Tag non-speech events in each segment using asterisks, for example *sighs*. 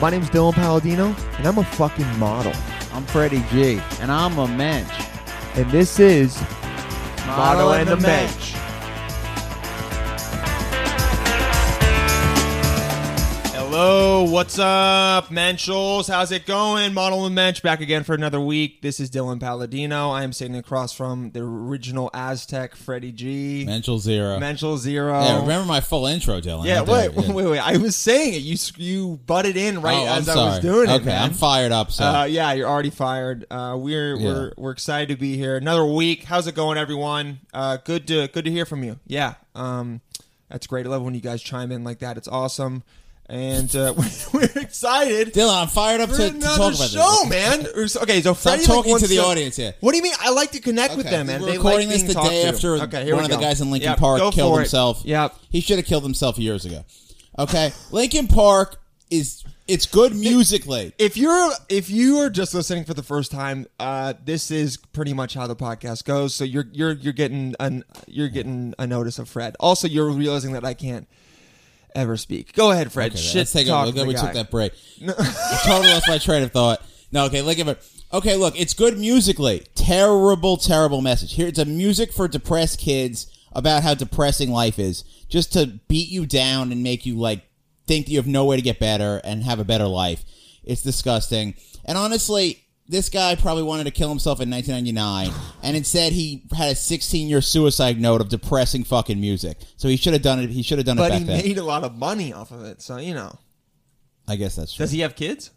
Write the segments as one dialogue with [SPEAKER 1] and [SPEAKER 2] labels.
[SPEAKER 1] My name's Dylan Palladino, and I'm a fucking model.
[SPEAKER 2] I'm Freddie G, and I'm a mensch.
[SPEAKER 1] And this is
[SPEAKER 2] Model and the Mensch.
[SPEAKER 3] Hello, what's up, Menschels? How's it going? Model and Mensch back again for another week. This is Dylan Palladino. I am sitting across from the original Aztec, Freddie G.
[SPEAKER 4] Mental zero.
[SPEAKER 3] Menschel Zero.
[SPEAKER 4] yeah, remember my full intro, Dylan.
[SPEAKER 3] Oh. Yeah,
[SPEAKER 4] I
[SPEAKER 3] *laughs*
[SPEAKER 4] did,
[SPEAKER 3] wait, wait, wait. I was saying it. You s- you butted in right
[SPEAKER 4] Oh, I'm
[SPEAKER 3] as I
[SPEAKER 4] sorry.
[SPEAKER 3] was doing it.
[SPEAKER 4] Okay,
[SPEAKER 3] man.
[SPEAKER 4] I'm fired up. So
[SPEAKER 3] Uh, yeah, you're already fired. Uh, we're
[SPEAKER 4] Yeah.
[SPEAKER 3] we're we're excited to be here. Another week. How's it going, everyone? Uh, good to good to hear from you. Yeah. Um, that's great. I love when you guys chime in like that. It's awesome, and uh, *laughs* we're excited.
[SPEAKER 4] Dylan, I'm fired up
[SPEAKER 3] For
[SPEAKER 4] to, to
[SPEAKER 3] another
[SPEAKER 4] talk about
[SPEAKER 3] show,
[SPEAKER 4] this.
[SPEAKER 3] man. Or so- Okay, so Freddie, like,
[SPEAKER 4] talking
[SPEAKER 3] wants
[SPEAKER 4] to the audience here.
[SPEAKER 3] What do you mean? I like to connect with
[SPEAKER 4] Okay,
[SPEAKER 3] them, man.
[SPEAKER 4] we're
[SPEAKER 3] They
[SPEAKER 4] recording
[SPEAKER 3] like
[SPEAKER 4] this
[SPEAKER 3] being
[SPEAKER 4] the
[SPEAKER 3] talked
[SPEAKER 4] day
[SPEAKER 3] to.
[SPEAKER 4] after
[SPEAKER 3] okay, here
[SPEAKER 4] one
[SPEAKER 3] we
[SPEAKER 4] of the
[SPEAKER 3] go.
[SPEAKER 4] guys in Lincoln
[SPEAKER 3] Yep, go
[SPEAKER 4] Park killed
[SPEAKER 3] for it.
[SPEAKER 4] himself.
[SPEAKER 3] Yep.
[SPEAKER 4] he should have killed himself years ago. Okay, Lincoln Park is it's good musically.
[SPEAKER 3] if you're if you are just listening for the first time, uh, this is pretty much how the podcast goes. So you're you're you're getting an you're getting a notice of Fred. Also, you're realizing that I can't ever speak. Go ahead, Fred.
[SPEAKER 4] Okay,
[SPEAKER 3] Shit,
[SPEAKER 4] let's take
[SPEAKER 3] talk
[SPEAKER 4] a look.
[SPEAKER 3] to
[SPEAKER 4] Then
[SPEAKER 3] the
[SPEAKER 4] we
[SPEAKER 3] guy.
[SPEAKER 4] took that *laughs* break. I totally lost my train of thought. No, okay, look at it. Okay, look, it's good musically. Terrible, terrible message. Here, it's a music for depressed kids about how depressing life is, just to beat you down and make you like think that you have no way to get better and have a better life. It's disgusting. And honestly, this guy probably wanted to kill himself in 1999, and instead he had a 16-year suicide note of depressing fucking music. So he should have done it. He should have done it
[SPEAKER 3] But
[SPEAKER 4] back
[SPEAKER 3] he
[SPEAKER 4] then.
[SPEAKER 3] made a lot of money off of it, so you know.
[SPEAKER 4] I guess that's true.
[SPEAKER 3] Does he have kids?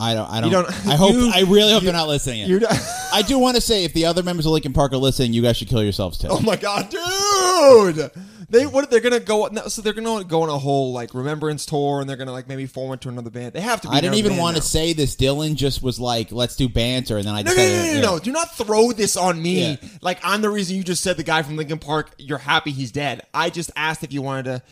[SPEAKER 4] I don't. I don't.
[SPEAKER 3] don't-
[SPEAKER 4] I
[SPEAKER 3] *laughs*
[SPEAKER 4] hope.
[SPEAKER 3] you-
[SPEAKER 4] I really hope they're not listening.
[SPEAKER 3] You're. Not,
[SPEAKER 4] I do want to say, if the other members of Lincoln Park are listening, you guys should kill yourselves too.
[SPEAKER 3] *laughs* oh my god, dude! They what? They're gonna go. no, So they're gonna go on a whole like remembrance tour, and they're gonna like maybe form into another band. They have to. be
[SPEAKER 4] I didn't
[SPEAKER 3] another
[SPEAKER 4] even
[SPEAKER 3] band
[SPEAKER 4] want
[SPEAKER 3] now.
[SPEAKER 4] to say this. Dylan just was like, "Let's do banter," and then I
[SPEAKER 3] No,
[SPEAKER 4] just
[SPEAKER 3] no, no, no, no, no. Do not throw this on me.
[SPEAKER 4] Yeah.
[SPEAKER 3] Like, I'm the reason you just said the guy from Lincoln Park, you're happy he's dead. I just asked if you wanted to.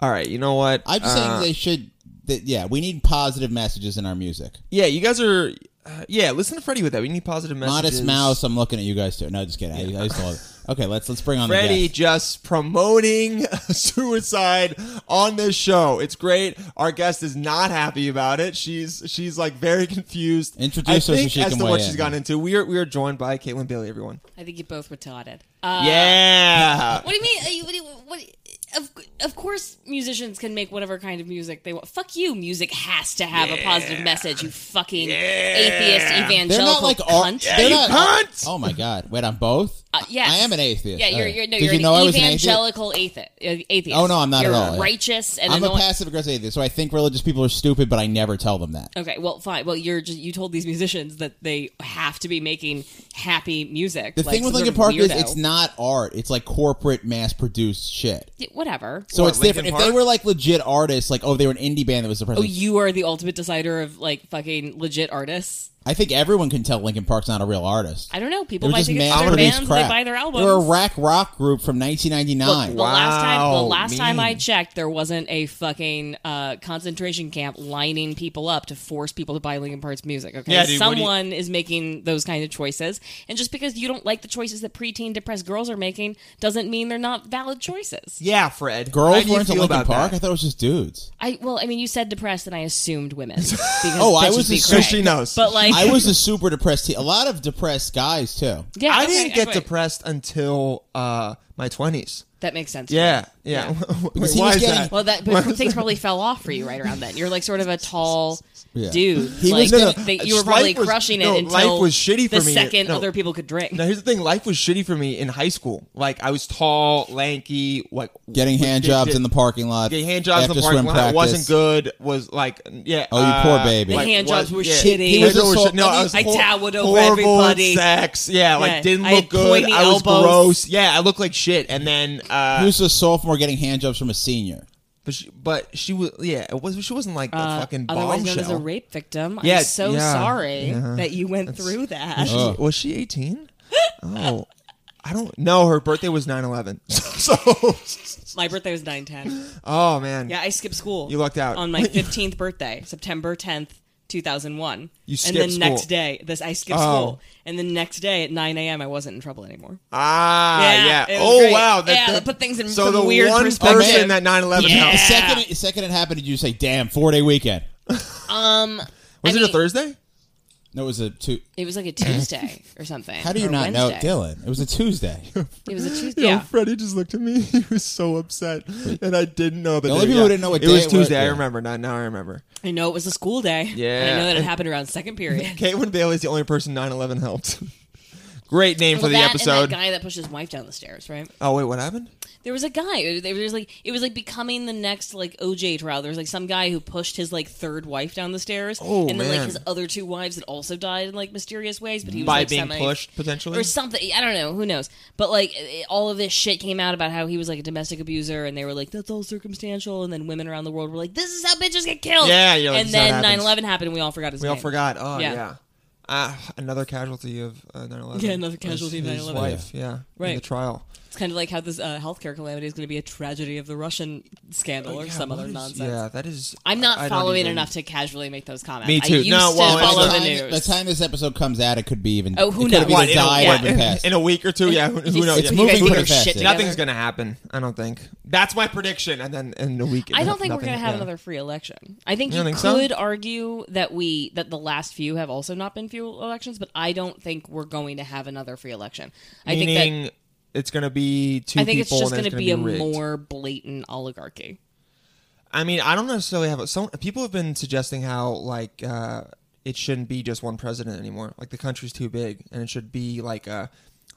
[SPEAKER 3] All right, you know what?
[SPEAKER 4] I'm just
[SPEAKER 3] Uh,
[SPEAKER 4] saying they should. That, yeah, we need positive messages in our music.
[SPEAKER 3] yeah, you guys are. Uh, yeah, listen to Freddie with that. We need positive messages.
[SPEAKER 4] Modest Mouse. I'm looking at you guys too. No, just kidding. I, I just love it. Okay, let's let's bring on
[SPEAKER 3] Freddie
[SPEAKER 4] the guest.
[SPEAKER 3] just promoting *laughs* suicide on this show. It's great. Our guest is not happy about it. She's she's like very confused.
[SPEAKER 4] Introduce
[SPEAKER 3] I
[SPEAKER 4] her so
[SPEAKER 3] think
[SPEAKER 4] she
[SPEAKER 3] as
[SPEAKER 4] can
[SPEAKER 3] to what
[SPEAKER 4] weigh
[SPEAKER 3] she's
[SPEAKER 4] in.
[SPEAKER 3] gotten into. We are we are joined by Caitlin Bailey. Everyone.
[SPEAKER 5] I think you both retarded. Uh,
[SPEAKER 3] yeah.
[SPEAKER 5] What do you mean? Are you- What, do you- what- of, of course, musicians can make whatever kind of music they want. Fuck you. Music has to have a positive message. You fucking atheist evangelical
[SPEAKER 4] They're not like ar-
[SPEAKER 5] cunt.
[SPEAKER 4] they're
[SPEAKER 3] you
[SPEAKER 4] not-
[SPEAKER 3] cunt!
[SPEAKER 4] Oh my god! Wait, I'm both.
[SPEAKER 5] Uh, yes.
[SPEAKER 4] I am an atheist.
[SPEAKER 5] Yeah, you're,
[SPEAKER 4] Okay.
[SPEAKER 5] you're, no,
[SPEAKER 4] Did
[SPEAKER 5] you're
[SPEAKER 4] you
[SPEAKER 5] an
[SPEAKER 4] know I was an atheist?
[SPEAKER 5] evangelical atheist? Uh, atheist.
[SPEAKER 4] Oh, no, I'm not at
[SPEAKER 5] You're
[SPEAKER 4] all.
[SPEAKER 5] Righteous and
[SPEAKER 4] I'm a
[SPEAKER 5] annoying.
[SPEAKER 4] passive aggressive atheist, so I think religious people are stupid, but I never tell them that.
[SPEAKER 5] Okay, well, fine. Well, you're just you told these musicians that they have to be making happy music.
[SPEAKER 4] The
[SPEAKER 5] like
[SPEAKER 4] thing with
[SPEAKER 5] some
[SPEAKER 4] Linkin Park
[SPEAKER 5] sort of
[SPEAKER 4] is
[SPEAKER 5] weirdo.
[SPEAKER 4] it's not art. It's like corporate mass produced shit.
[SPEAKER 5] Yeah, whatever.
[SPEAKER 4] So
[SPEAKER 3] What,
[SPEAKER 4] it's
[SPEAKER 3] Linkin
[SPEAKER 4] different. If they
[SPEAKER 3] Park?
[SPEAKER 4] were like legit artists, like oh they were an indie band that was depressed.
[SPEAKER 5] Oh,
[SPEAKER 4] like,
[SPEAKER 5] you are the ultimate decider of like fucking legit artists.
[SPEAKER 4] I think everyone can tell Linkin Park's not a real artist.
[SPEAKER 5] I don't know.
[SPEAKER 4] They
[SPEAKER 5] People
[SPEAKER 4] were
[SPEAKER 5] buy
[SPEAKER 4] just
[SPEAKER 5] tickets
[SPEAKER 4] mass
[SPEAKER 5] to their
[SPEAKER 4] produced
[SPEAKER 5] bands.
[SPEAKER 4] crap.
[SPEAKER 5] They buy their albums.
[SPEAKER 4] They were a rack rock group from
[SPEAKER 5] Look,
[SPEAKER 4] 1999.
[SPEAKER 5] the last time, the
[SPEAKER 3] Wow,
[SPEAKER 5] last time I
[SPEAKER 3] mean.
[SPEAKER 5] checked, there wasn't a fucking uh, concentration camp lining people up to force people to buy Linkin Park's music. Okay,
[SPEAKER 3] Yeah, dude, what do you-
[SPEAKER 5] someone is making those kind of choices, and just because you don't like the choices that preteen depressed girls are making, doesn't mean they're not valid choices.
[SPEAKER 3] Yeah, Fred. How
[SPEAKER 4] Girls
[SPEAKER 3] do you
[SPEAKER 4] were into
[SPEAKER 3] feel
[SPEAKER 4] Linkin
[SPEAKER 3] about
[SPEAKER 4] Park.
[SPEAKER 3] that?
[SPEAKER 4] I thought it was just dudes.
[SPEAKER 5] I well, I mean, you said depressed, and I assumed women. Because
[SPEAKER 4] Oh, I
[SPEAKER 5] bitches
[SPEAKER 4] was
[SPEAKER 5] be
[SPEAKER 4] assuming-
[SPEAKER 5] cracked.
[SPEAKER 3] She knows.
[SPEAKER 5] but like,
[SPEAKER 4] I was a super depressed. Te- a lot of depressed guys too.
[SPEAKER 5] yeah,
[SPEAKER 3] I
[SPEAKER 5] okay,
[SPEAKER 3] didn't get
[SPEAKER 5] anyway.
[SPEAKER 3] depressed until uh, my twenties.
[SPEAKER 5] That makes sense.
[SPEAKER 3] Yeah, yeah. *laughs* Wait,
[SPEAKER 4] he
[SPEAKER 3] why
[SPEAKER 4] was
[SPEAKER 3] is
[SPEAKER 4] getting-
[SPEAKER 3] that?
[SPEAKER 5] Well, that but
[SPEAKER 3] *laughs*
[SPEAKER 5] things probably fell off for you right around then. You're like sort of a tall
[SPEAKER 4] Yeah.
[SPEAKER 5] dude.
[SPEAKER 4] He
[SPEAKER 5] like,
[SPEAKER 4] was gonna-
[SPEAKER 5] that- that you were
[SPEAKER 3] Life
[SPEAKER 5] probably
[SPEAKER 3] was-
[SPEAKER 5] crushing it
[SPEAKER 3] no,
[SPEAKER 5] until
[SPEAKER 3] life was shitty for
[SPEAKER 5] the
[SPEAKER 3] me.
[SPEAKER 5] second
[SPEAKER 3] No.
[SPEAKER 5] other people could drink.
[SPEAKER 3] now here's the thing: life was shitty for me in high school. Like I was tall, lanky, like
[SPEAKER 4] Getting hand jobs in the parking lot.
[SPEAKER 3] getting hand jobs in
[SPEAKER 4] after
[SPEAKER 3] the parking
[SPEAKER 4] swim
[SPEAKER 3] lot.
[SPEAKER 4] Practice.
[SPEAKER 3] wasn't good. Was like yeah.
[SPEAKER 4] Oh, you
[SPEAKER 3] uh,
[SPEAKER 4] poor baby. The
[SPEAKER 5] hand jobs were shitty.
[SPEAKER 3] Hand
[SPEAKER 5] He was
[SPEAKER 3] jobs
[SPEAKER 4] a
[SPEAKER 3] were
[SPEAKER 4] sol-
[SPEAKER 3] shit- No, I
[SPEAKER 4] I
[SPEAKER 3] was
[SPEAKER 5] mean, I
[SPEAKER 3] hor-
[SPEAKER 5] towered over
[SPEAKER 3] horrible
[SPEAKER 5] everybody.
[SPEAKER 3] at sex. Yeah,
[SPEAKER 5] Yeah.
[SPEAKER 3] like didn't
[SPEAKER 5] I
[SPEAKER 3] look
[SPEAKER 5] had
[SPEAKER 3] good.
[SPEAKER 5] pointy
[SPEAKER 3] I was
[SPEAKER 5] elbows.
[SPEAKER 3] gross. Yeah, I looked like shit. And then uh,
[SPEAKER 4] He was a sophomore getting hand jobs from a senior.
[SPEAKER 3] But she, but she was yeah. It was she wasn't like a fucking
[SPEAKER 5] Uh, Otherwise known as a
[SPEAKER 3] bombshell.
[SPEAKER 5] rape victim.
[SPEAKER 3] Yeah,
[SPEAKER 5] I'm so
[SPEAKER 3] yeah,
[SPEAKER 5] sorry
[SPEAKER 3] yeah.
[SPEAKER 5] that you went through
[SPEAKER 3] *laughs*
[SPEAKER 5] that.
[SPEAKER 3] She-
[SPEAKER 4] Oh.
[SPEAKER 3] Was she *laughs* eighteen? Oh, I don't know. Her birthday was 9-11. *laughs* So
[SPEAKER 5] My birthday was nine ten.
[SPEAKER 3] oh man,
[SPEAKER 5] Yeah, I skipped
[SPEAKER 3] *laughs*
[SPEAKER 5] school.
[SPEAKER 3] You lucked out.
[SPEAKER 5] on my fifteenth birthday, September tenth, 2001.
[SPEAKER 3] You
[SPEAKER 5] and
[SPEAKER 3] skipped
[SPEAKER 5] the next
[SPEAKER 3] school.
[SPEAKER 5] day, this I skipped
[SPEAKER 3] Oh.
[SPEAKER 5] school, and the next day at 9 a.m. I wasn't in trouble anymore.
[SPEAKER 3] Ah,
[SPEAKER 5] Yeah,
[SPEAKER 3] yeah.
[SPEAKER 5] it was
[SPEAKER 3] Oh
[SPEAKER 5] great.
[SPEAKER 3] wow. that-
[SPEAKER 5] Yeah,
[SPEAKER 3] that-
[SPEAKER 5] put things in
[SPEAKER 3] so
[SPEAKER 5] some
[SPEAKER 3] the
[SPEAKER 5] weird
[SPEAKER 3] one
[SPEAKER 5] perspective.
[SPEAKER 3] person that 9/11
[SPEAKER 5] Yeah.
[SPEAKER 4] The
[SPEAKER 3] helped.
[SPEAKER 4] second, it, the second it happened, did you say, "Damn, four day weekend"?
[SPEAKER 3] Was
[SPEAKER 5] Um, I
[SPEAKER 3] it a
[SPEAKER 5] mean-
[SPEAKER 3] Thursday?
[SPEAKER 4] No, it was a two.
[SPEAKER 3] *laughs*
[SPEAKER 5] It was like a Tuesday or something.
[SPEAKER 4] How do you
[SPEAKER 5] or
[SPEAKER 4] not
[SPEAKER 5] Wednesday.
[SPEAKER 4] know, Dylan? It was a Tuesday.
[SPEAKER 3] *laughs*
[SPEAKER 4] the
[SPEAKER 5] It was a Tuesday.
[SPEAKER 3] Yo,
[SPEAKER 5] Yeah.
[SPEAKER 3] Freddie just looked at me. *laughs* He was so upset, and I didn't know. The,
[SPEAKER 4] only people who didn't know what
[SPEAKER 3] it
[SPEAKER 4] day
[SPEAKER 3] was
[SPEAKER 4] it was,
[SPEAKER 3] Tuesday. I
[SPEAKER 4] yeah.
[SPEAKER 3] remember. Now, now I remember.
[SPEAKER 5] I know it was a school day. And
[SPEAKER 3] Yeah.
[SPEAKER 5] I know that it happened around second
[SPEAKER 3] *laughs*
[SPEAKER 5] period.
[SPEAKER 3] Caitlin Bailey's the only person 9/11 helped. *laughs* Great name for
[SPEAKER 5] Well,
[SPEAKER 3] the
[SPEAKER 5] that
[SPEAKER 3] episode.
[SPEAKER 5] and that guy that pushed his wife down the stairs, right?
[SPEAKER 3] oh wait, what happened?
[SPEAKER 5] There was a guy. It was- It was like it was like becoming the next like OJ trial. There was like some guy who pushed his like third wife down the stairs,
[SPEAKER 3] Oh,
[SPEAKER 5] and then
[SPEAKER 3] man.
[SPEAKER 5] like his other two wives had also died in like mysterious ways. But he was
[SPEAKER 3] By
[SPEAKER 5] like,
[SPEAKER 3] being
[SPEAKER 5] semi-
[SPEAKER 3] pushed potentially.
[SPEAKER 5] or something. I don't know. Who knows? But like it- all of this shit came out about how he was like a domestic abuser, and they were like, "That's all circumstantial." And then women around the world were like, "This is how bitches get killed."
[SPEAKER 3] Yeah, you're like,
[SPEAKER 5] and
[SPEAKER 3] "This is how it
[SPEAKER 5] then
[SPEAKER 3] happens."
[SPEAKER 5] 9/11 happened, and we all forgot his
[SPEAKER 3] we all
[SPEAKER 5] name.
[SPEAKER 3] forgot. Oh yeah.
[SPEAKER 5] Yeah.
[SPEAKER 3] Ah, another casualty of uh, 9/11.
[SPEAKER 5] *laughs* Yeah, another
[SPEAKER 3] Was
[SPEAKER 5] casualty of
[SPEAKER 3] his
[SPEAKER 5] 9/11.
[SPEAKER 3] Wife, yeah, in
[SPEAKER 5] Right.
[SPEAKER 3] the trial.
[SPEAKER 5] It's kind of like how this uh, healthcare calamity is going to be a tragedy of the Russian scandal or
[SPEAKER 3] Oh, Yeah,
[SPEAKER 5] some
[SPEAKER 3] what
[SPEAKER 5] other
[SPEAKER 3] is-
[SPEAKER 5] nonsense.
[SPEAKER 3] Yeah, that is.
[SPEAKER 5] I'm not
[SPEAKER 3] I- I don't
[SPEAKER 5] following
[SPEAKER 3] even-
[SPEAKER 5] enough to casually make those comments.
[SPEAKER 3] Me too.
[SPEAKER 5] I used
[SPEAKER 3] No,
[SPEAKER 5] to
[SPEAKER 3] well,
[SPEAKER 5] follow the
[SPEAKER 3] it's-
[SPEAKER 5] news.
[SPEAKER 4] the time this episode comes out, it could be even.
[SPEAKER 5] Oh, who
[SPEAKER 4] it could have
[SPEAKER 5] knows?
[SPEAKER 4] Even
[SPEAKER 5] What, in a-
[SPEAKER 4] died
[SPEAKER 5] yeah.
[SPEAKER 4] and been
[SPEAKER 3] *laughs*
[SPEAKER 4] passed.
[SPEAKER 3] in a week or two. Yeah, who, who
[SPEAKER 5] You-
[SPEAKER 3] knows?
[SPEAKER 4] It's
[SPEAKER 5] you
[SPEAKER 3] Yeah.
[SPEAKER 5] guys
[SPEAKER 4] moving
[SPEAKER 5] put
[SPEAKER 4] pretty
[SPEAKER 5] your
[SPEAKER 4] fast,
[SPEAKER 5] shit
[SPEAKER 4] yeah.
[SPEAKER 5] together?
[SPEAKER 3] Nothing's gonna happen. I don't think. That's my prediction. And then in a week,
[SPEAKER 5] I don't think we're
[SPEAKER 3] nothing-
[SPEAKER 5] going to have
[SPEAKER 3] yeah.
[SPEAKER 5] another free election. I think
[SPEAKER 3] You
[SPEAKER 5] you,
[SPEAKER 3] don't think so?
[SPEAKER 5] could argue that we that the last few have also not been few elections, but I don't think we're going to have another free election. I think
[SPEAKER 3] Meaning,
[SPEAKER 5] that
[SPEAKER 3] it's gonna be two.
[SPEAKER 5] I think it's
[SPEAKER 3] people
[SPEAKER 5] just
[SPEAKER 3] and
[SPEAKER 5] going to
[SPEAKER 3] gonna
[SPEAKER 5] be a
[SPEAKER 3] rigged.
[SPEAKER 5] more blatant oligarchy.
[SPEAKER 3] I mean, I don't necessarily have. A, some people have been suggesting how like uh, it shouldn't be just one president anymore. Like the country's too big, and it should be like a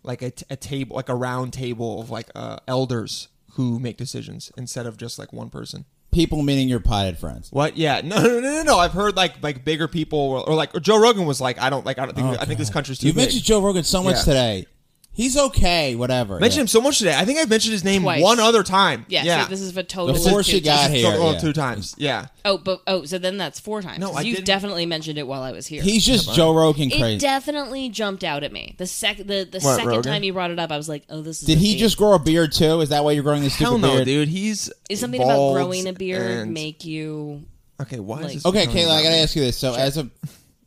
[SPEAKER 3] like a, t- a table, like a round table of like uh, elders who make decisions instead of just like one person.
[SPEAKER 4] People meaning your potted friends.
[SPEAKER 3] What? Yeah. No, no, no, no, no. I've heard like like bigger people or, or like or Joe Rogan was like, I don't like. I don't think. I think this country's too
[SPEAKER 4] You've
[SPEAKER 3] big.
[SPEAKER 4] mentioned Joe Rogan so much
[SPEAKER 3] Yeah.
[SPEAKER 4] today. He's okay, whatever.
[SPEAKER 3] Mentioned him so much today. I think I've mentioned his name
[SPEAKER 5] Twice.
[SPEAKER 3] one other time.
[SPEAKER 5] Yeah,
[SPEAKER 3] yeah.
[SPEAKER 5] So this is a total
[SPEAKER 4] Before
[SPEAKER 5] of two
[SPEAKER 4] she got
[SPEAKER 5] times.
[SPEAKER 4] here,
[SPEAKER 3] Total of
[SPEAKER 4] yeah.
[SPEAKER 3] two times. Yeah.
[SPEAKER 5] Oh, but oh, so then that's four times.
[SPEAKER 3] No, I
[SPEAKER 5] you
[SPEAKER 3] didn't-
[SPEAKER 5] definitely mentioned it while I was here.
[SPEAKER 4] Yeah. He's just Joe Rogan
[SPEAKER 5] it
[SPEAKER 4] crazy.
[SPEAKER 5] definitely jumped out at me. The sec the, the
[SPEAKER 3] What,
[SPEAKER 5] second
[SPEAKER 3] Rogan?
[SPEAKER 5] time you brought it up, I was like, "Oh, this is."
[SPEAKER 4] Did
[SPEAKER 5] a
[SPEAKER 4] he
[SPEAKER 5] bait.
[SPEAKER 4] just grow a beard too? Is that why you're growing this stupid
[SPEAKER 3] Hell no,
[SPEAKER 4] beard?
[SPEAKER 3] dude. He's
[SPEAKER 5] Is something about
[SPEAKER 3] bald
[SPEAKER 5] growing a beard
[SPEAKER 3] and-
[SPEAKER 5] make you?
[SPEAKER 3] Okay, why
[SPEAKER 5] Like-
[SPEAKER 3] is this
[SPEAKER 4] Okay,
[SPEAKER 3] becoming
[SPEAKER 4] Kayla, I
[SPEAKER 3] about
[SPEAKER 4] gotta
[SPEAKER 3] me?
[SPEAKER 4] ask you this. So, as a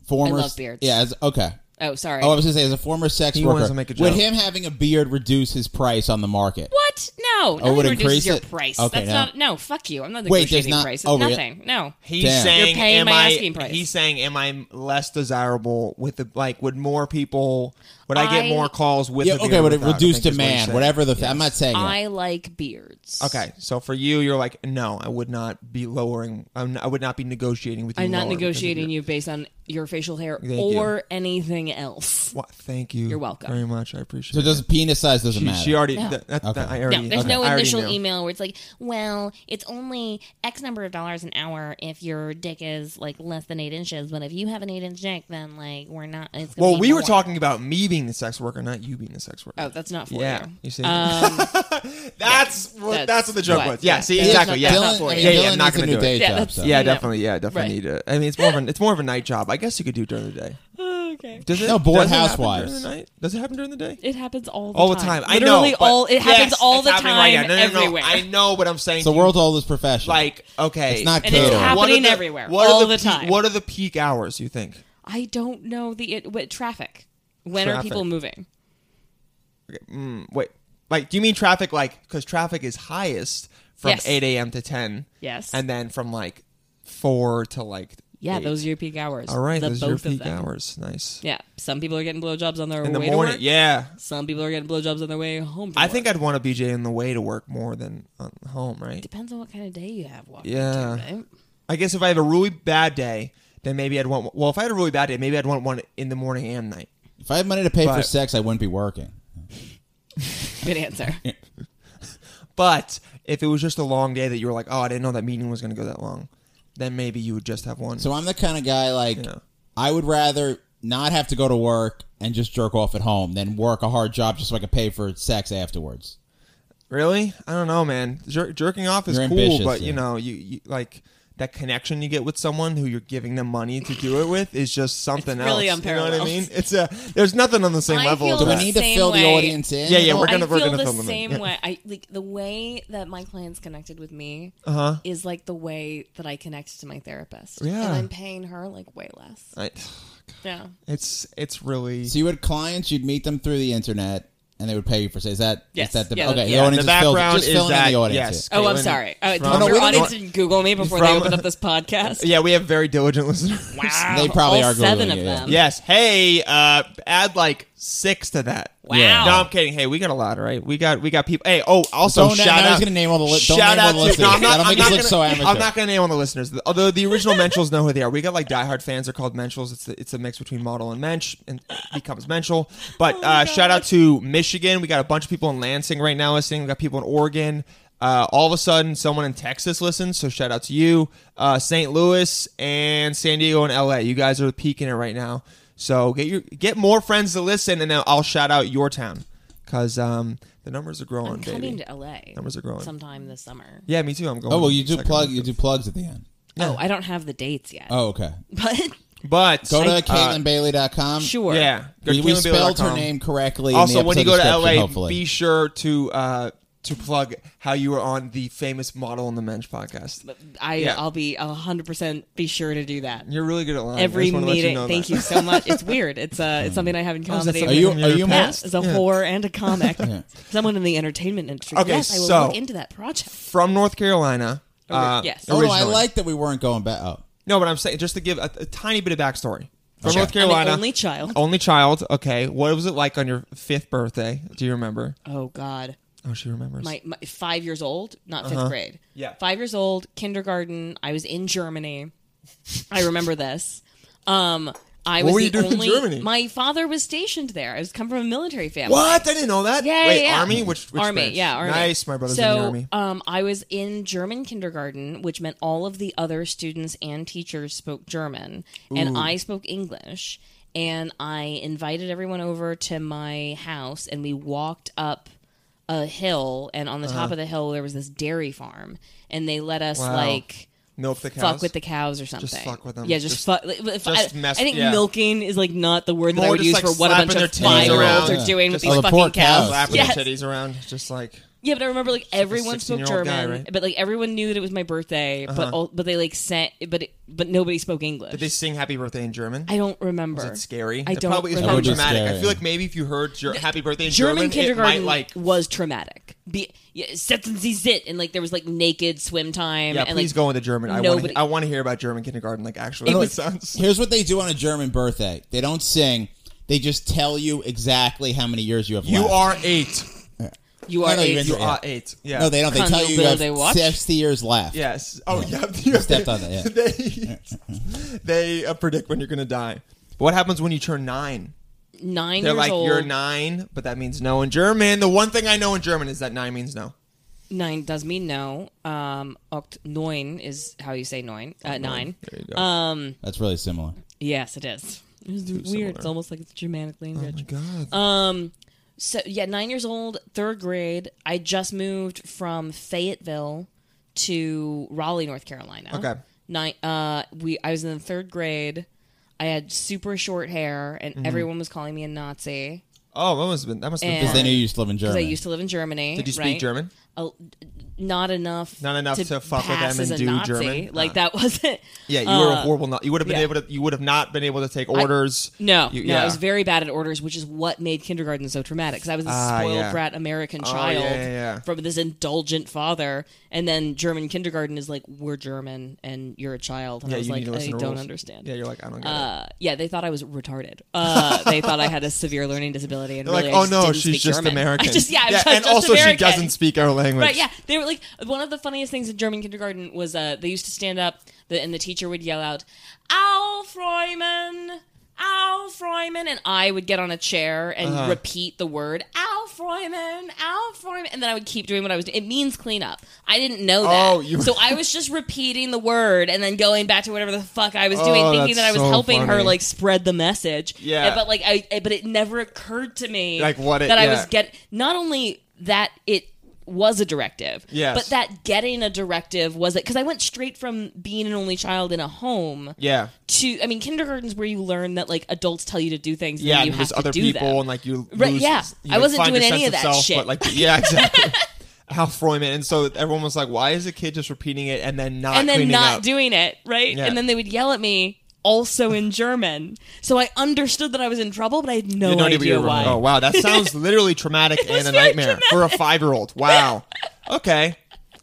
[SPEAKER 4] former,
[SPEAKER 5] I love beards.
[SPEAKER 4] yeah, as okay.
[SPEAKER 5] Oh, sorry.
[SPEAKER 4] Oh, I was gonna say, as a former sex
[SPEAKER 3] He
[SPEAKER 4] worker,
[SPEAKER 3] wants to make a
[SPEAKER 4] would
[SPEAKER 3] joke.
[SPEAKER 4] him having a beard reduce his price on the market?
[SPEAKER 5] what? No, nothing
[SPEAKER 4] would
[SPEAKER 5] reduces
[SPEAKER 4] increase
[SPEAKER 5] your
[SPEAKER 4] Oh, it?
[SPEAKER 5] price.
[SPEAKER 4] Okay,
[SPEAKER 5] That's
[SPEAKER 4] no.
[SPEAKER 5] not. No, fuck you. I'm not
[SPEAKER 4] Wait, there's
[SPEAKER 5] negotiating
[SPEAKER 4] not-
[SPEAKER 5] price. It's
[SPEAKER 4] oh, really?
[SPEAKER 5] nothing. No.
[SPEAKER 3] He's
[SPEAKER 4] Damn.
[SPEAKER 3] saying,
[SPEAKER 5] You're paying
[SPEAKER 3] am
[SPEAKER 5] my
[SPEAKER 3] I?
[SPEAKER 5] asking price.
[SPEAKER 3] He's saying, am I less desirable with the like? Would more people? Would I, get
[SPEAKER 5] I-
[SPEAKER 3] more calls with? a
[SPEAKER 4] Yeah, okay,
[SPEAKER 3] beard
[SPEAKER 4] but it
[SPEAKER 3] without, I
[SPEAKER 4] reduced
[SPEAKER 3] think is what he's
[SPEAKER 4] demand,
[SPEAKER 3] saying.
[SPEAKER 4] whatever the. F- I'm not saying that.
[SPEAKER 5] I like beards.
[SPEAKER 3] Okay, so for you, you're like, no, I would not be lowering. I'm not, I would not be negotiating with you.
[SPEAKER 5] I'm not
[SPEAKER 3] lower because of
[SPEAKER 5] negotiating
[SPEAKER 3] your-
[SPEAKER 5] you based on your facial hair
[SPEAKER 3] Thank
[SPEAKER 5] or anything else.
[SPEAKER 3] Wha- thank you.
[SPEAKER 5] You're welcome.
[SPEAKER 3] Very much. I appreciate.
[SPEAKER 4] So, it
[SPEAKER 3] it.
[SPEAKER 4] doesn't penis size doesn't
[SPEAKER 3] she,
[SPEAKER 4] matter?
[SPEAKER 3] she already?
[SPEAKER 5] No.
[SPEAKER 3] That, that,
[SPEAKER 4] Okay.
[SPEAKER 3] that- I already.
[SPEAKER 5] No, there's
[SPEAKER 3] okay.
[SPEAKER 5] no
[SPEAKER 3] I already
[SPEAKER 5] initial
[SPEAKER 3] knew.
[SPEAKER 5] email where it's like, well, it's only X number of dollars an hour if your dick is like less than eight inches, but if you have an eight inch dick, then like we're not. It's gonna
[SPEAKER 3] Well,
[SPEAKER 5] be
[SPEAKER 3] we were
[SPEAKER 5] more."
[SPEAKER 3] talking about me being the sex worker, not you being the sex worker.
[SPEAKER 5] Oh, that's not for
[SPEAKER 3] yeah,
[SPEAKER 5] you.
[SPEAKER 3] you see, *laughs*
[SPEAKER 5] Um,
[SPEAKER 3] that's what that's,
[SPEAKER 5] that's
[SPEAKER 3] what the joke
[SPEAKER 5] what-
[SPEAKER 3] was. Yeah,
[SPEAKER 5] yeah.
[SPEAKER 3] see,
[SPEAKER 5] That's
[SPEAKER 3] exactly.
[SPEAKER 5] not-
[SPEAKER 3] Yeah,
[SPEAKER 5] that's not
[SPEAKER 4] Dylan,
[SPEAKER 5] for
[SPEAKER 4] I mean,
[SPEAKER 5] you.
[SPEAKER 3] yeah, yeah,
[SPEAKER 4] Dylan
[SPEAKER 3] not
[SPEAKER 4] needs a
[SPEAKER 3] gonna
[SPEAKER 4] new
[SPEAKER 3] do it.
[SPEAKER 4] day
[SPEAKER 5] Yeah,
[SPEAKER 4] job.
[SPEAKER 5] that's-
[SPEAKER 4] So.
[SPEAKER 3] Yeah,
[SPEAKER 5] No.
[SPEAKER 3] definitely. Yeah, definitely
[SPEAKER 5] Right.
[SPEAKER 3] need it. I mean, it's more of an it's more of a night job. I guess you could do it during the day.
[SPEAKER 5] *laughs* okay.
[SPEAKER 3] Does it?
[SPEAKER 4] No, bored
[SPEAKER 3] does it happen
[SPEAKER 4] housewives.
[SPEAKER 3] during the night? Does it happen during the day?
[SPEAKER 5] It happens all the
[SPEAKER 3] all the time.
[SPEAKER 5] time.
[SPEAKER 3] I
[SPEAKER 5] Literally
[SPEAKER 3] know. but-
[SPEAKER 5] all it happens
[SPEAKER 3] Yes,
[SPEAKER 5] all
[SPEAKER 3] it's
[SPEAKER 5] the
[SPEAKER 3] happening
[SPEAKER 5] time
[SPEAKER 3] right now. No, no, no,
[SPEAKER 5] everywhere.
[SPEAKER 3] I know what I'm saying.
[SPEAKER 4] It's the
[SPEAKER 3] to you.
[SPEAKER 4] world's oldest profession.
[SPEAKER 3] like okay,
[SPEAKER 4] It's not
[SPEAKER 5] And it's
[SPEAKER 4] catered.
[SPEAKER 5] happening
[SPEAKER 3] What are the-
[SPEAKER 5] everywhere,
[SPEAKER 3] what are
[SPEAKER 5] all
[SPEAKER 3] the
[SPEAKER 5] the
[SPEAKER 3] peak-
[SPEAKER 5] time.
[SPEAKER 3] What are the peak hours? You think?
[SPEAKER 5] I don't know the it, what, traffic. When are
[SPEAKER 3] Traffic.
[SPEAKER 5] people moving?
[SPEAKER 3] Wait, like do you mean traffic? Like because traffic is highest from
[SPEAKER 5] Yes.
[SPEAKER 3] 8 a.m. to 10.
[SPEAKER 5] Yes.
[SPEAKER 3] and then from like four to like
[SPEAKER 5] Yeah,
[SPEAKER 3] eight.
[SPEAKER 5] those are your peak hours.
[SPEAKER 3] All right,
[SPEAKER 5] the
[SPEAKER 3] those
[SPEAKER 5] both
[SPEAKER 3] are your
[SPEAKER 5] of
[SPEAKER 3] peak
[SPEAKER 5] them.
[SPEAKER 3] hours. Nice.
[SPEAKER 5] Yeah, some people are getting blowjobs on their
[SPEAKER 3] In the
[SPEAKER 5] way
[SPEAKER 3] morning,
[SPEAKER 5] to work.
[SPEAKER 3] yeah.
[SPEAKER 5] Some people are getting blowjobs on their way home. From
[SPEAKER 3] I
[SPEAKER 5] work.
[SPEAKER 3] think I'd want a BJ on the way to work more than on home, right?
[SPEAKER 5] depends on what kind of day you have walking.
[SPEAKER 3] Yeah.
[SPEAKER 5] to, right?
[SPEAKER 3] I guess if I have a really bad day, then maybe I'd want. Well, if I had a really bad day, maybe I'd want one in the morning and night.
[SPEAKER 4] if I had money to pay for
[SPEAKER 3] But-
[SPEAKER 4] sex, I wouldn't be working.
[SPEAKER 5] Good answer.
[SPEAKER 3] But if it was just a long day that you were like, oh, I didn't know that meeting was going to go that long, then maybe you would just have one.
[SPEAKER 4] So I'm the kind of guy like
[SPEAKER 3] Yeah.
[SPEAKER 4] I would rather not have to go to work and just jerk off at home than work a hard job just so I could pay for sex afterwards.
[SPEAKER 3] really, I don't know, man. Jer- jerking off is
[SPEAKER 4] You're
[SPEAKER 3] cool,
[SPEAKER 4] ambitious,
[SPEAKER 3] but you
[SPEAKER 4] yeah.
[SPEAKER 3] know, you, you like that connection you get with someone who you're giving them money to do it with is just something
[SPEAKER 5] It's really
[SPEAKER 3] else. You know what I
[SPEAKER 5] unparalleled.
[SPEAKER 3] mean? It's a there's nothing on the same
[SPEAKER 5] I
[SPEAKER 3] level.
[SPEAKER 5] feel
[SPEAKER 3] as
[SPEAKER 4] Do we
[SPEAKER 3] that.
[SPEAKER 4] need to
[SPEAKER 5] Same
[SPEAKER 4] fill the
[SPEAKER 5] way.
[SPEAKER 4] audience in?
[SPEAKER 3] Yeah, yeah, we're
[SPEAKER 5] I
[SPEAKER 3] gonna-
[SPEAKER 5] feel
[SPEAKER 3] gonna
[SPEAKER 5] the
[SPEAKER 3] film them in.
[SPEAKER 5] same
[SPEAKER 3] Yeah.
[SPEAKER 5] way. I like the way that my clients connected with me uh is like the way that I connected to my therapist.
[SPEAKER 3] Uh-huh. Yeah.
[SPEAKER 5] and I'm paying her like way less.
[SPEAKER 3] I-
[SPEAKER 5] Yeah,
[SPEAKER 3] it's it's really
[SPEAKER 4] So you had clients, you'd meet them through the internet, and they would pay you for. Is that is
[SPEAKER 5] Yes.
[SPEAKER 4] that the
[SPEAKER 5] Yeah,
[SPEAKER 4] okay?
[SPEAKER 5] that's-
[SPEAKER 4] The
[SPEAKER 5] yeah.
[SPEAKER 4] audience
[SPEAKER 3] the
[SPEAKER 4] is filled.
[SPEAKER 3] background
[SPEAKER 4] Just
[SPEAKER 3] is
[SPEAKER 4] filling
[SPEAKER 3] that
[SPEAKER 4] in the audience.
[SPEAKER 3] yes.
[SPEAKER 4] here.
[SPEAKER 5] Oh, I'm
[SPEAKER 3] Caitlin
[SPEAKER 5] sorry. Oh,
[SPEAKER 3] from-
[SPEAKER 5] did
[SPEAKER 4] we
[SPEAKER 5] your
[SPEAKER 4] don't-
[SPEAKER 5] audience didn't Google me before they
[SPEAKER 3] From-
[SPEAKER 5] opened up this
[SPEAKER 3] *laughs*
[SPEAKER 5] podcast?
[SPEAKER 3] Yeah, we have very diligent listeners.
[SPEAKER 5] Wow.
[SPEAKER 4] They probably
[SPEAKER 5] All
[SPEAKER 4] are Googling
[SPEAKER 5] seven of
[SPEAKER 4] you, yeah.
[SPEAKER 5] them.
[SPEAKER 3] Yes. Hey, uh, add like six to that.
[SPEAKER 5] Wow. Yeah.
[SPEAKER 3] No, I'm kidding. Hey, we got a lot, right? We got we got people. Hey, oh, also
[SPEAKER 4] Don't- now
[SPEAKER 3] shout
[SPEAKER 4] I was
[SPEAKER 3] out.
[SPEAKER 4] gonna name all the li- don't
[SPEAKER 3] shout
[SPEAKER 4] name all
[SPEAKER 3] out
[SPEAKER 4] the
[SPEAKER 3] to-
[SPEAKER 4] listeners.
[SPEAKER 3] No, I'm not,
[SPEAKER 4] That'll
[SPEAKER 3] I'm
[SPEAKER 4] make
[SPEAKER 3] not
[SPEAKER 4] us look
[SPEAKER 3] gonna,
[SPEAKER 4] so amateur.
[SPEAKER 3] I'm not gonna name all the listeners. Although the original Menschels know who they are. We got like diehard fans are called Menschels. It's the, it's a mix between model and Mensch and it becomes Menschel. But
[SPEAKER 5] Oh
[SPEAKER 3] uh, shout out to Michigan. We got a bunch of people in Lansing right now listening. We got people in Oregon. Uh, all of a sudden, someone in Texas listens. So shout out to you, uh, St. Louis and San Diego and LA. You guys are peaking it right now. So get your get more friends to listen, and then I'll shout out your town because um, the numbers are growing,
[SPEAKER 5] I'm
[SPEAKER 3] baby.
[SPEAKER 5] coming to LA.
[SPEAKER 3] Numbers are growing.
[SPEAKER 5] Sometime this summer.
[SPEAKER 3] yeah, me too. I'm going.
[SPEAKER 4] Oh well, you do
[SPEAKER 3] Second
[SPEAKER 4] plug.
[SPEAKER 3] week.
[SPEAKER 4] You do plugs at the end.
[SPEAKER 5] Oh, I don't have the dates yet.
[SPEAKER 4] Oh okay.
[SPEAKER 5] But
[SPEAKER 3] But
[SPEAKER 4] Go to
[SPEAKER 3] Uh,
[SPEAKER 4] CaitlinBailey.com.
[SPEAKER 5] sure.
[SPEAKER 3] Yeah, go to
[SPEAKER 4] We, we
[SPEAKER 3] KaitlinBailey.com.
[SPEAKER 4] spelled her name correctly. in
[SPEAKER 3] Also,
[SPEAKER 4] the
[SPEAKER 3] when you
[SPEAKER 4] episode
[SPEAKER 3] go to
[SPEAKER 4] description,
[SPEAKER 3] LA,
[SPEAKER 4] hopefully.
[SPEAKER 3] be sure to uh, to plug how you were on the famous Model on the Mensch podcast.
[SPEAKER 5] I
[SPEAKER 3] Yeah.
[SPEAKER 5] I'll be 100% be sure to do that.
[SPEAKER 3] You're really good at lying. I
[SPEAKER 5] Every
[SPEAKER 3] just wanna let
[SPEAKER 5] meeting.
[SPEAKER 3] You know
[SPEAKER 5] thank
[SPEAKER 3] that.
[SPEAKER 5] you so
[SPEAKER 3] *laughs*
[SPEAKER 5] much. It's weird. It's uh it's something I have in
[SPEAKER 3] Oh, is that
[SPEAKER 5] comedy.
[SPEAKER 3] something
[SPEAKER 4] Are you-
[SPEAKER 3] from your
[SPEAKER 4] are you
[SPEAKER 5] Yeah,
[SPEAKER 3] past?
[SPEAKER 4] impressed?
[SPEAKER 5] as a whore and a comic. Someone in the entertainment industry.
[SPEAKER 3] Okay,
[SPEAKER 5] yes, I will
[SPEAKER 3] so-
[SPEAKER 5] look into that project.
[SPEAKER 3] from North Carolina? Uh,
[SPEAKER 5] yes.
[SPEAKER 4] Oh, no, I
[SPEAKER 3] originally.
[SPEAKER 4] like that we weren't going back.
[SPEAKER 3] *laughs*
[SPEAKER 4] Oh,
[SPEAKER 3] No, but I'm saying just to give a, a tiny bit of backstory from
[SPEAKER 4] Sure.
[SPEAKER 3] North
[SPEAKER 5] I'm an
[SPEAKER 3] Carolina.
[SPEAKER 5] only child.
[SPEAKER 3] Only child. Okay, what was it like on your fifth birthday? Do you remember?
[SPEAKER 5] Oh God.
[SPEAKER 3] Oh, she remembers.
[SPEAKER 5] My, my five years old, not
[SPEAKER 3] Uh-huh.
[SPEAKER 5] 5th grade.
[SPEAKER 3] Yeah.
[SPEAKER 5] Five years old, kindergarten. I was in Germany. I remember this. Um I
[SPEAKER 3] What
[SPEAKER 5] was
[SPEAKER 3] were
[SPEAKER 5] the
[SPEAKER 3] you doing in
[SPEAKER 5] only
[SPEAKER 3] Germany?
[SPEAKER 5] my father was stationed there. I was come from a military family.
[SPEAKER 3] what? I didn't know that.
[SPEAKER 5] Yeah,
[SPEAKER 3] Wait,
[SPEAKER 5] yeah, yeah.
[SPEAKER 3] army? Which, which
[SPEAKER 5] army,
[SPEAKER 3] branch?
[SPEAKER 5] yeah, army.
[SPEAKER 3] Nice, my brother's
[SPEAKER 5] so,
[SPEAKER 3] in the army.
[SPEAKER 5] Um, I was in German kindergarten, which meant all of the other students and teachers spoke German, and I spoke English. And I invited everyone over to my house, and we walked up a hill, and on the top of the hill there was this dairy farm, and they let us
[SPEAKER 3] Uh-huh. Wow.
[SPEAKER 5] like
[SPEAKER 3] Milk the cows.
[SPEAKER 5] fuck with the cows or something.
[SPEAKER 3] fuck with 'em.
[SPEAKER 5] Yeah, just,
[SPEAKER 3] Just-
[SPEAKER 5] fuck. like, if I,
[SPEAKER 3] just mess-
[SPEAKER 5] I think
[SPEAKER 3] yeah.
[SPEAKER 5] milking is like not the word that I
[SPEAKER 3] More
[SPEAKER 5] would
[SPEAKER 3] just,
[SPEAKER 5] use
[SPEAKER 3] like,
[SPEAKER 5] for what a bunch
[SPEAKER 3] slapping
[SPEAKER 5] of
[SPEAKER 3] their titties
[SPEAKER 5] five year olds
[SPEAKER 3] around.
[SPEAKER 5] are doing with
[SPEAKER 3] Just-
[SPEAKER 5] these
[SPEAKER 4] Oh, the poor
[SPEAKER 5] fucking cows.
[SPEAKER 4] cows.
[SPEAKER 3] Slapping
[SPEAKER 5] Yes.
[SPEAKER 3] the titties around, just like
[SPEAKER 5] Yeah, but I remember like everyone spoke
[SPEAKER 3] 16-year-old guy,
[SPEAKER 5] German,
[SPEAKER 3] right? Uh-huh.
[SPEAKER 5] but like everyone knew that it was my birthday, but all, but they like sent, but it, but nobody spoke English.
[SPEAKER 3] Did they sing "Happy Birthday" in German?
[SPEAKER 5] I don't remember.
[SPEAKER 3] It's scary.
[SPEAKER 5] I
[SPEAKER 3] it
[SPEAKER 5] don't
[SPEAKER 3] probably, it's
[SPEAKER 5] remember.
[SPEAKER 3] probably
[SPEAKER 4] That would be
[SPEAKER 3] dramatic. I
[SPEAKER 4] scary.
[SPEAKER 3] feel like maybe if you heard your "Happy Birthday" in German,
[SPEAKER 5] German kindergarten
[SPEAKER 3] it might like.
[SPEAKER 5] was traumatic. Be, yeah, setzen Sie sit, and like there was like naked swim time.
[SPEAKER 3] Yeah,
[SPEAKER 5] and,
[SPEAKER 3] please
[SPEAKER 5] like,
[SPEAKER 3] go into German. I want
[SPEAKER 5] nobody-
[SPEAKER 3] to. I want to hear about German kindergarten. Like actually, it
[SPEAKER 5] was-
[SPEAKER 3] sounds.
[SPEAKER 4] *laughs* here's what they do on a German birthday. They don't sing. They just tell you exactly how many years you have
[SPEAKER 3] You
[SPEAKER 4] left.
[SPEAKER 3] are eight.
[SPEAKER 5] You are
[SPEAKER 4] no,
[SPEAKER 5] a-
[SPEAKER 4] you're in-
[SPEAKER 3] You
[SPEAKER 4] Yeah.
[SPEAKER 3] are eight. Yeah.
[SPEAKER 4] No, they don't. They tell
[SPEAKER 5] Colonel
[SPEAKER 4] you you
[SPEAKER 5] Bill,
[SPEAKER 4] have
[SPEAKER 5] they watch?
[SPEAKER 4] sixty years left.
[SPEAKER 3] Yes. Oh yeah. You
[SPEAKER 4] stepped on that,
[SPEAKER 3] *laughs*
[SPEAKER 4] yeah.
[SPEAKER 3] They they uh, predict when you're gonna die. But what happens when you turn nine?
[SPEAKER 5] nine
[SPEAKER 3] They're
[SPEAKER 5] years
[SPEAKER 3] like
[SPEAKER 5] old.
[SPEAKER 3] you're nine, but that means no in German. The one thing I know in German is that nine means no.
[SPEAKER 5] Nine does mean no. Um, oct neun is how you say neun.
[SPEAKER 3] Oh,
[SPEAKER 5] Uh, nine.
[SPEAKER 3] There you go.
[SPEAKER 5] Uh,
[SPEAKER 4] that's really similar.
[SPEAKER 5] Yes, it is. It's weird. It's almost like it's Germanic
[SPEAKER 3] Oh,
[SPEAKER 5] language.
[SPEAKER 3] God.
[SPEAKER 5] So yeah, nine years old, third grade. I just moved from Fayetteville to Raleigh, North Carolina.
[SPEAKER 3] Okay.
[SPEAKER 5] Nine. Uh, we. I was in the third grade. I had super short hair, and
[SPEAKER 3] Mm-hmm.
[SPEAKER 5] everyone was calling me a Nazi
[SPEAKER 3] oh, that must have been. That must have been.
[SPEAKER 5] And-
[SPEAKER 4] Because they knew you used to live in
[SPEAKER 5] because I
[SPEAKER 4] Germany.
[SPEAKER 5] used to live in Germany.
[SPEAKER 3] Did you speak
[SPEAKER 5] right?
[SPEAKER 3] German?
[SPEAKER 5] A- not enough.
[SPEAKER 3] Not enough to fuck with
[SPEAKER 5] pass
[SPEAKER 3] them and
[SPEAKER 5] as a
[SPEAKER 3] do
[SPEAKER 5] Nazi.
[SPEAKER 3] German?
[SPEAKER 5] Like
[SPEAKER 3] Ah.
[SPEAKER 5] that *laughs* wasn't.
[SPEAKER 3] Yeah, you were a horrible. Not you would have been
[SPEAKER 5] Uh, yeah.
[SPEAKER 3] able to. You would have not been able to take orders.
[SPEAKER 5] No,
[SPEAKER 3] You-
[SPEAKER 5] no, I was very bad at orders, which is what made kindergarten so traumatic. Because I was a
[SPEAKER 3] Ah,
[SPEAKER 5] spoiled
[SPEAKER 3] yeah. Oh,
[SPEAKER 5] brat American
[SPEAKER 3] yeah,
[SPEAKER 5] child
[SPEAKER 3] yeah, yeah.
[SPEAKER 5] from this indulgent father, and then German kindergarten is like we're German and you're a child, and
[SPEAKER 3] Yeah,
[SPEAKER 5] I was
[SPEAKER 3] you need
[SPEAKER 5] like
[SPEAKER 3] to
[SPEAKER 5] I
[SPEAKER 3] listen
[SPEAKER 5] don't
[SPEAKER 3] to rules.
[SPEAKER 5] understand.
[SPEAKER 3] Yeah, you're like I don't get it.
[SPEAKER 5] Uh, yeah, they thought I was retarded. Uh, they thought I had a severe learning disability, and
[SPEAKER 3] They're
[SPEAKER 5] really,
[SPEAKER 3] like,
[SPEAKER 5] I
[SPEAKER 3] oh
[SPEAKER 5] just
[SPEAKER 3] no,
[SPEAKER 5] didn't
[SPEAKER 3] she's
[SPEAKER 5] speak
[SPEAKER 3] just
[SPEAKER 5] German. *laughs*
[SPEAKER 3] American.
[SPEAKER 5] I just, yeah, I'm just-
[SPEAKER 3] and
[SPEAKER 5] just
[SPEAKER 3] also she
[SPEAKER 5] American.
[SPEAKER 3] doesn't speak our language.
[SPEAKER 5] Right, yeah. They were like one of the funniest things in German kindergarten was uh, they used to stand up the, and the teacher would yell out, Aufräumen, Aufräumen, and I would get on a chair and
[SPEAKER 3] Uh-huh.
[SPEAKER 5] repeat the word Aufräumen, Aufräumen, and then I would keep doing what I was doing. It means clean up. I didn't know that.
[SPEAKER 3] Oh, you-
[SPEAKER 5] So I was just repeating the word and then going back to whatever the fuck I was doing,
[SPEAKER 3] Oh,
[SPEAKER 5] thinking that
[SPEAKER 3] that's
[SPEAKER 5] I was
[SPEAKER 3] so
[SPEAKER 5] helping her
[SPEAKER 3] funny.
[SPEAKER 5] like spread the message.
[SPEAKER 3] Yeah.
[SPEAKER 5] Uh, But like I, I- but it never occurred to me
[SPEAKER 3] Like, what it-
[SPEAKER 5] that I
[SPEAKER 3] yeah.
[SPEAKER 5] was getting. Not only that, it was a directive.
[SPEAKER 3] Yes.
[SPEAKER 5] But that getting a directive was it because I went straight from being an only child in a home
[SPEAKER 3] Yeah.
[SPEAKER 5] to I mean kindergarten's where you learn that like adults tell you to do things and
[SPEAKER 3] Yeah,
[SPEAKER 5] then you
[SPEAKER 3] and
[SPEAKER 5] have
[SPEAKER 3] there's
[SPEAKER 5] to
[SPEAKER 3] other
[SPEAKER 5] do
[SPEAKER 3] people,
[SPEAKER 5] them.
[SPEAKER 3] and like you, lose,
[SPEAKER 5] Right, yeah.
[SPEAKER 3] you
[SPEAKER 5] I wasn't
[SPEAKER 3] find your
[SPEAKER 5] doing any
[SPEAKER 3] sense
[SPEAKER 5] of that
[SPEAKER 3] self,
[SPEAKER 5] shit.
[SPEAKER 3] But like, yeah, *laughs* exactly. How Freudman, and so everyone was like, "Why is the kid just repeating it and then not
[SPEAKER 5] and then
[SPEAKER 3] cleaning
[SPEAKER 5] not
[SPEAKER 3] up?
[SPEAKER 5] doing it, right?
[SPEAKER 3] Yeah.
[SPEAKER 5] And then they would yell at me also in German. So I understood that I was in trouble, but I had no
[SPEAKER 3] You don't even
[SPEAKER 5] idea
[SPEAKER 3] remember.
[SPEAKER 5] why.
[SPEAKER 3] Oh wow,
[SPEAKER 5] *laughs*
[SPEAKER 3] that sounds literally traumatic and a
[SPEAKER 5] very
[SPEAKER 3] nightmare for a five-year-old. Wow. Okay.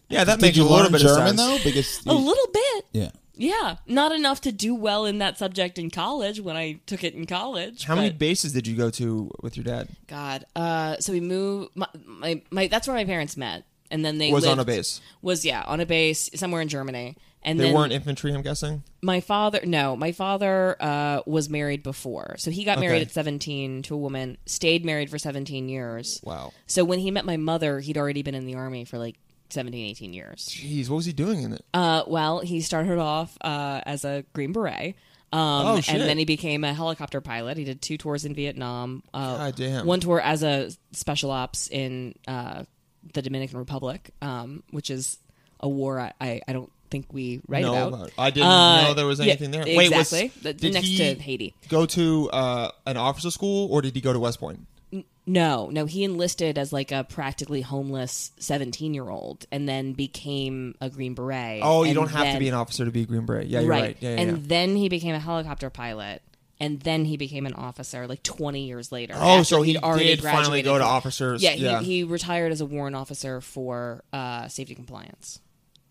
[SPEAKER 3] Yeah, that
[SPEAKER 4] Did
[SPEAKER 3] makes a
[SPEAKER 4] you
[SPEAKER 3] little
[SPEAKER 4] learn
[SPEAKER 3] bit
[SPEAKER 4] German
[SPEAKER 3] of sense.
[SPEAKER 4] though? Because
[SPEAKER 3] "Oh,
[SPEAKER 5] A little bit.
[SPEAKER 4] yeah. Oh,
[SPEAKER 5] Yeah. Not enough to do well in that subject in college when I took it in college.
[SPEAKER 3] How many
[SPEAKER 5] but-
[SPEAKER 3] bases did you go to with your dad?
[SPEAKER 5] God. Uh, so we moved. My, my, my that's where my parents met, and then they
[SPEAKER 3] Was on
[SPEAKER 5] lived-
[SPEAKER 3] a base.
[SPEAKER 5] Was yeah on a base somewhere in Germany, and
[SPEAKER 3] They
[SPEAKER 5] then
[SPEAKER 3] weren't infantry, I'm guessing.
[SPEAKER 5] my father. No, my father uh, was married before, so he got
[SPEAKER 3] Okay.
[SPEAKER 5] married at seventeen to a woman, stayed married for seventeen years.
[SPEAKER 3] Wow.
[SPEAKER 5] So when he met my mother, he'd already been in the army for like 17, 18 years.
[SPEAKER 3] Jeez, what was he doing in it?
[SPEAKER 5] Uh, well, he started off uh, as a Green Beret. Um,
[SPEAKER 3] Oh, shit.
[SPEAKER 5] and then he became a helicopter pilot. He did two tours in Vietnam. Uh,
[SPEAKER 3] God damn.
[SPEAKER 5] One tour as a special ops in uh, the Dominican Republic, um, which is a war I, I, I don't think we write
[SPEAKER 3] No,
[SPEAKER 5] about.
[SPEAKER 3] about- I didn't
[SPEAKER 5] Uh,
[SPEAKER 3] know there was
[SPEAKER 5] yeah,
[SPEAKER 3] anything there. Wait, was-
[SPEAKER 5] exactly. The-
[SPEAKER 3] did
[SPEAKER 5] next
[SPEAKER 3] he
[SPEAKER 5] to Haiti.
[SPEAKER 3] Go to uh, an officer school, or did he go to West Point?
[SPEAKER 5] No, no, he enlisted as like a practically homeless 17 year old and then became a Green Beret.
[SPEAKER 3] Oh, you
[SPEAKER 5] and
[SPEAKER 3] don't have to
[SPEAKER 5] then-
[SPEAKER 3] be an officer to be Green Beret. Yeah, you're
[SPEAKER 5] right.
[SPEAKER 3] right. Yeah, yeah,
[SPEAKER 5] and
[SPEAKER 3] yeah.
[SPEAKER 5] then he became a helicopter pilot. And then he became an officer like 20 years later.
[SPEAKER 3] Oh,
[SPEAKER 5] after
[SPEAKER 3] so he
[SPEAKER 5] he'd already
[SPEAKER 3] did finally
[SPEAKER 5] graduated
[SPEAKER 3] go to
[SPEAKER 5] from-
[SPEAKER 3] officers.
[SPEAKER 5] Yeah, He, he retired as a warrant officer for uh, safety compliance.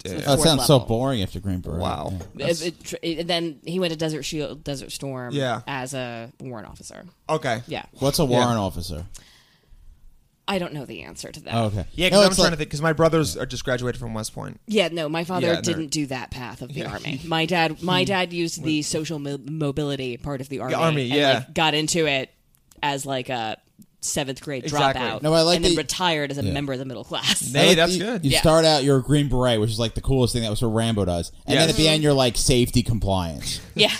[SPEAKER 5] So the
[SPEAKER 4] Oh, it
[SPEAKER 5] fourth
[SPEAKER 4] sounds so
[SPEAKER 5] level.
[SPEAKER 4] boring after Green Beret.
[SPEAKER 3] wow.
[SPEAKER 4] Yeah.
[SPEAKER 5] It- it tr- it- and then he went to Desert Shield, Desert Storm
[SPEAKER 3] Yeah.
[SPEAKER 5] as a warrant officer.
[SPEAKER 3] Okay.
[SPEAKER 5] Yeah.
[SPEAKER 4] What's a warrant officer?
[SPEAKER 5] I don't know the answer to that.
[SPEAKER 4] Oh, okay.
[SPEAKER 3] Yeah, because
[SPEAKER 4] No,
[SPEAKER 3] I'm
[SPEAKER 4] it's
[SPEAKER 3] trying
[SPEAKER 4] like-
[SPEAKER 3] to think. Because my brothers are just graduated from West Point.
[SPEAKER 5] Yeah, no, my father
[SPEAKER 3] Yeah, they're-
[SPEAKER 5] didn't do that path of
[SPEAKER 3] *laughs*
[SPEAKER 5] the army. My dad, my dad used the social mo- mobility part of the army.
[SPEAKER 3] army,
[SPEAKER 5] and,
[SPEAKER 3] yeah.
[SPEAKER 5] like, got into it as like a seventh grade
[SPEAKER 3] Exactly.
[SPEAKER 5] dropout.
[SPEAKER 4] No, I like
[SPEAKER 5] and then
[SPEAKER 4] that-
[SPEAKER 5] retired as a member of the
[SPEAKER 3] *laughs*
[SPEAKER 5] middle class.
[SPEAKER 3] Hey,
[SPEAKER 4] I like
[SPEAKER 3] that's
[SPEAKER 4] that you-
[SPEAKER 3] good.
[SPEAKER 4] You
[SPEAKER 5] Yeah.
[SPEAKER 4] start out, you're a Green Beret, which is like the coolest thing that was what Rambo does. And then
[SPEAKER 3] Yes.
[SPEAKER 4] at the end, you're like safety compliance.
[SPEAKER 5] yeah,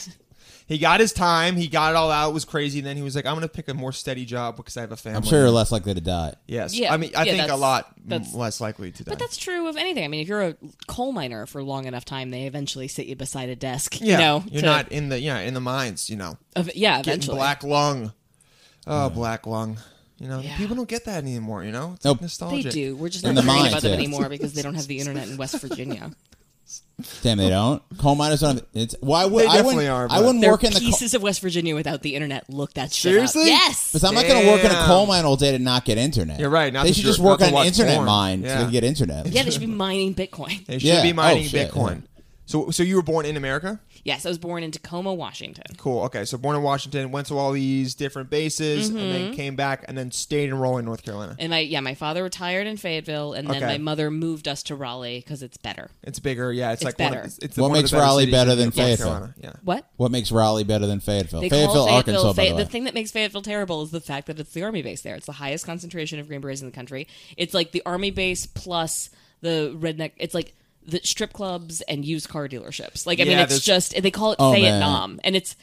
[SPEAKER 3] He got his time. He got it all out. It was crazy. And then he was like, "I'm going to pick a more steady job because I have a family."
[SPEAKER 4] I'm sure you're less likely to die.
[SPEAKER 3] Yes.
[SPEAKER 5] Yeah,
[SPEAKER 3] I mean, I
[SPEAKER 5] yeah,
[SPEAKER 3] think a
[SPEAKER 5] that's-
[SPEAKER 3] lot m-
[SPEAKER 5] that's-
[SPEAKER 3] less likely to die.
[SPEAKER 5] but that's true of anything. I mean, if you're a coal miner for long enough time, they eventually sit you beside a desk.
[SPEAKER 3] yeah.
[SPEAKER 5] you know,
[SPEAKER 3] you're
[SPEAKER 5] to-
[SPEAKER 3] not in the yeah in the mines. You know,
[SPEAKER 5] of- yeah,
[SPEAKER 3] getting
[SPEAKER 5] eventually.
[SPEAKER 3] black lung. Oh, black lung. You know,
[SPEAKER 5] Yeah.
[SPEAKER 3] people don't get that anymore. You know, it's
[SPEAKER 4] Nope.
[SPEAKER 5] They
[SPEAKER 3] nostalgic.
[SPEAKER 5] do. We're just
[SPEAKER 4] In
[SPEAKER 5] not
[SPEAKER 4] the
[SPEAKER 5] worried
[SPEAKER 4] mines,
[SPEAKER 5] about them
[SPEAKER 4] yeah.
[SPEAKER 5] anymore because they don't have the internet in West Virginia.
[SPEAKER 4] Damn, they don't. Coal miners don't. Have, it's why would
[SPEAKER 3] They
[SPEAKER 4] I
[SPEAKER 3] definitely
[SPEAKER 4] wouldn't?
[SPEAKER 3] are,
[SPEAKER 4] I
[SPEAKER 3] but-
[SPEAKER 4] wouldn't
[SPEAKER 5] They're
[SPEAKER 4] work in the. Coal,
[SPEAKER 5] pieces of West Virginia without the internet. Look that shit up.
[SPEAKER 3] Seriously?
[SPEAKER 5] Yes.
[SPEAKER 4] because I'm not going to work in a
[SPEAKER 3] Damn.
[SPEAKER 4] coal mine all day to not get internet.
[SPEAKER 3] You're right, not
[SPEAKER 4] They
[SPEAKER 3] to
[SPEAKER 4] should
[SPEAKER 3] jerk-
[SPEAKER 4] just work
[SPEAKER 3] not to
[SPEAKER 4] on an
[SPEAKER 3] watch
[SPEAKER 4] internet
[SPEAKER 3] porn.
[SPEAKER 4] mine so
[SPEAKER 3] Yeah.
[SPEAKER 4] they can get internet.
[SPEAKER 5] Yeah, they should be mining Bitcoin.
[SPEAKER 3] They should
[SPEAKER 4] Yeah.
[SPEAKER 3] be mining
[SPEAKER 4] Oh, shit,
[SPEAKER 3] Bitcoin. So, so you were born in America.
[SPEAKER 5] Yes, I was born in Tacoma, Washington.
[SPEAKER 3] Cool. Okay. So born in Washington, went to all these different bases, and
[SPEAKER 5] Mm-hmm.
[SPEAKER 3] then came back, and then stayed in Raleigh, North Carolina.
[SPEAKER 5] And my yeah, my father retired in Fayetteville, and then
[SPEAKER 3] Okay.
[SPEAKER 5] my mother moved us to Raleigh because it's better.
[SPEAKER 3] It's bigger. Yeah. It's,
[SPEAKER 5] It's
[SPEAKER 3] like
[SPEAKER 5] better.
[SPEAKER 3] One of, the- it's
[SPEAKER 4] What
[SPEAKER 3] one of
[SPEAKER 4] makes
[SPEAKER 3] the better
[SPEAKER 4] Raleigh
[SPEAKER 3] cities in
[SPEAKER 4] better than
[SPEAKER 3] North
[SPEAKER 4] Fayetteville?
[SPEAKER 3] Carolina. Yeah.
[SPEAKER 5] What?
[SPEAKER 4] What makes Raleigh better than Fayetteville?
[SPEAKER 5] They
[SPEAKER 4] Fayetteville,
[SPEAKER 5] call Fayetteville,
[SPEAKER 4] Arkansas,
[SPEAKER 5] Fay-
[SPEAKER 4] by the
[SPEAKER 5] the,
[SPEAKER 4] way.
[SPEAKER 5] thing that makes Fayetteville terrible is the fact that it's the army base there. It's the highest concentration of Green Berets in the country. It's like the army base plus the redneck. It's like the strip clubs and used car dealerships. Like I mean,
[SPEAKER 3] Yeah, there's-
[SPEAKER 5] it's just they call it
[SPEAKER 4] Oh, man.
[SPEAKER 5] Vietnam, and it's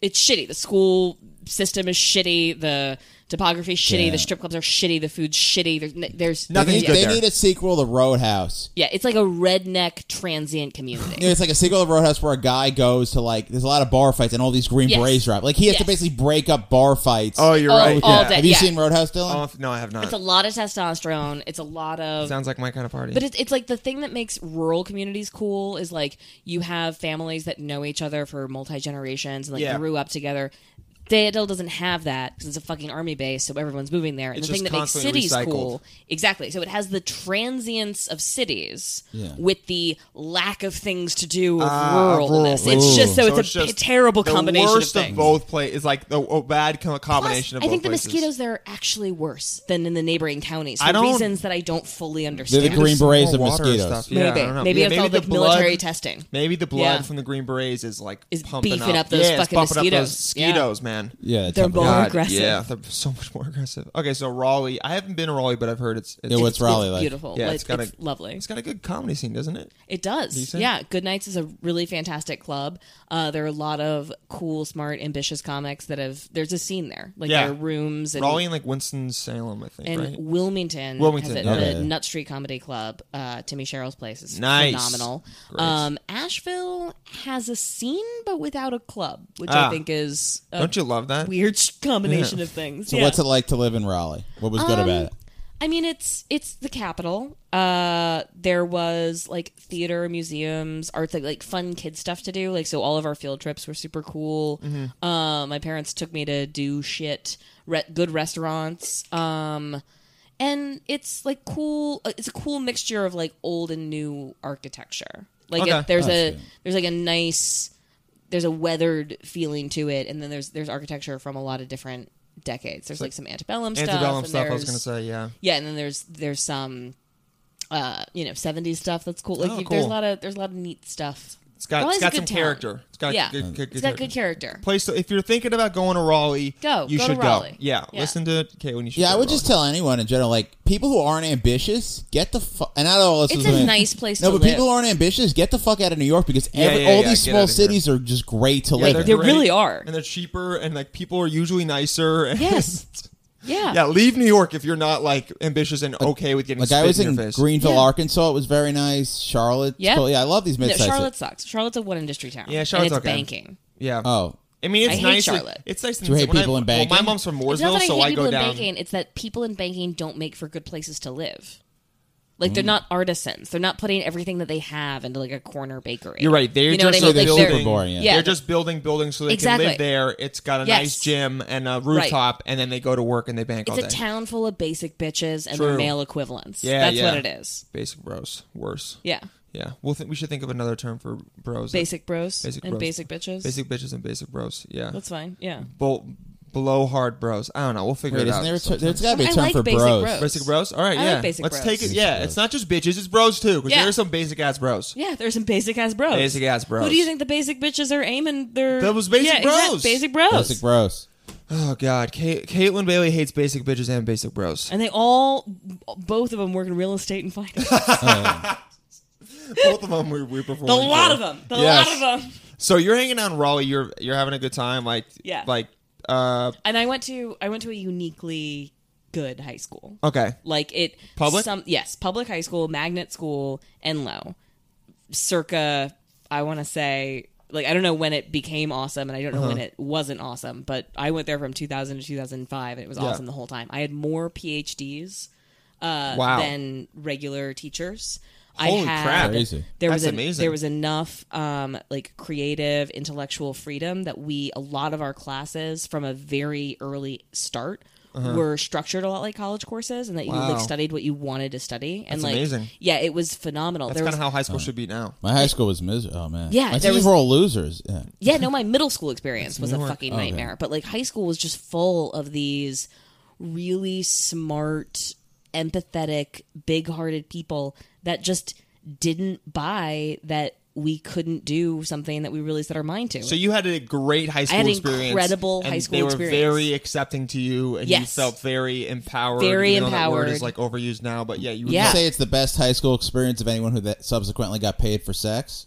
[SPEAKER 5] it's shitty. The school system is shitty. The topography is shitty.
[SPEAKER 4] Yeah.
[SPEAKER 5] The strip clubs are shitty. The food's shitty. There's n- there's
[SPEAKER 3] Nothing's
[SPEAKER 4] they,
[SPEAKER 5] yeah.
[SPEAKER 4] need,
[SPEAKER 3] good
[SPEAKER 4] they
[SPEAKER 3] there.
[SPEAKER 4] need a sequel to Roadhouse.
[SPEAKER 5] Yeah, it's like a redneck transient community.
[SPEAKER 4] Yeah, It's like a sequel to Roadhouse where a guy goes to like there's a lot of bar fights and all these green
[SPEAKER 5] Yes.
[SPEAKER 4] berets drop. Like he has to
[SPEAKER 5] Yes.
[SPEAKER 4] basically break up bar fights.
[SPEAKER 3] Oh, you're
[SPEAKER 5] All-
[SPEAKER 3] right.
[SPEAKER 5] all
[SPEAKER 3] yeah.
[SPEAKER 5] day.
[SPEAKER 4] Have you
[SPEAKER 5] yeah.
[SPEAKER 4] seen Roadhouse, Dylan?
[SPEAKER 3] Oh, no, I have not.
[SPEAKER 5] It's a lot of testosterone. It's a lot of.
[SPEAKER 3] Sounds like my kind of party.
[SPEAKER 5] but it's, it's like the thing that makes rural communities cool is like you have families that know each other for multi generations and like
[SPEAKER 3] Yeah.
[SPEAKER 5] grew up together. Fayetteville doesn't have that because it's a fucking army base, so everyone's moving there. And
[SPEAKER 3] It's
[SPEAKER 5] the thing
[SPEAKER 3] just
[SPEAKER 5] that makes
[SPEAKER 3] constantly
[SPEAKER 5] cities
[SPEAKER 3] recycled.
[SPEAKER 5] cool, exactly. So it has the transience of cities
[SPEAKER 4] Yeah.
[SPEAKER 5] with the lack of things to do of
[SPEAKER 3] Ah,
[SPEAKER 5] ruralness.
[SPEAKER 3] rural.
[SPEAKER 5] It's just so,
[SPEAKER 3] So
[SPEAKER 5] it's, a
[SPEAKER 3] just
[SPEAKER 5] p- terrible
[SPEAKER 3] the
[SPEAKER 5] combination
[SPEAKER 3] worst
[SPEAKER 5] of
[SPEAKER 3] of,
[SPEAKER 5] things.
[SPEAKER 3] both places. It's like the a bad co- combination of
[SPEAKER 5] Plus,
[SPEAKER 3] both
[SPEAKER 5] I think the
[SPEAKER 3] places.
[SPEAKER 5] mosquitoes there are actually worse than in the neighboring counties for
[SPEAKER 3] I don't-
[SPEAKER 5] reasons that I don't fully understand.
[SPEAKER 4] They're the green
[SPEAKER 3] Some
[SPEAKER 4] berets
[SPEAKER 3] more
[SPEAKER 4] of
[SPEAKER 3] water
[SPEAKER 4] mosquitoes.
[SPEAKER 3] stuff. Yeah,
[SPEAKER 5] maybe
[SPEAKER 3] I don't know.
[SPEAKER 5] maybe
[SPEAKER 3] Yeah,
[SPEAKER 5] it's all
[SPEAKER 3] the
[SPEAKER 5] like military
[SPEAKER 3] blood-
[SPEAKER 5] testing.
[SPEAKER 3] Maybe the blood
[SPEAKER 5] Yeah.
[SPEAKER 3] from the Green Berets is like
[SPEAKER 5] Is
[SPEAKER 3] pumping
[SPEAKER 5] beefing up
[SPEAKER 3] up
[SPEAKER 5] those
[SPEAKER 3] yeah, it's
[SPEAKER 5] fucking
[SPEAKER 3] bumping Up those
[SPEAKER 5] mosquitoes. Yeah.
[SPEAKER 3] mosquitoes, man.
[SPEAKER 4] Yeah,
[SPEAKER 5] They're
[SPEAKER 4] Temple-
[SPEAKER 5] More both-
[SPEAKER 3] God,
[SPEAKER 5] aggressive.
[SPEAKER 3] Yeah, they're so much more aggressive. Okay, so Raleigh. I haven't been to Raleigh, but I've heard it's it's,
[SPEAKER 4] Yeah, what's Raleigh
[SPEAKER 5] it's
[SPEAKER 4] like?
[SPEAKER 5] beautiful.
[SPEAKER 3] Yeah,
[SPEAKER 5] Like,
[SPEAKER 3] it's got a-
[SPEAKER 5] lovely.
[SPEAKER 3] it's got a good comedy scene, doesn't it?
[SPEAKER 5] It does.
[SPEAKER 3] Decent?
[SPEAKER 5] Yeah. Good Nights is a really fantastic club. Uh, there are a lot of cool, smart, ambitious comics that have. There's a scene there. Like
[SPEAKER 3] Yeah.
[SPEAKER 5] there are rooms and
[SPEAKER 3] Raleigh and like Winston Salem, I think.
[SPEAKER 5] and
[SPEAKER 3] right?
[SPEAKER 5] Wilmington.
[SPEAKER 3] Wilmington,
[SPEAKER 5] Has it,
[SPEAKER 4] okay.
[SPEAKER 5] The Nut Street Comedy Club. Uh, Timmy Sherrill's place is
[SPEAKER 3] Nice.
[SPEAKER 5] phenomenal.
[SPEAKER 3] Great.
[SPEAKER 5] Um, Asheville has a scene, but without a club, which
[SPEAKER 3] Ah.
[SPEAKER 5] I think is a
[SPEAKER 3] Don't you love that?
[SPEAKER 5] uh, weird combination of things.
[SPEAKER 4] So
[SPEAKER 5] yeah.
[SPEAKER 4] what's it like to live in Raleigh? What was good
[SPEAKER 5] Um,
[SPEAKER 4] about it?
[SPEAKER 5] I mean, it's it's the capital. Uh, there was like theater, museums, arts, like, like fun kid stuff to do. Like so, all of our field trips were super cool.
[SPEAKER 3] Mm-hmm.
[SPEAKER 5] Um, my parents took me to do shit, re- good restaurants. Um, and it's like cool. uh, It's a cool mixture of like old and new architecture. Like
[SPEAKER 3] Okay.
[SPEAKER 5] if there's
[SPEAKER 4] Oh, That's
[SPEAKER 5] a
[SPEAKER 4] good.
[SPEAKER 5] there's like a nice there's a weathered feeling to it, and then there's there's architecture from a lot of different decades. There's like some antebellum,
[SPEAKER 3] Antebellum
[SPEAKER 5] stuff. and
[SPEAKER 3] stuff. I was
[SPEAKER 5] there's-
[SPEAKER 3] gonna say, yeah.
[SPEAKER 5] yeah, and then there's there's some uh, you know, 70s stuff that's cool. Like
[SPEAKER 3] Oh,
[SPEAKER 5] you- there's a
[SPEAKER 3] cool.
[SPEAKER 5] lot of there's a lot of neat stuff.
[SPEAKER 3] It's got
[SPEAKER 5] Raleigh's
[SPEAKER 3] it's
[SPEAKER 5] a
[SPEAKER 3] got
[SPEAKER 5] good
[SPEAKER 3] some
[SPEAKER 5] town.
[SPEAKER 3] character. It's got
[SPEAKER 5] Yeah.
[SPEAKER 3] good, good,
[SPEAKER 5] It's got
[SPEAKER 3] *laughs*
[SPEAKER 5] good character.
[SPEAKER 3] Place to- if you're thinking about going to Raleigh,
[SPEAKER 5] Go.
[SPEAKER 3] You
[SPEAKER 5] Go to
[SPEAKER 3] should
[SPEAKER 5] Raleigh.
[SPEAKER 3] go. Yeah,
[SPEAKER 5] Yeah.
[SPEAKER 3] listen to Caitlin. You should.
[SPEAKER 4] Yeah,
[SPEAKER 3] go
[SPEAKER 4] I
[SPEAKER 3] to
[SPEAKER 4] would just tell anyone in general, like people who aren't ambitious, get the fuck. And I don't know. this
[SPEAKER 5] It's
[SPEAKER 4] is-
[SPEAKER 5] a nice place
[SPEAKER 4] No,
[SPEAKER 5] to
[SPEAKER 4] but people who aren't ambitious, get the fuck out of New York because
[SPEAKER 3] Yeah,
[SPEAKER 4] every,
[SPEAKER 3] yeah,
[SPEAKER 4] all
[SPEAKER 3] yeah,
[SPEAKER 4] these
[SPEAKER 3] get
[SPEAKER 4] small
[SPEAKER 3] outta here.
[SPEAKER 4] cities are just great to
[SPEAKER 3] Raleigh.
[SPEAKER 4] live.
[SPEAKER 3] Yeah,
[SPEAKER 4] in.
[SPEAKER 5] They
[SPEAKER 3] great,
[SPEAKER 5] really are.
[SPEAKER 3] and they're cheaper, and like people are usually nicer. *laughs* And
[SPEAKER 5] Yes. Yeah.
[SPEAKER 3] yeah, leave New York if you're not like ambitious and okay with getting
[SPEAKER 4] Like
[SPEAKER 3] spit
[SPEAKER 4] I was
[SPEAKER 3] in,
[SPEAKER 4] in
[SPEAKER 3] your face.
[SPEAKER 4] Greenville,
[SPEAKER 5] Yeah.
[SPEAKER 4] Arkansas. It was very nice. Charlotte.
[SPEAKER 5] Yeah.
[SPEAKER 4] cool. yeah. I love these
[SPEAKER 5] No,
[SPEAKER 4] mid-sized. cities.
[SPEAKER 5] Charlotte sucks. Charlotte's a one industry town.
[SPEAKER 3] Yeah, Charlotte's
[SPEAKER 5] and it's
[SPEAKER 3] okay.
[SPEAKER 5] banking.
[SPEAKER 3] Yeah.
[SPEAKER 4] Oh,
[SPEAKER 3] I mean, it's
[SPEAKER 5] I hate
[SPEAKER 3] nice. like-
[SPEAKER 5] Charlotte.
[SPEAKER 3] it's nice.
[SPEAKER 4] Do you hate
[SPEAKER 3] when I-
[SPEAKER 4] people in
[SPEAKER 3] well, my
[SPEAKER 4] banking?
[SPEAKER 3] mom's from
[SPEAKER 5] It's not
[SPEAKER 3] Mooresville,
[SPEAKER 5] that I
[SPEAKER 3] so
[SPEAKER 5] hate
[SPEAKER 3] I
[SPEAKER 5] people
[SPEAKER 3] go
[SPEAKER 5] in
[SPEAKER 3] down.
[SPEAKER 5] banking, it's that people in banking don't make for good places to live. Like
[SPEAKER 3] Mm.
[SPEAKER 5] they're not artisans. They're not putting everything that they have into like a corner bakery.
[SPEAKER 3] You're right. They're
[SPEAKER 5] you know
[SPEAKER 3] just
[SPEAKER 5] what I mean?
[SPEAKER 4] so
[SPEAKER 5] Like,
[SPEAKER 4] they're-
[SPEAKER 5] they're-
[SPEAKER 4] Super boring, yeah.
[SPEAKER 5] Yeah,
[SPEAKER 3] they're
[SPEAKER 5] the-
[SPEAKER 3] just building buildings so they
[SPEAKER 5] Exactly.
[SPEAKER 3] can live there. It's got a
[SPEAKER 5] Yes.
[SPEAKER 3] nice gym and a rooftop, and then they go to work and they bank all day.
[SPEAKER 5] it's a town full of basic bitches and
[SPEAKER 3] True.
[SPEAKER 5] their male equivalents.
[SPEAKER 3] Yeah,
[SPEAKER 5] That's
[SPEAKER 3] yeah.
[SPEAKER 5] what it is.
[SPEAKER 3] Basic bros, worse.
[SPEAKER 5] Yeah.
[SPEAKER 3] Yeah, we'll th- we should think of another term for bros.
[SPEAKER 5] Basic bros
[SPEAKER 3] Basic
[SPEAKER 5] and
[SPEAKER 3] bros.
[SPEAKER 5] basic bitches.
[SPEAKER 3] basic Mm. bitches and basic bros. Yeah,
[SPEAKER 5] That's fine. Yeah.
[SPEAKER 3] Bo- below hard bros. I don't know. We'll figure
[SPEAKER 4] wait,
[SPEAKER 3] it
[SPEAKER 4] isn't
[SPEAKER 3] out.
[SPEAKER 4] there? A ter-
[SPEAKER 3] sometime.
[SPEAKER 4] there's got to be a
[SPEAKER 5] I
[SPEAKER 4] term
[SPEAKER 5] like
[SPEAKER 4] for
[SPEAKER 5] basic
[SPEAKER 4] bros.
[SPEAKER 5] bros.
[SPEAKER 3] basic bros. All right,
[SPEAKER 5] I
[SPEAKER 3] yeah.
[SPEAKER 5] like basic
[SPEAKER 3] Let's
[SPEAKER 5] bros.
[SPEAKER 3] take it.
[SPEAKER 5] Basic
[SPEAKER 3] Yeah,
[SPEAKER 4] bros.
[SPEAKER 3] it's not just bitches. It's bros too. Because
[SPEAKER 5] Yeah.
[SPEAKER 3] there are some basic ass bros.
[SPEAKER 5] Yeah, there's some basic ass bros.
[SPEAKER 3] Basic ass bros.
[SPEAKER 5] Who do you think the basic bitches are aiming their?
[SPEAKER 3] That was basic
[SPEAKER 5] Yeah, exact-
[SPEAKER 3] bros.
[SPEAKER 5] Basic bros.
[SPEAKER 4] Basic bros.
[SPEAKER 3] Oh God, Kate- Caitlin Bailey hates basic bitches and basic bros.
[SPEAKER 5] *laughs* And they all, both of them work in real estate
[SPEAKER 3] *laughs*
[SPEAKER 5] and finance.
[SPEAKER 3] Both of them we, we performed.
[SPEAKER 5] A lot
[SPEAKER 3] for.
[SPEAKER 5] of them. A
[SPEAKER 3] Yes.
[SPEAKER 5] lot of them.
[SPEAKER 3] So you're hanging out in Raleigh. You're you're having a good time. Like
[SPEAKER 5] Yeah.
[SPEAKER 3] Like uh
[SPEAKER 5] And I went to I went to a uniquely good high school.
[SPEAKER 3] okay.
[SPEAKER 5] Like it
[SPEAKER 3] Public?
[SPEAKER 5] Some yes, public high school, magnet school, and low. Circa, I want to say like I don't know when it became awesome, and I don't know
[SPEAKER 3] Uh-huh.
[SPEAKER 5] when it wasn't awesome. But I went there from 2000 to 2005, and it was awesome the whole time. I had more PhDs uh,
[SPEAKER 3] Wow.
[SPEAKER 5] than regular teachers.
[SPEAKER 3] Holy
[SPEAKER 5] I had,
[SPEAKER 3] crap.
[SPEAKER 4] Crazy.
[SPEAKER 5] There
[SPEAKER 3] That's
[SPEAKER 5] was an-
[SPEAKER 3] amazing.
[SPEAKER 5] There was enough um, like creative intellectual freedom that we a lot of our classes from a very early start were structured a lot like college courses, and that you
[SPEAKER 3] Uh-huh. Wow.
[SPEAKER 5] like studied what you wanted to study. And
[SPEAKER 3] That's
[SPEAKER 5] like,
[SPEAKER 3] amazing.
[SPEAKER 5] yeah, it was phenomenal.
[SPEAKER 3] That's
[SPEAKER 5] there
[SPEAKER 3] kind
[SPEAKER 5] was
[SPEAKER 3] of how high school should be now.
[SPEAKER 4] My high school was miserable. Oh man.
[SPEAKER 5] Yeah,
[SPEAKER 4] My
[SPEAKER 5] there
[SPEAKER 4] teachers
[SPEAKER 5] was-
[SPEAKER 4] were all losers. Yeah.
[SPEAKER 5] yeah, no, my middle school experience was a
[SPEAKER 3] York. Oh,
[SPEAKER 5] fucking nightmare. But like high school was just full of these really smart, empathetic, big hearted people that just didn't buy that we couldn't do something that we really set our mind to.
[SPEAKER 3] So you had a great high school
[SPEAKER 5] had
[SPEAKER 3] experience.
[SPEAKER 5] incredible
[SPEAKER 3] and
[SPEAKER 5] high school
[SPEAKER 3] they were
[SPEAKER 5] experience.
[SPEAKER 3] very accepting to you, and you
[SPEAKER 5] Yes.
[SPEAKER 3] felt very empowered.
[SPEAKER 5] Very
[SPEAKER 3] even though That word
[SPEAKER 5] empowered.
[SPEAKER 3] is like overused now, but yeah, you were
[SPEAKER 4] You
[SPEAKER 5] Yeah.
[SPEAKER 4] say it's the best high school experience of anyone who that subsequently got paid for sex.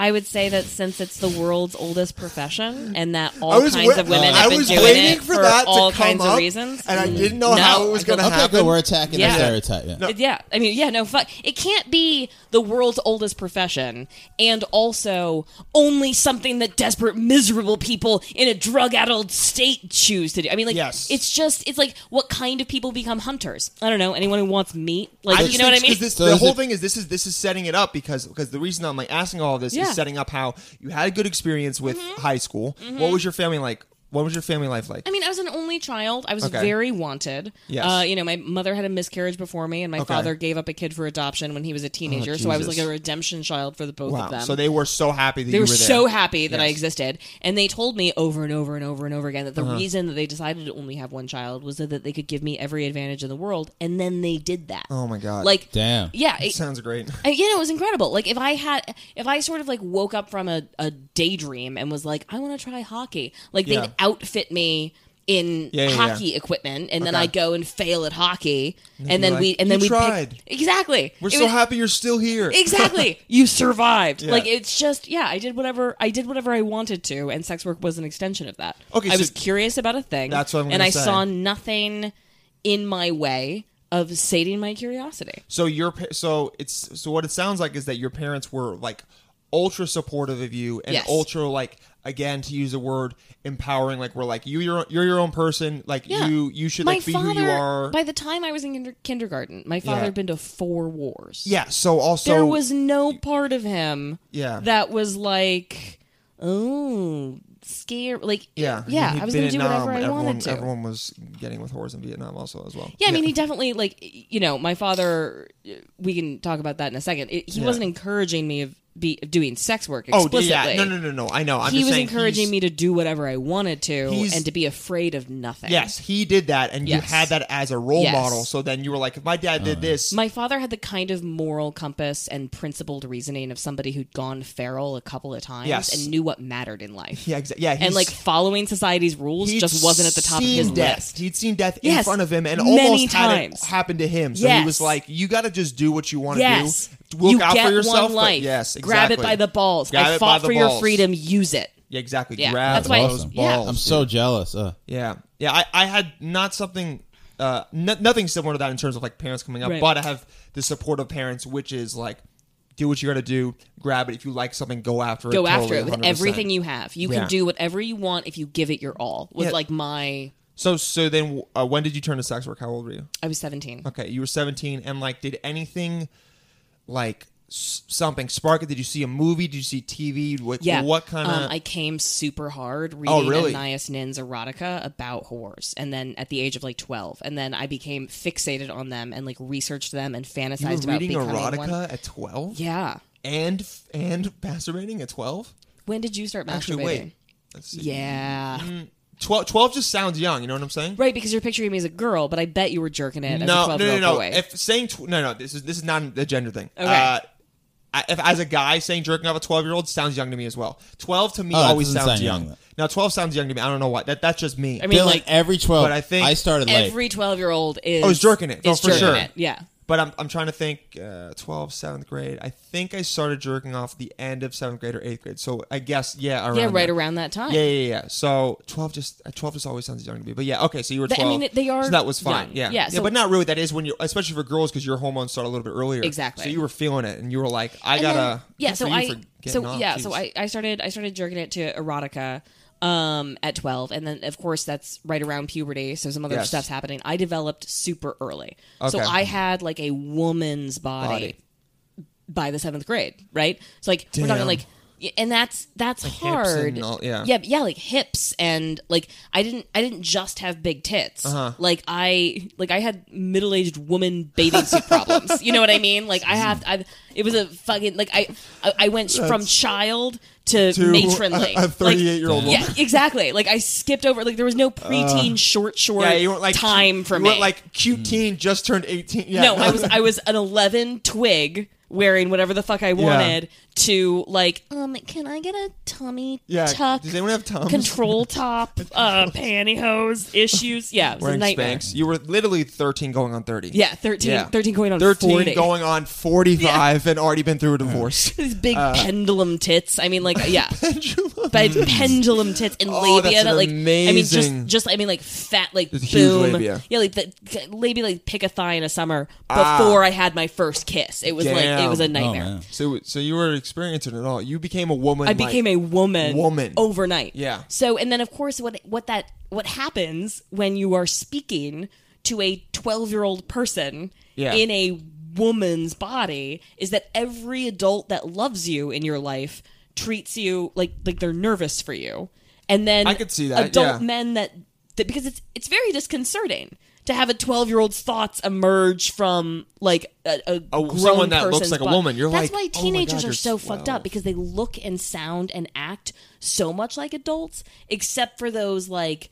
[SPEAKER 5] I would say that since it's the world's oldest profession and that
[SPEAKER 3] I
[SPEAKER 5] all
[SPEAKER 3] was
[SPEAKER 5] kinds
[SPEAKER 3] wait-
[SPEAKER 5] of women
[SPEAKER 3] I
[SPEAKER 5] have been
[SPEAKER 3] was
[SPEAKER 5] doing
[SPEAKER 3] waiting
[SPEAKER 5] it
[SPEAKER 3] for that to
[SPEAKER 5] all
[SPEAKER 3] come
[SPEAKER 5] kinds
[SPEAKER 3] up,
[SPEAKER 5] of reasons,
[SPEAKER 3] and I didn't know
[SPEAKER 5] No,
[SPEAKER 3] how it was
[SPEAKER 5] I don't-
[SPEAKER 3] gonna
[SPEAKER 4] Okay,
[SPEAKER 3] happen.
[SPEAKER 4] good. We're attacking
[SPEAKER 5] Yeah.
[SPEAKER 4] the stereotype. Yeah.
[SPEAKER 5] It- yeah, I mean, yeah, no, fuck. It can't be the world's oldest profession and also only something that desperate, miserable people in a drug-addled state choose to do. I mean, like,
[SPEAKER 3] Yes.
[SPEAKER 5] it's just, it's like, what kind of people become hunters? I don't know. Anyone who wants meat, like,
[SPEAKER 3] I
[SPEAKER 5] you
[SPEAKER 3] just
[SPEAKER 5] know what I
[SPEAKER 3] think-
[SPEAKER 5] mean?
[SPEAKER 3] 'cause This,
[SPEAKER 4] So
[SPEAKER 3] the
[SPEAKER 4] is
[SPEAKER 3] whole
[SPEAKER 4] it-
[SPEAKER 3] thing is this is this is setting it up because because the reason I'm like asking all this
[SPEAKER 5] Yeah. Mm-hmm.
[SPEAKER 3] is setting up how you had a good experience with high school. What was your family like? What was your family life like?
[SPEAKER 5] I mean, I was an only child. I was
[SPEAKER 3] Okay.
[SPEAKER 5] very wanted.
[SPEAKER 3] Yes.
[SPEAKER 5] Uh, you know, my mother had a miscarriage before me, and my father gave up a kid for adoption when he was a teenager. so I was like
[SPEAKER 3] Oh, Jesus.
[SPEAKER 5] a redemption child for the both of
[SPEAKER 3] wow.
[SPEAKER 5] them.
[SPEAKER 3] So they were so happy that
[SPEAKER 5] They
[SPEAKER 3] you
[SPEAKER 5] were
[SPEAKER 3] were,
[SPEAKER 5] so
[SPEAKER 3] there.
[SPEAKER 5] happy that I
[SPEAKER 3] Yes.
[SPEAKER 5] existed. And they told me over and over and over and over again that the
[SPEAKER 3] Uh-huh.
[SPEAKER 5] reason that they decided to only have one child was so that they could give me every advantage in the world. And then they did that.
[SPEAKER 3] Oh my god.
[SPEAKER 5] Like,
[SPEAKER 4] Damn.
[SPEAKER 5] yeah.
[SPEAKER 3] That
[SPEAKER 5] It,
[SPEAKER 3] sounds great.
[SPEAKER 5] and, you know, it was incredible. Like if I had, if I sort of like woke up from a, a daydream and was like, I want to try hockey. Like they'd
[SPEAKER 3] Yeah.
[SPEAKER 5] outfit me in
[SPEAKER 3] Yeah, yeah,
[SPEAKER 5] hockey equipment, and then
[SPEAKER 3] Okay.
[SPEAKER 5] I'd go and fail at hockey, and,
[SPEAKER 3] you'd be
[SPEAKER 5] then
[SPEAKER 3] like,
[SPEAKER 5] we and
[SPEAKER 3] "You
[SPEAKER 5] then we
[SPEAKER 3] tried."
[SPEAKER 5] exactly.
[SPEAKER 3] We're
[SPEAKER 5] It
[SPEAKER 3] so
[SPEAKER 5] was-
[SPEAKER 3] happy *laughs* you're still here.
[SPEAKER 5] Exactly. you survived.
[SPEAKER 3] Yeah.
[SPEAKER 5] Like it's just yeah, I did whatever I did whatever I wanted to and sex work was an extension of that.
[SPEAKER 3] Okay,
[SPEAKER 5] I
[SPEAKER 3] so-
[SPEAKER 5] was curious about a thing.
[SPEAKER 3] That's what I'm
[SPEAKER 5] And
[SPEAKER 3] gonna
[SPEAKER 5] I
[SPEAKER 3] say.
[SPEAKER 5] saw nothing in my way of sating my curiosity.
[SPEAKER 3] So your pa- so it's so what it sounds like is that your parents were like ultra supportive of you and
[SPEAKER 5] Yes.
[SPEAKER 3] ultra like again to use a word empowering like we're like you you're, you're your own person like
[SPEAKER 5] Yeah.
[SPEAKER 3] you you should
[SPEAKER 5] my
[SPEAKER 3] like be
[SPEAKER 5] father,
[SPEAKER 3] who you are
[SPEAKER 5] By the time I was in kinder- kindergarten, my father
[SPEAKER 3] Yeah.
[SPEAKER 5] had been to four wars.
[SPEAKER 3] yeah so also
[SPEAKER 5] there was no part of him
[SPEAKER 3] Yeah.
[SPEAKER 5] that was like, oh, scared. Like,
[SPEAKER 3] yeah
[SPEAKER 5] yeah,
[SPEAKER 3] mean, he'd
[SPEAKER 5] I was
[SPEAKER 3] been
[SPEAKER 5] going to do
[SPEAKER 3] Nam,
[SPEAKER 5] whatever I
[SPEAKER 3] everyone,
[SPEAKER 5] wanted to.
[SPEAKER 3] everyone was getting with whores in Vietnam also as well
[SPEAKER 5] Yeah, I mean, he definitely like you know, my father. We can talk about that in a second. It, he
[SPEAKER 3] Yeah.
[SPEAKER 5] wasn't encouraging me of be of doing sex work
[SPEAKER 3] oh
[SPEAKER 5] explicitly.
[SPEAKER 3] yeah no no no no I know I'm
[SPEAKER 5] he
[SPEAKER 3] just
[SPEAKER 5] was
[SPEAKER 3] saying
[SPEAKER 5] encouraging
[SPEAKER 3] he's-
[SPEAKER 5] me to do whatever I wanted to
[SPEAKER 3] he's-
[SPEAKER 5] and to be afraid of nothing.
[SPEAKER 3] yes he did that and you
[SPEAKER 5] Yes.
[SPEAKER 3] had that as a role
[SPEAKER 5] Yes.
[SPEAKER 3] model so then you were like if my dad did this
[SPEAKER 5] My father had the kind of moral compass and principled reasoning of somebody who'd gone feral a couple of times
[SPEAKER 3] Yes.
[SPEAKER 5] and knew what mattered in life.
[SPEAKER 3] yeah exactly yeah
[SPEAKER 5] And
[SPEAKER 3] he's-
[SPEAKER 5] like following society's rules
[SPEAKER 3] He'd
[SPEAKER 5] just wasn't at the top of his
[SPEAKER 3] seen death.
[SPEAKER 5] list.
[SPEAKER 3] He'd seen death in
[SPEAKER 5] Yes,
[SPEAKER 3] front of him and
[SPEAKER 5] many
[SPEAKER 3] almost had it
[SPEAKER 5] times.
[SPEAKER 3] happen to him. So he
[SPEAKER 5] Yes.
[SPEAKER 3] was like, "You got to just do what you want to
[SPEAKER 5] Yes.
[SPEAKER 3] do. Look
[SPEAKER 5] you
[SPEAKER 3] out
[SPEAKER 5] get
[SPEAKER 3] for yourself."
[SPEAKER 5] one
[SPEAKER 3] but-
[SPEAKER 5] life.
[SPEAKER 3] yes, exactly.
[SPEAKER 5] Grab it by the balls.
[SPEAKER 3] Grab
[SPEAKER 5] I
[SPEAKER 3] it by
[SPEAKER 5] fought
[SPEAKER 3] the
[SPEAKER 5] for your
[SPEAKER 3] balls.
[SPEAKER 5] freedom. Use it.
[SPEAKER 3] Yeah, exactly.
[SPEAKER 5] Yeah,
[SPEAKER 3] Grab
[SPEAKER 5] that's why-
[SPEAKER 3] those
[SPEAKER 5] yeah.
[SPEAKER 3] balls.
[SPEAKER 4] I'm so jealous. Uh,
[SPEAKER 3] yeah, yeah. I, I had not something, uh, n- nothing similar to that in terms of like parents coming up,
[SPEAKER 5] Right.
[SPEAKER 3] but I have the support of parents, which is like, do what you got to do. Grab it. If you like something, go after it.
[SPEAKER 5] Go after
[SPEAKER 3] totally,
[SPEAKER 5] it with
[SPEAKER 3] 100%.
[SPEAKER 5] everything you have. You
[SPEAKER 3] Yeah.
[SPEAKER 5] can do whatever you want if you give it your all. Was
[SPEAKER 3] Yeah.
[SPEAKER 5] like my
[SPEAKER 3] So so then, uh, when did you turn to sex work? How old were you?
[SPEAKER 5] I was 17.
[SPEAKER 3] Okay, you were 17, and like, did anything, like s- something spark it? Did you see a movie? Did you see TV? What,
[SPEAKER 5] Yeah.
[SPEAKER 3] What kind of?
[SPEAKER 5] Um, I came super hard reading
[SPEAKER 3] Oh, really?
[SPEAKER 5] Ananias Nin's erotica about whores, and then at the age of like 12, and then I became fixated on them and like researched them and fantasized
[SPEAKER 3] you were
[SPEAKER 5] about
[SPEAKER 3] reading
[SPEAKER 5] becoming
[SPEAKER 3] erotica
[SPEAKER 5] one.
[SPEAKER 3] at 12,
[SPEAKER 5] Yeah.
[SPEAKER 3] and f- and masturbating at 12.
[SPEAKER 5] When did you start masturbating?
[SPEAKER 3] Actually, wait. Mm-hmm. Let's see.
[SPEAKER 5] Yeah.
[SPEAKER 3] 12, 12 just sounds young. You know what I'm saying?
[SPEAKER 5] Right, because you're picturing me as a girl, but I bet you were jerking it as a
[SPEAKER 3] No, no,
[SPEAKER 5] 12 year
[SPEAKER 3] no,
[SPEAKER 5] old
[SPEAKER 3] no.
[SPEAKER 5] boy.
[SPEAKER 3] If saying tw- no, no, this is this is not a gender thing.
[SPEAKER 5] Okay.
[SPEAKER 3] Uh, I, if as a guy saying jerking off a 12 year old sounds young to me as well. 12 to me
[SPEAKER 4] Oh, that
[SPEAKER 3] always
[SPEAKER 4] doesn't
[SPEAKER 3] sounds
[SPEAKER 4] sound
[SPEAKER 3] young.
[SPEAKER 4] young, though.
[SPEAKER 3] now 12 sounds young to me. I don't know why. That that's just me.
[SPEAKER 5] I mean,
[SPEAKER 4] Dylan,
[SPEAKER 5] like
[SPEAKER 4] every 12.
[SPEAKER 3] but I think
[SPEAKER 4] I started late.
[SPEAKER 5] every 12 year old is.
[SPEAKER 3] I was Oh, jerking it. No,
[SPEAKER 5] is
[SPEAKER 3] for
[SPEAKER 5] jerking
[SPEAKER 3] sure.
[SPEAKER 5] it. Yeah.
[SPEAKER 3] But I'm, I'm trying to think. Uh, 12th, seventh grade. I think I started jerking off the end of seventh grade or eighth grade. So I guess yeah, around
[SPEAKER 5] Yeah, right
[SPEAKER 3] there.
[SPEAKER 5] around that time.
[SPEAKER 3] Yeah, yeah, yeah. So 12 just uh, 12 just always sounds young to me. But yeah, okay. So you were
[SPEAKER 5] But, I
[SPEAKER 3] 12.
[SPEAKER 5] mean, they are
[SPEAKER 3] So that was fine.
[SPEAKER 5] young.
[SPEAKER 3] Yeah,
[SPEAKER 5] Yeah, so-
[SPEAKER 3] But not really. That is when you, especially for girls, because your hormones start a little bit earlier.
[SPEAKER 5] Exactly.
[SPEAKER 3] So you were feeling it, and you were like, I
[SPEAKER 5] And
[SPEAKER 3] gotta.
[SPEAKER 5] then- yeah.
[SPEAKER 3] good
[SPEAKER 5] So
[SPEAKER 3] for you for
[SPEAKER 5] I.
[SPEAKER 3] getting
[SPEAKER 5] So
[SPEAKER 3] off,
[SPEAKER 5] yeah.
[SPEAKER 3] jeez.
[SPEAKER 5] So I, I started I started jerking it to erotica um at 12 and then of course that's right around puberty so some other
[SPEAKER 3] Yes.
[SPEAKER 5] stuff's happening i developed super early so
[SPEAKER 3] Okay.
[SPEAKER 5] i had like a woman's
[SPEAKER 3] Body.
[SPEAKER 5] body, by the seventh grade right so like we're
[SPEAKER 3] Damn.
[SPEAKER 5] talking like y- and that's
[SPEAKER 3] *sighs*
[SPEAKER 5] that's hard
[SPEAKER 3] and all- yeah.
[SPEAKER 5] yeah yeah like hips and like i didn't i didn't just have big tits
[SPEAKER 3] Uh-huh.
[SPEAKER 5] like i like i had middle-aged woman bathing suit problems you know what i mean like i have i it was a fucking like i i, I went from child to,
[SPEAKER 3] To
[SPEAKER 5] matronly
[SPEAKER 3] a- a 38-year-old
[SPEAKER 5] like, yeah
[SPEAKER 3] woman. Uh.
[SPEAKER 5] exactly like i skipped over like there was no preteen short short
[SPEAKER 3] Yeah, you weren't like
[SPEAKER 5] time for
[SPEAKER 3] you
[SPEAKER 5] me
[SPEAKER 3] weren't like cute teen just turned 18. Yeah.
[SPEAKER 5] no, I was I was an eleven twig wearing whatever the fuck I wanted to like. Um, can I get a tummy
[SPEAKER 3] *laughs* Yeah,
[SPEAKER 5] tuck?
[SPEAKER 3] does anyone have tums?
[SPEAKER 5] Control top,
[SPEAKER 3] *laughs*
[SPEAKER 5] uh, pantyhose issues. Yeah, it was a
[SPEAKER 3] wearing
[SPEAKER 5] nightmare.
[SPEAKER 3] Spanx. You were literally 13 going on 30.
[SPEAKER 5] Yeah, 13,
[SPEAKER 3] Yeah.
[SPEAKER 5] 13 going on
[SPEAKER 3] 13
[SPEAKER 5] 40.
[SPEAKER 3] going on 45 and already been through a
[SPEAKER 5] *laughs*
[SPEAKER 3] divorce.
[SPEAKER 5] These big pendulum tits. I mean, like, yeah,
[SPEAKER 3] uh, *laughs* Pendulum.
[SPEAKER 5] but pendulum tits and
[SPEAKER 3] Oh,
[SPEAKER 5] labia
[SPEAKER 3] that's an
[SPEAKER 5] that, like, I mean,
[SPEAKER 3] amazing-
[SPEAKER 5] just, just, I mean, like, fat, like,
[SPEAKER 3] Just huge
[SPEAKER 5] boom,
[SPEAKER 3] labia.
[SPEAKER 5] yeah, like the labia, like, pick a thigh in a summer
[SPEAKER 3] Ah.
[SPEAKER 5] before I had my first kiss. It was like,
[SPEAKER 3] Damn.
[SPEAKER 5] it was a
[SPEAKER 4] Oh,
[SPEAKER 5] nightmare.
[SPEAKER 4] man.
[SPEAKER 3] so so you were experiencing it all. You became a woman.
[SPEAKER 5] I became a woman,
[SPEAKER 3] woman.
[SPEAKER 5] overnight.
[SPEAKER 3] Yeah.
[SPEAKER 5] So and then of course what what that what happens when you are speaking to a twelve year old person
[SPEAKER 3] Yeah.
[SPEAKER 5] in a woman's body is that every adult that loves you in your life treats you like like they're nervous for you. and then
[SPEAKER 3] I could see that,
[SPEAKER 5] adult
[SPEAKER 3] yeah.
[SPEAKER 5] men that, that because it's it's very disconcerting to have a 12 year old's thoughts emerge from like a, a
[SPEAKER 3] Oh,
[SPEAKER 5] grown
[SPEAKER 3] someone that looks
[SPEAKER 5] person's
[SPEAKER 3] like a
[SPEAKER 5] body.
[SPEAKER 3] woman. You're like,
[SPEAKER 5] that's why
[SPEAKER 3] "Oh my
[SPEAKER 5] teenagers
[SPEAKER 3] God,
[SPEAKER 5] are
[SPEAKER 3] you're
[SPEAKER 5] so fucked
[SPEAKER 3] 12."
[SPEAKER 5] up because they look and sound and act so much like adults except for those like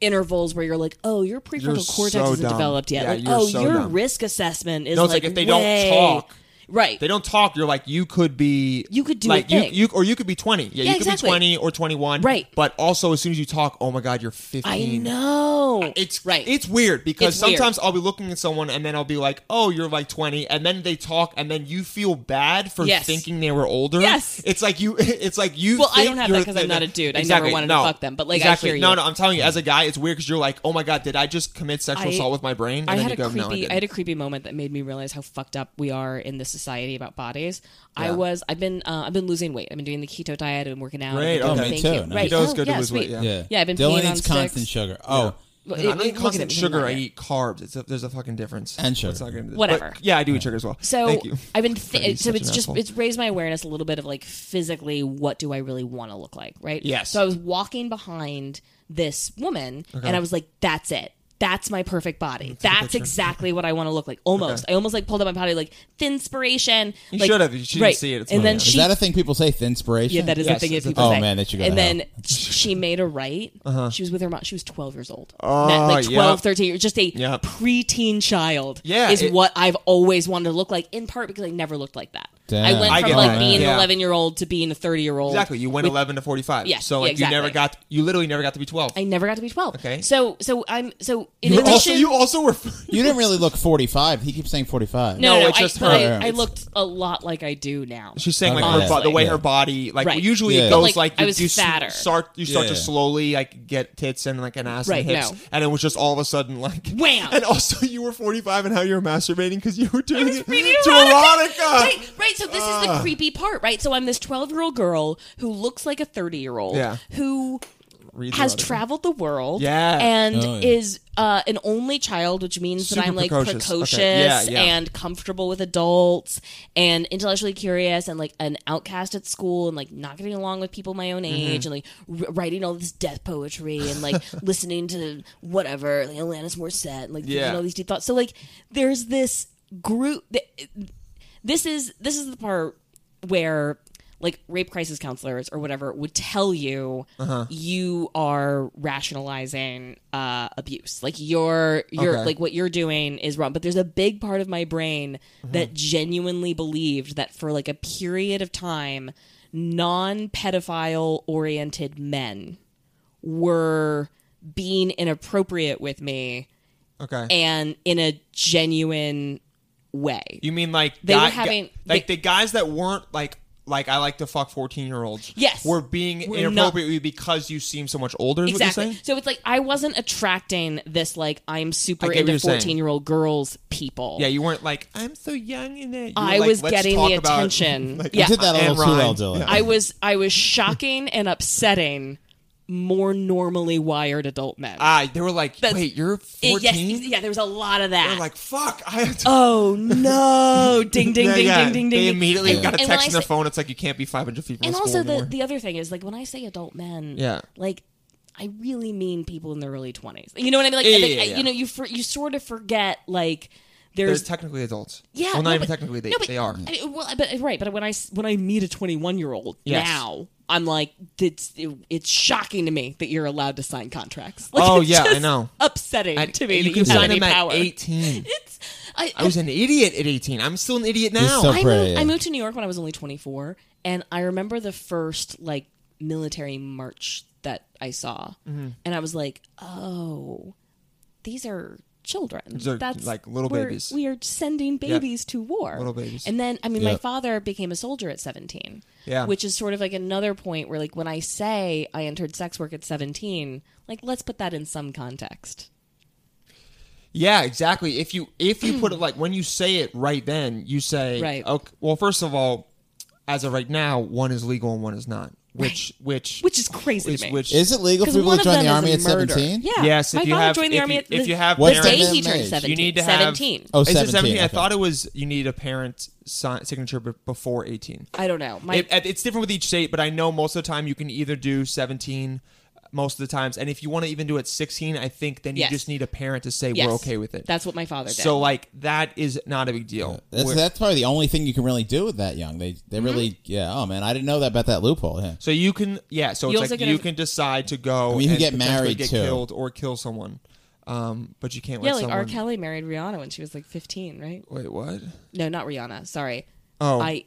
[SPEAKER 5] intervals where you're like oh your prefrontal
[SPEAKER 3] You're
[SPEAKER 5] cortex
[SPEAKER 3] so
[SPEAKER 5] isn't
[SPEAKER 3] dumb.
[SPEAKER 5] developed yet
[SPEAKER 3] Yeah,
[SPEAKER 5] like
[SPEAKER 3] you're
[SPEAKER 5] oh
[SPEAKER 3] so
[SPEAKER 5] your
[SPEAKER 3] dumb.
[SPEAKER 5] risk assessment is
[SPEAKER 3] No, it's
[SPEAKER 5] like,
[SPEAKER 3] like if they don't
[SPEAKER 5] way-
[SPEAKER 3] talk,
[SPEAKER 5] right
[SPEAKER 3] They don't talk. You're like you could be.
[SPEAKER 5] You could do a
[SPEAKER 3] like
[SPEAKER 5] thing.
[SPEAKER 3] you, you or you could be 20. Yeah,
[SPEAKER 5] Yeah,
[SPEAKER 3] you could
[SPEAKER 5] exactly.
[SPEAKER 3] be 20 or 21.
[SPEAKER 5] Right.
[SPEAKER 3] But also, as soon as you talk, oh my god, you're 15.
[SPEAKER 5] I know.
[SPEAKER 3] It's
[SPEAKER 5] right.
[SPEAKER 3] It's weird because
[SPEAKER 5] It's weird.
[SPEAKER 3] sometimes I'll be looking at someone and then I'll be like, "Oh, you're like 20," and then they talk, and then you feel bad for
[SPEAKER 5] Yes.
[SPEAKER 3] thinking they were older.
[SPEAKER 5] Yes.
[SPEAKER 3] it's like you. *laughs* It's like you.
[SPEAKER 5] Well, I
[SPEAKER 3] think
[SPEAKER 5] don't have
[SPEAKER 3] you're-
[SPEAKER 5] that 'cause I'm not a dude. I never
[SPEAKER 3] Exactly.
[SPEAKER 5] wanted to
[SPEAKER 3] No.
[SPEAKER 5] fuck them, but, like, I
[SPEAKER 3] exactly.
[SPEAKER 5] hear you. Mm.
[SPEAKER 3] No, no. I'm telling you, as a guy, it's weird because you're like, "Oh my god, did I just commit sexual
[SPEAKER 5] I-
[SPEAKER 3] assault with my brain?" And
[SPEAKER 5] I
[SPEAKER 3] then
[SPEAKER 5] had
[SPEAKER 3] you
[SPEAKER 5] a
[SPEAKER 3] go, "No,
[SPEAKER 5] creepy, I
[SPEAKER 3] didn't."
[SPEAKER 5] had a creepy moment that made me realize how fucked up we are in this society about bodies. I
[SPEAKER 3] Yeah.
[SPEAKER 5] was, I've been, uh, i've been losing weight. I've been doing the keto diet. I've been working out.
[SPEAKER 3] Great,
[SPEAKER 5] I've been
[SPEAKER 3] okay.
[SPEAKER 4] Me
[SPEAKER 5] doing- thank
[SPEAKER 4] too.
[SPEAKER 5] You.
[SPEAKER 4] No,
[SPEAKER 5] Right.
[SPEAKER 3] Keto's
[SPEAKER 5] oh,
[SPEAKER 3] good to
[SPEAKER 5] yeah,
[SPEAKER 3] lose weight,
[SPEAKER 5] sweet.
[SPEAKER 3] yeah.
[SPEAKER 4] Yeah.
[SPEAKER 5] I've been
[SPEAKER 4] Dylan
[SPEAKER 5] peeing on
[SPEAKER 4] eats constant
[SPEAKER 5] sticks.
[SPEAKER 4] sugar. Oh,
[SPEAKER 5] Well,
[SPEAKER 3] No,
[SPEAKER 5] it-
[SPEAKER 3] I'm not
[SPEAKER 5] it-
[SPEAKER 3] eating
[SPEAKER 5] look at him,
[SPEAKER 3] constant
[SPEAKER 5] he's
[SPEAKER 3] sugar. I
[SPEAKER 5] like it.
[SPEAKER 3] eat carbs. It's a, there's a fucking difference.
[SPEAKER 4] And sugar.
[SPEAKER 3] Let's not get into this.
[SPEAKER 5] Whatever.
[SPEAKER 3] But, yeah, I do eat sugar as well.
[SPEAKER 5] So
[SPEAKER 3] Thank you.
[SPEAKER 5] I've been
[SPEAKER 3] Freddie,
[SPEAKER 5] th- so
[SPEAKER 3] such
[SPEAKER 5] it's
[SPEAKER 3] an
[SPEAKER 5] just
[SPEAKER 3] asshole.
[SPEAKER 5] it's raised my awareness a little bit of like physically what do I really want to look like, right?
[SPEAKER 3] Yes.
[SPEAKER 5] So I was walking behind this woman and I was like, that's it. That's my perfect body. That's exactly what I want to look like. Almost. I almost like pulled up my body like thin inspiration.
[SPEAKER 3] You
[SPEAKER 5] like,
[SPEAKER 3] should have. You shouldn't
[SPEAKER 5] right.
[SPEAKER 3] see it. It's
[SPEAKER 5] and
[SPEAKER 3] funny.
[SPEAKER 5] then
[SPEAKER 3] Is
[SPEAKER 5] she
[SPEAKER 4] is that a thing people say? Thinspiration.
[SPEAKER 5] yeah, that is
[SPEAKER 3] Yes,
[SPEAKER 5] the thing that
[SPEAKER 3] it's a
[SPEAKER 5] people
[SPEAKER 4] thing.
[SPEAKER 5] say.
[SPEAKER 4] Oh, man, that should go
[SPEAKER 5] And
[SPEAKER 4] to
[SPEAKER 5] then she made a right. She was with her mom. She was 12 years old.
[SPEAKER 3] Uh-huh. Oh,
[SPEAKER 5] Not like 12,
[SPEAKER 3] yep.
[SPEAKER 5] 13. Just a
[SPEAKER 3] Yep.
[SPEAKER 5] preteen child
[SPEAKER 3] Yeah,
[SPEAKER 5] is
[SPEAKER 3] it-
[SPEAKER 5] what I've always wanted to look like, in part because I never looked like that. I
[SPEAKER 4] Damn.
[SPEAKER 5] went
[SPEAKER 4] I
[SPEAKER 5] from
[SPEAKER 3] get
[SPEAKER 5] like
[SPEAKER 3] that.
[SPEAKER 5] being an
[SPEAKER 3] Yeah.
[SPEAKER 5] 11 year old to being a 30 year old.
[SPEAKER 3] Exactly. You went 11 to 45.
[SPEAKER 5] Yeah,
[SPEAKER 3] So
[SPEAKER 5] yeah,
[SPEAKER 3] like you never
[SPEAKER 5] exactly.
[SPEAKER 3] got you literally never got to be 12.
[SPEAKER 5] I never got to be 12.
[SPEAKER 3] Okay.
[SPEAKER 5] So, so I'm, so in
[SPEAKER 3] you were
[SPEAKER 5] addition.
[SPEAKER 3] also you also were
[SPEAKER 4] You didn't really look 45. He keeps saying 45.
[SPEAKER 5] no,
[SPEAKER 3] No,
[SPEAKER 5] no,
[SPEAKER 3] it's
[SPEAKER 5] I,
[SPEAKER 3] just
[SPEAKER 5] but
[SPEAKER 3] her.
[SPEAKER 5] I, I looked a lot like I do now.
[SPEAKER 3] She's saying like her
[SPEAKER 4] Honestly.
[SPEAKER 3] bo- the way her body like
[SPEAKER 5] Right.
[SPEAKER 3] usually
[SPEAKER 4] Yeah.
[SPEAKER 3] it
[SPEAKER 4] But,
[SPEAKER 3] goes
[SPEAKER 5] like,
[SPEAKER 3] like
[SPEAKER 5] I
[SPEAKER 3] you,
[SPEAKER 5] was
[SPEAKER 3] you s-
[SPEAKER 5] fatter.
[SPEAKER 3] start you start
[SPEAKER 4] Yeah.
[SPEAKER 3] to slowly like get tits and like an ass
[SPEAKER 5] Right,
[SPEAKER 3] and hips
[SPEAKER 5] no.
[SPEAKER 3] and it was just all of a sudden like
[SPEAKER 5] Wham!
[SPEAKER 3] and also *laughs* you were 45 and how you were masturbating because you were doing
[SPEAKER 5] I was
[SPEAKER 3] it
[SPEAKER 5] reading
[SPEAKER 3] to
[SPEAKER 5] erotica.
[SPEAKER 3] erotica.
[SPEAKER 5] Right, right. So this is the
[SPEAKER 3] Ah.
[SPEAKER 5] creepy part, right? So I'm this 12 year old girl who looks like a 30 year old
[SPEAKER 3] Yeah.
[SPEAKER 5] who
[SPEAKER 3] Reads
[SPEAKER 5] has
[SPEAKER 3] erotica.
[SPEAKER 5] traveled the world
[SPEAKER 3] Yeah.
[SPEAKER 5] and
[SPEAKER 4] Oh, yeah.
[SPEAKER 5] is uh, an only child, which means that
[SPEAKER 3] Super
[SPEAKER 5] I'm like precocious,
[SPEAKER 3] precocious. Okay. Yeah, yeah.
[SPEAKER 5] and comfortable with adults and intellectually curious and like an outcast at school and like not getting along with people my own
[SPEAKER 3] Mm-hmm.
[SPEAKER 5] age and like r- writing all this death poetry and
[SPEAKER 3] *laughs*
[SPEAKER 5] like listening to whatever, like Alanis Morissette and like thinking
[SPEAKER 3] Yeah.
[SPEAKER 5] all these deep thoughts. So like there's this group. Th- this is this is the part where like rape crisis counselors or whatever would tell you you are rationalizing uh, abuse like you're you're
[SPEAKER 3] Okay.
[SPEAKER 5] like what you're doing is wrong but there's a big part of my brain that genuinely believed that for like a period of time non-pedophile oriented men were being inappropriate with me
[SPEAKER 3] Okay.
[SPEAKER 5] and in a genuine way
[SPEAKER 3] you mean like
[SPEAKER 5] They were
[SPEAKER 3] guy-
[SPEAKER 5] having-
[SPEAKER 3] guy- like
[SPEAKER 5] they-
[SPEAKER 3] the guys that weren't like like I like to fuck 14 year olds.
[SPEAKER 5] Yes.
[SPEAKER 3] Were being
[SPEAKER 5] We're
[SPEAKER 3] inappropriate because you seem so much older is what you're
[SPEAKER 5] Exactly.
[SPEAKER 3] saying?
[SPEAKER 5] So it's like I wasn't attracting this like I'm
[SPEAKER 3] I
[SPEAKER 5] super
[SPEAKER 3] get what
[SPEAKER 5] into
[SPEAKER 3] you're saying.
[SPEAKER 5] fourteen year old girls people.
[SPEAKER 3] Yeah, you weren't like I'm so young in it. You
[SPEAKER 5] I
[SPEAKER 3] were like,
[SPEAKER 5] was
[SPEAKER 3] "Let's
[SPEAKER 5] getting
[SPEAKER 3] talk
[SPEAKER 5] the
[SPEAKER 3] about-" *laughs*
[SPEAKER 5] attention.
[SPEAKER 3] like,
[SPEAKER 5] yeah,
[SPEAKER 4] You did that a
[SPEAKER 3] And
[SPEAKER 4] little too well,
[SPEAKER 3] rhyme.
[SPEAKER 4] Dylan.
[SPEAKER 5] I was I was shocking and upsetting more normally wired adult men.
[SPEAKER 3] Ah, they were like,
[SPEAKER 5] That's-
[SPEAKER 3] wait, you're
[SPEAKER 5] It-
[SPEAKER 3] 14?
[SPEAKER 5] yes, yeah, there was a lot of that.
[SPEAKER 3] They're like, fuck, I have to.
[SPEAKER 5] oh
[SPEAKER 3] *laughs*
[SPEAKER 5] no! Ding ding
[SPEAKER 3] Yeah,
[SPEAKER 5] ding
[SPEAKER 3] yeah.
[SPEAKER 5] ding ding ding.
[SPEAKER 3] They
[SPEAKER 5] ding.
[SPEAKER 3] immediately
[SPEAKER 5] And-
[SPEAKER 3] got a
[SPEAKER 5] and when
[SPEAKER 3] text
[SPEAKER 5] I
[SPEAKER 3] on their
[SPEAKER 5] say-
[SPEAKER 3] phone. It's like you can't be 500 feet from
[SPEAKER 5] And
[SPEAKER 3] the
[SPEAKER 5] also
[SPEAKER 3] school
[SPEAKER 5] the
[SPEAKER 3] anymore.
[SPEAKER 5] the other thing is like when I say adult men,
[SPEAKER 3] Yeah.
[SPEAKER 5] like I really mean people in their early twenties. You know what I mean? Like,
[SPEAKER 3] Yeah,
[SPEAKER 5] like,
[SPEAKER 3] yeah,
[SPEAKER 5] I-
[SPEAKER 3] yeah.
[SPEAKER 5] you know, you for, you sort of forget like
[SPEAKER 3] They're
[SPEAKER 5] there's
[SPEAKER 3] technically adults.
[SPEAKER 5] Yeah,
[SPEAKER 3] well, not
[SPEAKER 5] no,
[SPEAKER 3] even
[SPEAKER 5] but-
[SPEAKER 3] technically. They,
[SPEAKER 5] no, but-
[SPEAKER 3] they are.
[SPEAKER 5] I, well, but right, but when I s- when I meet a 21 year old
[SPEAKER 3] Yes.
[SPEAKER 5] now, I'm like, it's it, it's shocking to me that you're allowed to sign contracts. *laughs* Like,
[SPEAKER 3] Oh
[SPEAKER 5] it's
[SPEAKER 3] yeah, I
[SPEAKER 5] just
[SPEAKER 3] know.
[SPEAKER 5] Upsetting
[SPEAKER 3] And
[SPEAKER 5] to me
[SPEAKER 3] you
[SPEAKER 5] that
[SPEAKER 3] can
[SPEAKER 5] you have
[SPEAKER 3] sign
[SPEAKER 5] any
[SPEAKER 3] them
[SPEAKER 5] power.
[SPEAKER 3] at 18.
[SPEAKER 5] It's I,
[SPEAKER 3] I was an idiot at 18. I'm still an idiot now.
[SPEAKER 4] so-
[SPEAKER 5] I
[SPEAKER 4] Pretty.
[SPEAKER 5] moved, I moved to New York when I was only 24, and I remember the first like military march that I saw,
[SPEAKER 3] Mm-hmm.
[SPEAKER 5] and I was like, oh, these are children.
[SPEAKER 3] are,
[SPEAKER 5] That's
[SPEAKER 3] like, little
[SPEAKER 5] we're-
[SPEAKER 3] babies.
[SPEAKER 5] We are sending babies to war.
[SPEAKER 3] Little babies.
[SPEAKER 5] And then, I mean, my
[SPEAKER 4] Yep.
[SPEAKER 5] father became a soldier at 17.
[SPEAKER 3] Yeah.
[SPEAKER 5] Which is sort of like another point where, like, when I say I entered sex work at 17, like, let's put that in some context.
[SPEAKER 3] Yeah, exactly. If you if you put it like when you say it right then, you say
[SPEAKER 5] Right.
[SPEAKER 3] Okay, well, first of all, as of right now, one is legal and one is not. Which which
[SPEAKER 5] Which is crazy
[SPEAKER 3] is
[SPEAKER 5] to me.
[SPEAKER 3] which
[SPEAKER 4] Is it legal for
[SPEAKER 5] Because
[SPEAKER 4] people
[SPEAKER 5] one
[SPEAKER 4] to
[SPEAKER 5] of
[SPEAKER 4] join
[SPEAKER 5] them
[SPEAKER 4] the
[SPEAKER 5] is
[SPEAKER 4] army
[SPEAKER 5] a
[SPEAKER 4] at
[SPEAKER 5] murder.
[SPEAKER 4] 17?
[SPEAKER 5] Yeah.
[SPEAKER 3] Yes,
[SPEAKER 5] My
[SPEAKER 3] if you
[SPEAKER 5] father
[SPEAKER 3] have-
[SPEAKER 5] joined the
[SPEAKER 3] if
[SPEAKER 5] army
[SPEAKER 3] you-
[SPEAKER 5] at the,
[SPEAKER 3] if you have
[SPEAKER 5] the
[SPEAKER 4] What's
[SPEAKER 5] day
[SPEAKER 4] that minimum
[SPEAKER 5] he turned
[SPEAKER 4] age?
[SPEAKER 5] 17.
[SPEAKER 3] You need to have-
[SPEAKER 5] 17.
[SPEAKER 4] Oh,
[SPEAKER 3] Is it
[SPEAKER 4] 17.
[SPEAKER 3] 17? I
[SPEAKER 4] okay.
[SPEAKER 3] thought it was you need a parent's si- signature be- before 18.
[SPEAKER 5] I don't know. My
[SPEAKER 3] It- it- it's different with each state, but I know most of the time you can either do 17 uh, most of the times. And if you want to even do it 16, I think then you
[SPEAKER 5] Yes.
[SPEAKER 3] just need a parent to say
[SPEAKER 5] Yes.
[SPEAKER 3] we're okay with it.
[SPEAKER 5] That's what my father did.
[SPEAKER 3] so like that is not a big deal.
[SPEAKER 4] That's,
[SPEAKER 3] We're-
[SPEAKER 4] that's probably the only thing you can really do with that young. They they
[SPEAKER 5] Mm-hmm.
[SPEAKER 4] really yeah. Oh man, I didn't know that about that loophole. Yeah.
[SPEAKER 3] so you can yeah. So
[SPEAKER 5] You
[SPEAKER 3] it's
[SPEAKER 5] also
[SPEAKER 3] like
[SPEAKER 5] can
[SPEAKER 3] you
[SPEAKER 5] have-
[SPEAKER 3] can decide to go.
[SPEAKER 4] mean, you
[SPEAKER 3] and
[SPEAKER 4] get
[SPEAKER 3] potentially
[SPEAKER 4] married,
[SPEAKER 3] get
[SPEAKER 4] too.
[SPEAKER 3] killed, or kill someone. Um, but you can't
[SPEAKER 5] yeah,
[SPEAKER 3] let
[SPEAKER 5] like
[SPEAKER 3] someone.
[SPEAKER 5] R. Kelly married Rihanna when she was like 15, right?
[SPEAKER 3] Wait, what?
[SPEAKER 5] No, not Rihanna. Sorry.
[SPEAKER 3] Oh.
[SPEAKER 5] I.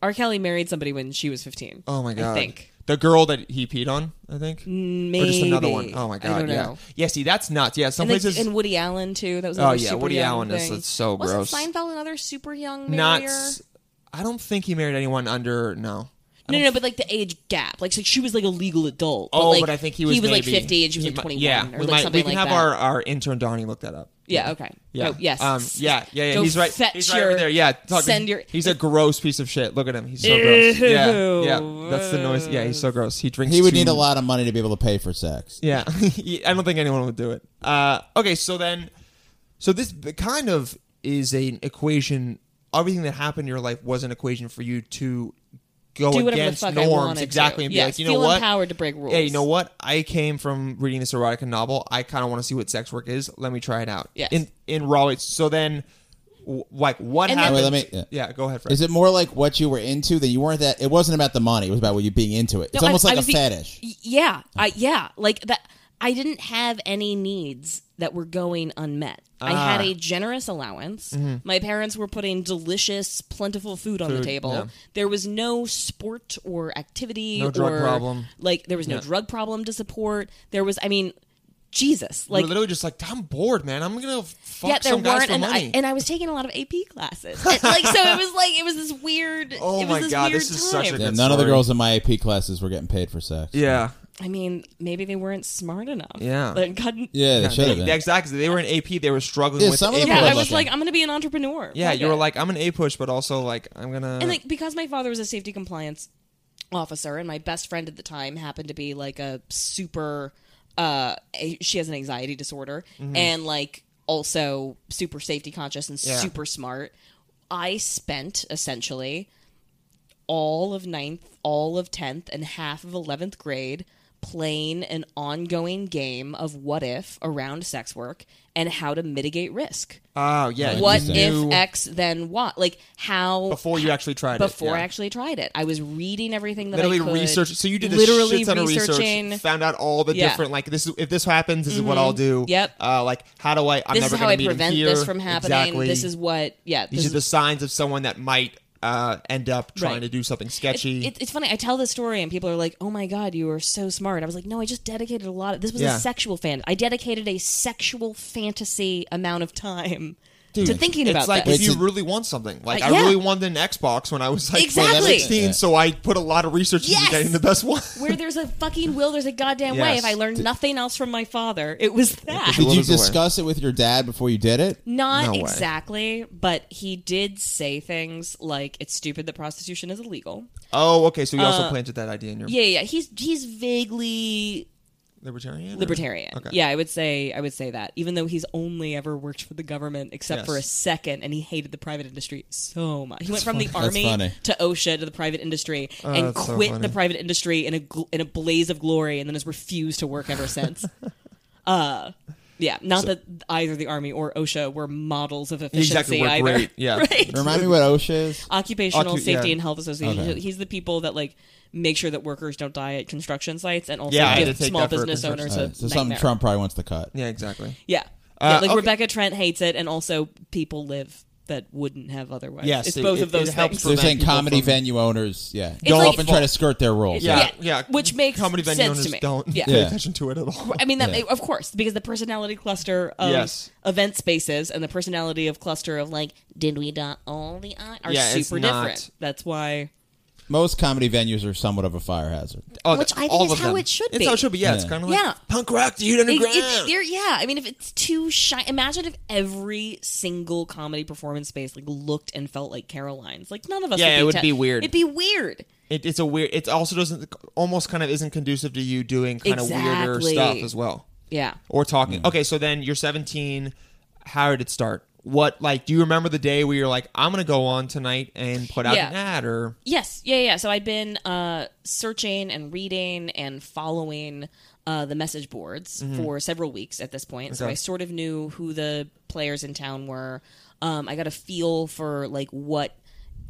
[SPEAKER 5] R. Kelly married somebody when she was 15.
[SPEAKER 3] Oh my god!
[SPEAKER 5] I think.
[SPEAKER 3] the girl that he peed on. I think.
[SPEAKER 5] Maybe.
[SPEAKER 3] Or just another one. Oh my god!
[SPEAKER 5] I don't
[SPEAKER 3] yeah.
[SPEAKER 5] know.
[SPEAKER 3] Yeah. See, that's nuts. Yeah. Some
[SPEAKER 5] And, like,
[SPEAKER 3] places.
[SPEAKER 5] and Woody Allen too. That was
[SPEAKER 3] Oh,
[SPEAKER 5] another
[SPEAKER 3] yeah,
[SPEAKER 5] super
[SPEAKER 3] Woody
[SPEAKER 5] young
[SPEAKER 3] Allen is-
[SPEAKER 5] thing.
[SPEAKER 3] it's so gross.
[SPEAKER 5] Wasn't Seinfeld another super young
[SPEAKER 3] not.
[SPEAKER 5] marrier?
[SPEAKER 3] I don't think he married anyone under. No.
[SPEAKER 5] No, no, no, but like the age gap, like so she was like a legal adult.
[SPEAKER 3] Oh,
[SPEAKER 5] like,
[SPEAKER 3] but I think he was.
[SPEAKER 5] like
[SPEAKER 3] maybe-
[SPEAKER 5] fifty and she was
[SPEAKER 3] he
[SPEAKER 5] like
[SPEAKER 3] might-
[SPEAKER 5] twenty one
[SPEAKER 3] Yeah,
[SPEAKER 5] or
[SPEAKER 3] we
[SPEAKER 5] like
[SPEAKER 3] might-
[SPEAKER 5] something
[SPEAKER 3] We can have
[SPEAKER 5] like that.
[SPEAKER 3] our our intern Donnie look that up.
[SPEAKER 5] yeah, okay.
[SPEAKER 3] Yeah.
[SPEAKER 5] Oh, yes.
[SPEAKER 3] Um, yeah. Yeah. Yeah.
[SPEAKER 5] Go
[SPEAKER 3] he's right.
[SPEAKER 5] fetch
[SPEAKER 3] He's right
[SPEAKER 5] your-
[SPEAKER 3] over there. Yeah. Talk-
[SPEAKER 5] send your-
[SPEAKER 3] He's
[SPEAKER 5] *laughs*
[SPEAKER 3] a gross piece of shit. Look at him. He's so gross. Yeah.
[SPEAKER 5] Ew.
[SPEAKER 3] Yeah. That's the noise. Yeah. He's so gross. He drinks.
[SPEAKER 4] He would
[SPEAKER 3] too
[SPEAKER 4] need a lot of money to be able to pay for sex.
[SPEAKER 3] *laughs* Yeah, I don't think anyone would do it. Uh, okay, so then, so this b- kind of is an equation. Everything that happened in your life was an equation for you to go
[SPEAKER 5] Do whatever the
[SPEAKER 3] against
[SPEAKER 5] fuck I
[SPEAKER 3] norms
[SPEAKER 5] wanted
[SPEAKER 3] exactly,
[SPEAKER 5] to.
[SPEAKER 3] and be
[SPEAKER 5] Yes,
[SPEAKER 3] like, you know
[SPEAKER 5] feel
[SPEAKER 3] what?
[SPEAKER 5] empowered to break rules.
[SPEAKER 3] Yeah, you know what? I came from reading this erotica novel. I kind of want to see what sex work is. Let me try it out.
[SPEAKER 5] Yes.
[SPEAKER 3] in in raw. It's, so then, w- like, what
[SPEAKER 5] And then-
[SPEAKER 3] happened?
[SPEAKER 4] Wait, let me-
[SPEAKER 3] yeah. go ahead. Fred.
[SPEAKER 4] Is it more like what you were into that you weren't that? It wasn't about the money. It was about what you being into it. It's
[SPEAKER 5] No, I-
[SPEAKER 4] almost
[SPEAKER 5] I
[SPEAKER 4] like a
[SPEAKER 5] was the-
[SPEAKER 4] fetish.
[SPEAKER 5] Y- Yeah, I yeah, like that. I didn't have any needs that were going unmet. I
[SPEAKER 3] Ah.
[SPEAKER 5] had a generous allowance. My parents were putting delicious, plentiful food on the
[SPEAKER 3] Mm-hmm. Food,
[SPEAKER 5] table.
[SPEAKER 3] yeah.
[SPEAKER 5] There was no sport or activity.
[SPEAKER 3] No drug
[SPEAKER 5] or,
[SPEAKER 3] problem.
[SPEAKER 5] Like there was no
[SPEAKER 3] Yeah.
[SPEAKER 5] drug problem to support. There was, I mean, Jesus,
[SPEAKER 3] We're
[SPEAKER 5] like
[SPEAKER 3] literally just like I'm bored, man. I'm gonna fuck
[SPEAKER 5] yeah, there
[SPEAKER 3] some guys
[SPEAKER 5] weren't,
[SPEAKER 3] for
[SPEAKER 5] and
[SPEAKER 3] money.
[SPEAKER 5] I, and I was taking a lot of AP
[SPEAKER 3] *laughs*
[SPEAKER 5] classes. And, like so, it was like it was this weird.
[SPEAKER 3] Oh
[SPEAKER 5] it was
[SPEAKER 3] my
[SPEAKER 5] this
[SPEAKER 3] God,
[SPEAKER 5] weird
[SPEAKER 3] this
[SPEAKER 5] time.
[SPEAKER 3] is such a
[SPEAKER 4] Yeah,
[SPEAKER 3] Good
[SPEAKER 4] none of the
[SPEAKER 3] story.
[SPEAKER 4] girls in my AP classes were getting paid for sex.
[SPEAKER 3] yeah,
[SPEAKER 5] I mean, maybe they weren't smart enough.
[SPEAKER 3] Yeah.
[SPEAKER 5] Like, couldn't-
[SPEAKER 4] yeah, they should have
[SPEAKER 3] Yeah,
[SPEAKER 4] been.
[SPEAKER 3] exactly. They were in AP. They were struggling
[SPEAKER 4] Yeah,
[SPEAKER 3] with
[SPEAKER 4] some of
[SPEAKER 3] AP.
[SPEAKER 4] them
[SPEAKER 5] Yeah,
[SPEAKER 4] Good
[SPEAKER 5] I was
[SPEAKER 4] looking.
[SPEAKER 5] like, I'm gonna be an entrepreneur.
[SPEAKER 3] Yeah,
[SPEAKER 5] Fuck
[SPEAKER 3] you were
[SPEAKER 5] it.
[SPEAKER 3] like, I'm an A push, but also like I'm gonna.
[SPEAKER 5] and like because my father was a safety compliance officer, and my best friend at the time happened to be like a super. Uh, a- she has an anxiety disorder, and like also super safety conscious and
[SPEAKER 3] Yeah.
[SPEAKER 5] super smart. I spent essentially all of ninth, all of tenth, and half of eleventh grade playing an ongoing game of what if around sex work and how to mitigate risk.
[SPEAKER 3] oh yeah, you
[SPEAKER 5] what
[SPEAKER 3] knew
[SPEAKER 5] if X then what? Like how
[SPEAKER 3] before you actually tried
[SPEAKER 5] before
[SPEAKER 3] it?
[SPEAKER 5] I
[SPEAKER 3] yeah.
[SPEAKER 5] actually tried it, I was reading everything that I
[SPEAKER 3] Literally
[SPEAKER 5] could.
[SPEAKER 3] research. So you did a
[SPEAKER 5] literally
[SPEAKER 3] shit ton of
[SPEAKER 5] researching.
[SPEAKER 3] research, found out all the
[SPEAKER 5] Yeah. Mm-hmm.
[SPEAKER 3] different like this. is If this happens, this is what I'll do.
[SPEAKER 5] Yep.
[SPEAKER 3] Uh, like how do I? I'm
[SPEAKER 5] this
[SPEAKER 3] never
[SPEAKER 5] is how
[SPEAKER 3] gonna
[SPEAKER 5] I
[SPEAKER 3] meet him
[SPEAKER 5] prevent
[SPEAKER 3] here.
[SPEAKER 5] this from happening.
[SPEAKER 3] Exactly.
[SPEAKER 5] This is what. Yeah. This
[SPEAKER 3] these
[SPEAKER 5] is,
[SPEAKER 3] are the signs of someone that might uh, end up trying
[SPEAKER 5] Right.
[SPEAKER 3] to do something
[SPEAKER 5] it,
[SPEAKER 3] sketchy.
[SPEAKER 5] it- it's funny. I tell this story and people are like, "Oh my god, you are so smart." I was like, "No, I just dedicated a lot of this was
[SPEAKER 3] Yeah.
[SPEAKER 5] a sexual fan. I dedicated a sexual fantasy amount of time to thinking
[SPEAKER 3] it's
[SPEAKER 5] about
[SPEAKER 3] like
[SPEAKER 5] this."
[SPEAKER 3] if you
[SPEAKER 4] It's a-
[SPEAKER 3] really want something. Like
[SPEAKER 5] Uh,
[SPEAKER 3] I
[SPEAKER 5] yeah.
[SPEAKER 3] really wanted an Xbox when I was like
[SPEAKER 5] Exactly.
[SPEAKER 3] 16,
[SPEAKER 4] Yeah.
[SPEAKER 3] so I put a lot of research into
[SPEAKER 5] Yes.
[SPEAKER 3] getting the best one.
[SPEAKER 5] Where there's a fucking will, there's a goddamn way.
[SPEAKER 3] Yes.
[SPEAKER 5] If I learned nothing else from my father, it was that.
[SPEAKER 4] Did
[SPEAKER 3] Well,
[SPEAKER 4] you
[SPEAKER 3] there's a way.
[SPEAKER 4] discuss it with your dad before you did
[SPEAKER 3] *laughs*
[SPEAKER 4] it?
[SPEAKER 5] Not
[SPEAKER 3] No way.
[SPEAKER 5] exactly, but he did say things like it's stupid that prostitution is illegal.
[SPEAKER 3] Oh, okay. So you also planted that idea in your
[SPEAKER 5] Uh, Yeah, yeah, yeah. he's he's vaguely
[SPEAKER 3] libertarian. or-
[SPEAKER 5] libertarian.
[SPEAKER 3] Okay.
[SPEAKER 5] Yeah, I would say I would say that. Even though he's only ever worked for the government except for a
[SPEAKER 3] Yes.
[SPEAKER 5] second and he hated the private industry so much. He went from the
[SPEAKER 4] funny. That's
[SPEAKER 5] army
[SPEAKER 4] funny.
[SPEAKER 5] to OSHA to the private industry and
[SPEAKER 3] Oh, that's so
[SPEAKER 5] quit
[SPEAKER 3] funny.
[SPEAKER 5] the private industry in a gl- in a blaze of glory and then has refused to work ever
[SPEAKER 3] *laughs*
[SPEAKER 5] since. uh yeah, not that either the army or OSHA were models of efficiency
[SPEAKER 3] Exactly. We're
[SPEAKER 5] either.
[SPEAKER 3] great. Yeah.
[SPEAKER 5] *laughs* Right?
[SPEAKER 4] Remind me what OSHA is.
[SPEAKER 5] occupational
[SPEAKER 3] Occu-
[SPEAKER 5] safety
[SPEAKER 3] yeah.
[SPEAKER 5] and health association.
[SPEAKER 4] Okay.
[SPEAKER 5] He's the people that like make sure that workers don't die at construction sites and also
[SPEAKER 3] Yeah, I had
[SPEAKER 5] give
[SPEAKER 3] to take
[SPEAKER 5] small
[SPEAKER 3] that for
[SPEAKER 5] business
[SPEAKER 3] construction
[SPEAKER 5] owners
[SPEAKER 4] All
[SPEAKER 5] a
[SPEAKER 4] right, so something
[SPEAKER 5] nightmare.
[SPEAKER 4] Trump probably wants to cut.
[SPEAKER 3] Yeah, exactly.
[SPEAKER 5] Yeah,
[SPEAKER 3] Uh,
[SPEAKER 5] yeah like
[SPEAKER 3] okay.
[SPEAKER 5] Rebecca Trent hates it, and also people live that wouldn't have otherwise.
[SPEAKER 3] Yes,
[SPEAKER 5] it's
[SPEAKER 3] it-
[SPEAKER 5] both
[SPEAKER 3] it-
[SPEAKER 5] of those
[SPEAKER 3] it helps
[SPEAKER 5] things.
[SPEAKER 4] They're
[SPEAKER 3] prevent
[SPEAKER 4] saying
[SPEAKER 3] people
[SPEAKER 4] comedy
[SPEAKER 3] from-
[SPEAKER 4] venue owners, yeah,
[SPEAKER 5] It's
[SPEAKER 4] go
[SPEAKER 5] like-
[SPEAKER 4] up and try to skirt their rules.
[SPEAKER 3] Yeah, yeah.
[SPEAKER 5] Yeah, which makes
[SPEAKER 3] comedy venue
[SPEAKER 5] sense
[SPEAKER 3] owners
[SPEAKER 5] to me.
[SPEAKER 3] don't
[SPEAKER 5] Yeah.
[SPEAKER 3] pay
[SPEAKER 4] Yeah.
[SPEAKER 3] attention to it at all.
[SPEAKER 5] I mean that
[SPEAKER 4] Yeah.
[SPEAKER 5] of course because the personality cluster of
[SPEAKER 3] Yes.
[SPEAKER 5] event spaces and the personality of cluster of like did we uh, dot all the I are
[SPEAKER 3] Yeah, it's
[SPEAKER 5] super
[SPEAKER 3] not-
[SPEAKER 5] different. That's why
[SPEAKER 4] Most comedy venues are somewhat of a fire hazard.
[SPEAKER 3] Oh,
[SPEAKER 5] Which
[SPEAKER 3] th-
[SPEAKER 5] I think
[SPEAKER 3] all
[SPEAKER 5] is
[SPEAKER 3] of
[SPEAKER 5] how
[SPEAKER 3] them.
[SPEAKER 5] it should
[SPEAKER 3] It's how
[SPEAKER 5] be.
[SPEAKER 3] it should be. Yeah, it's
[SPEAKER 4] Yeah.
[SPEAKER 3] kind of like
[SPEAKER 5] Yeah.
[SPEAKER 3] punk rock, dude,
[SPEAKER 5] It-
[SPEAKER 3] underground.
[SPEAKER 5] it's there, yeah. I mean, if it's too shy, imagine if every single comedy performance space like looked and felt like Caroline's. Like none of us.
[SPEAKER 3] Yeah,
[SPEAKER 5] would
[SPEAKER 3] it would
[SPEAKER 5] te-
[SPEAKER 3] be weird.
[SPEAKER 5] It'd be weird.
[SPEAKER 3] It- it's a weird. It also doesn't almost kind of isn't conducive to you doing kind of weirder
[SPEAKER 5] Exactly.
[SPEAKER 3] stuff as well
[SPEAKER 5] Yeah.
[SPEAKER 4] Mm.
[SPEAKER 3] or talking. Okay, so then you're 17. How did it start? what like do you remember the day where you're like i'm gonna go on tonight and put out
[SPEAKER 5] Yeah.
[SPEAKER 3] an ad or
[SPEAKER 5] Yes, yeah, yeah. So I'd been uh, searching and reading and following uh, the message boards for several weeks at this point.
[SPEAKER 3] Mm-hmm.
[SPEAKER 5] So
[SPEAKER 3] Okay.
[SPEAKER 5] I sort of knew who the players in town were. Um, I got a feel for like what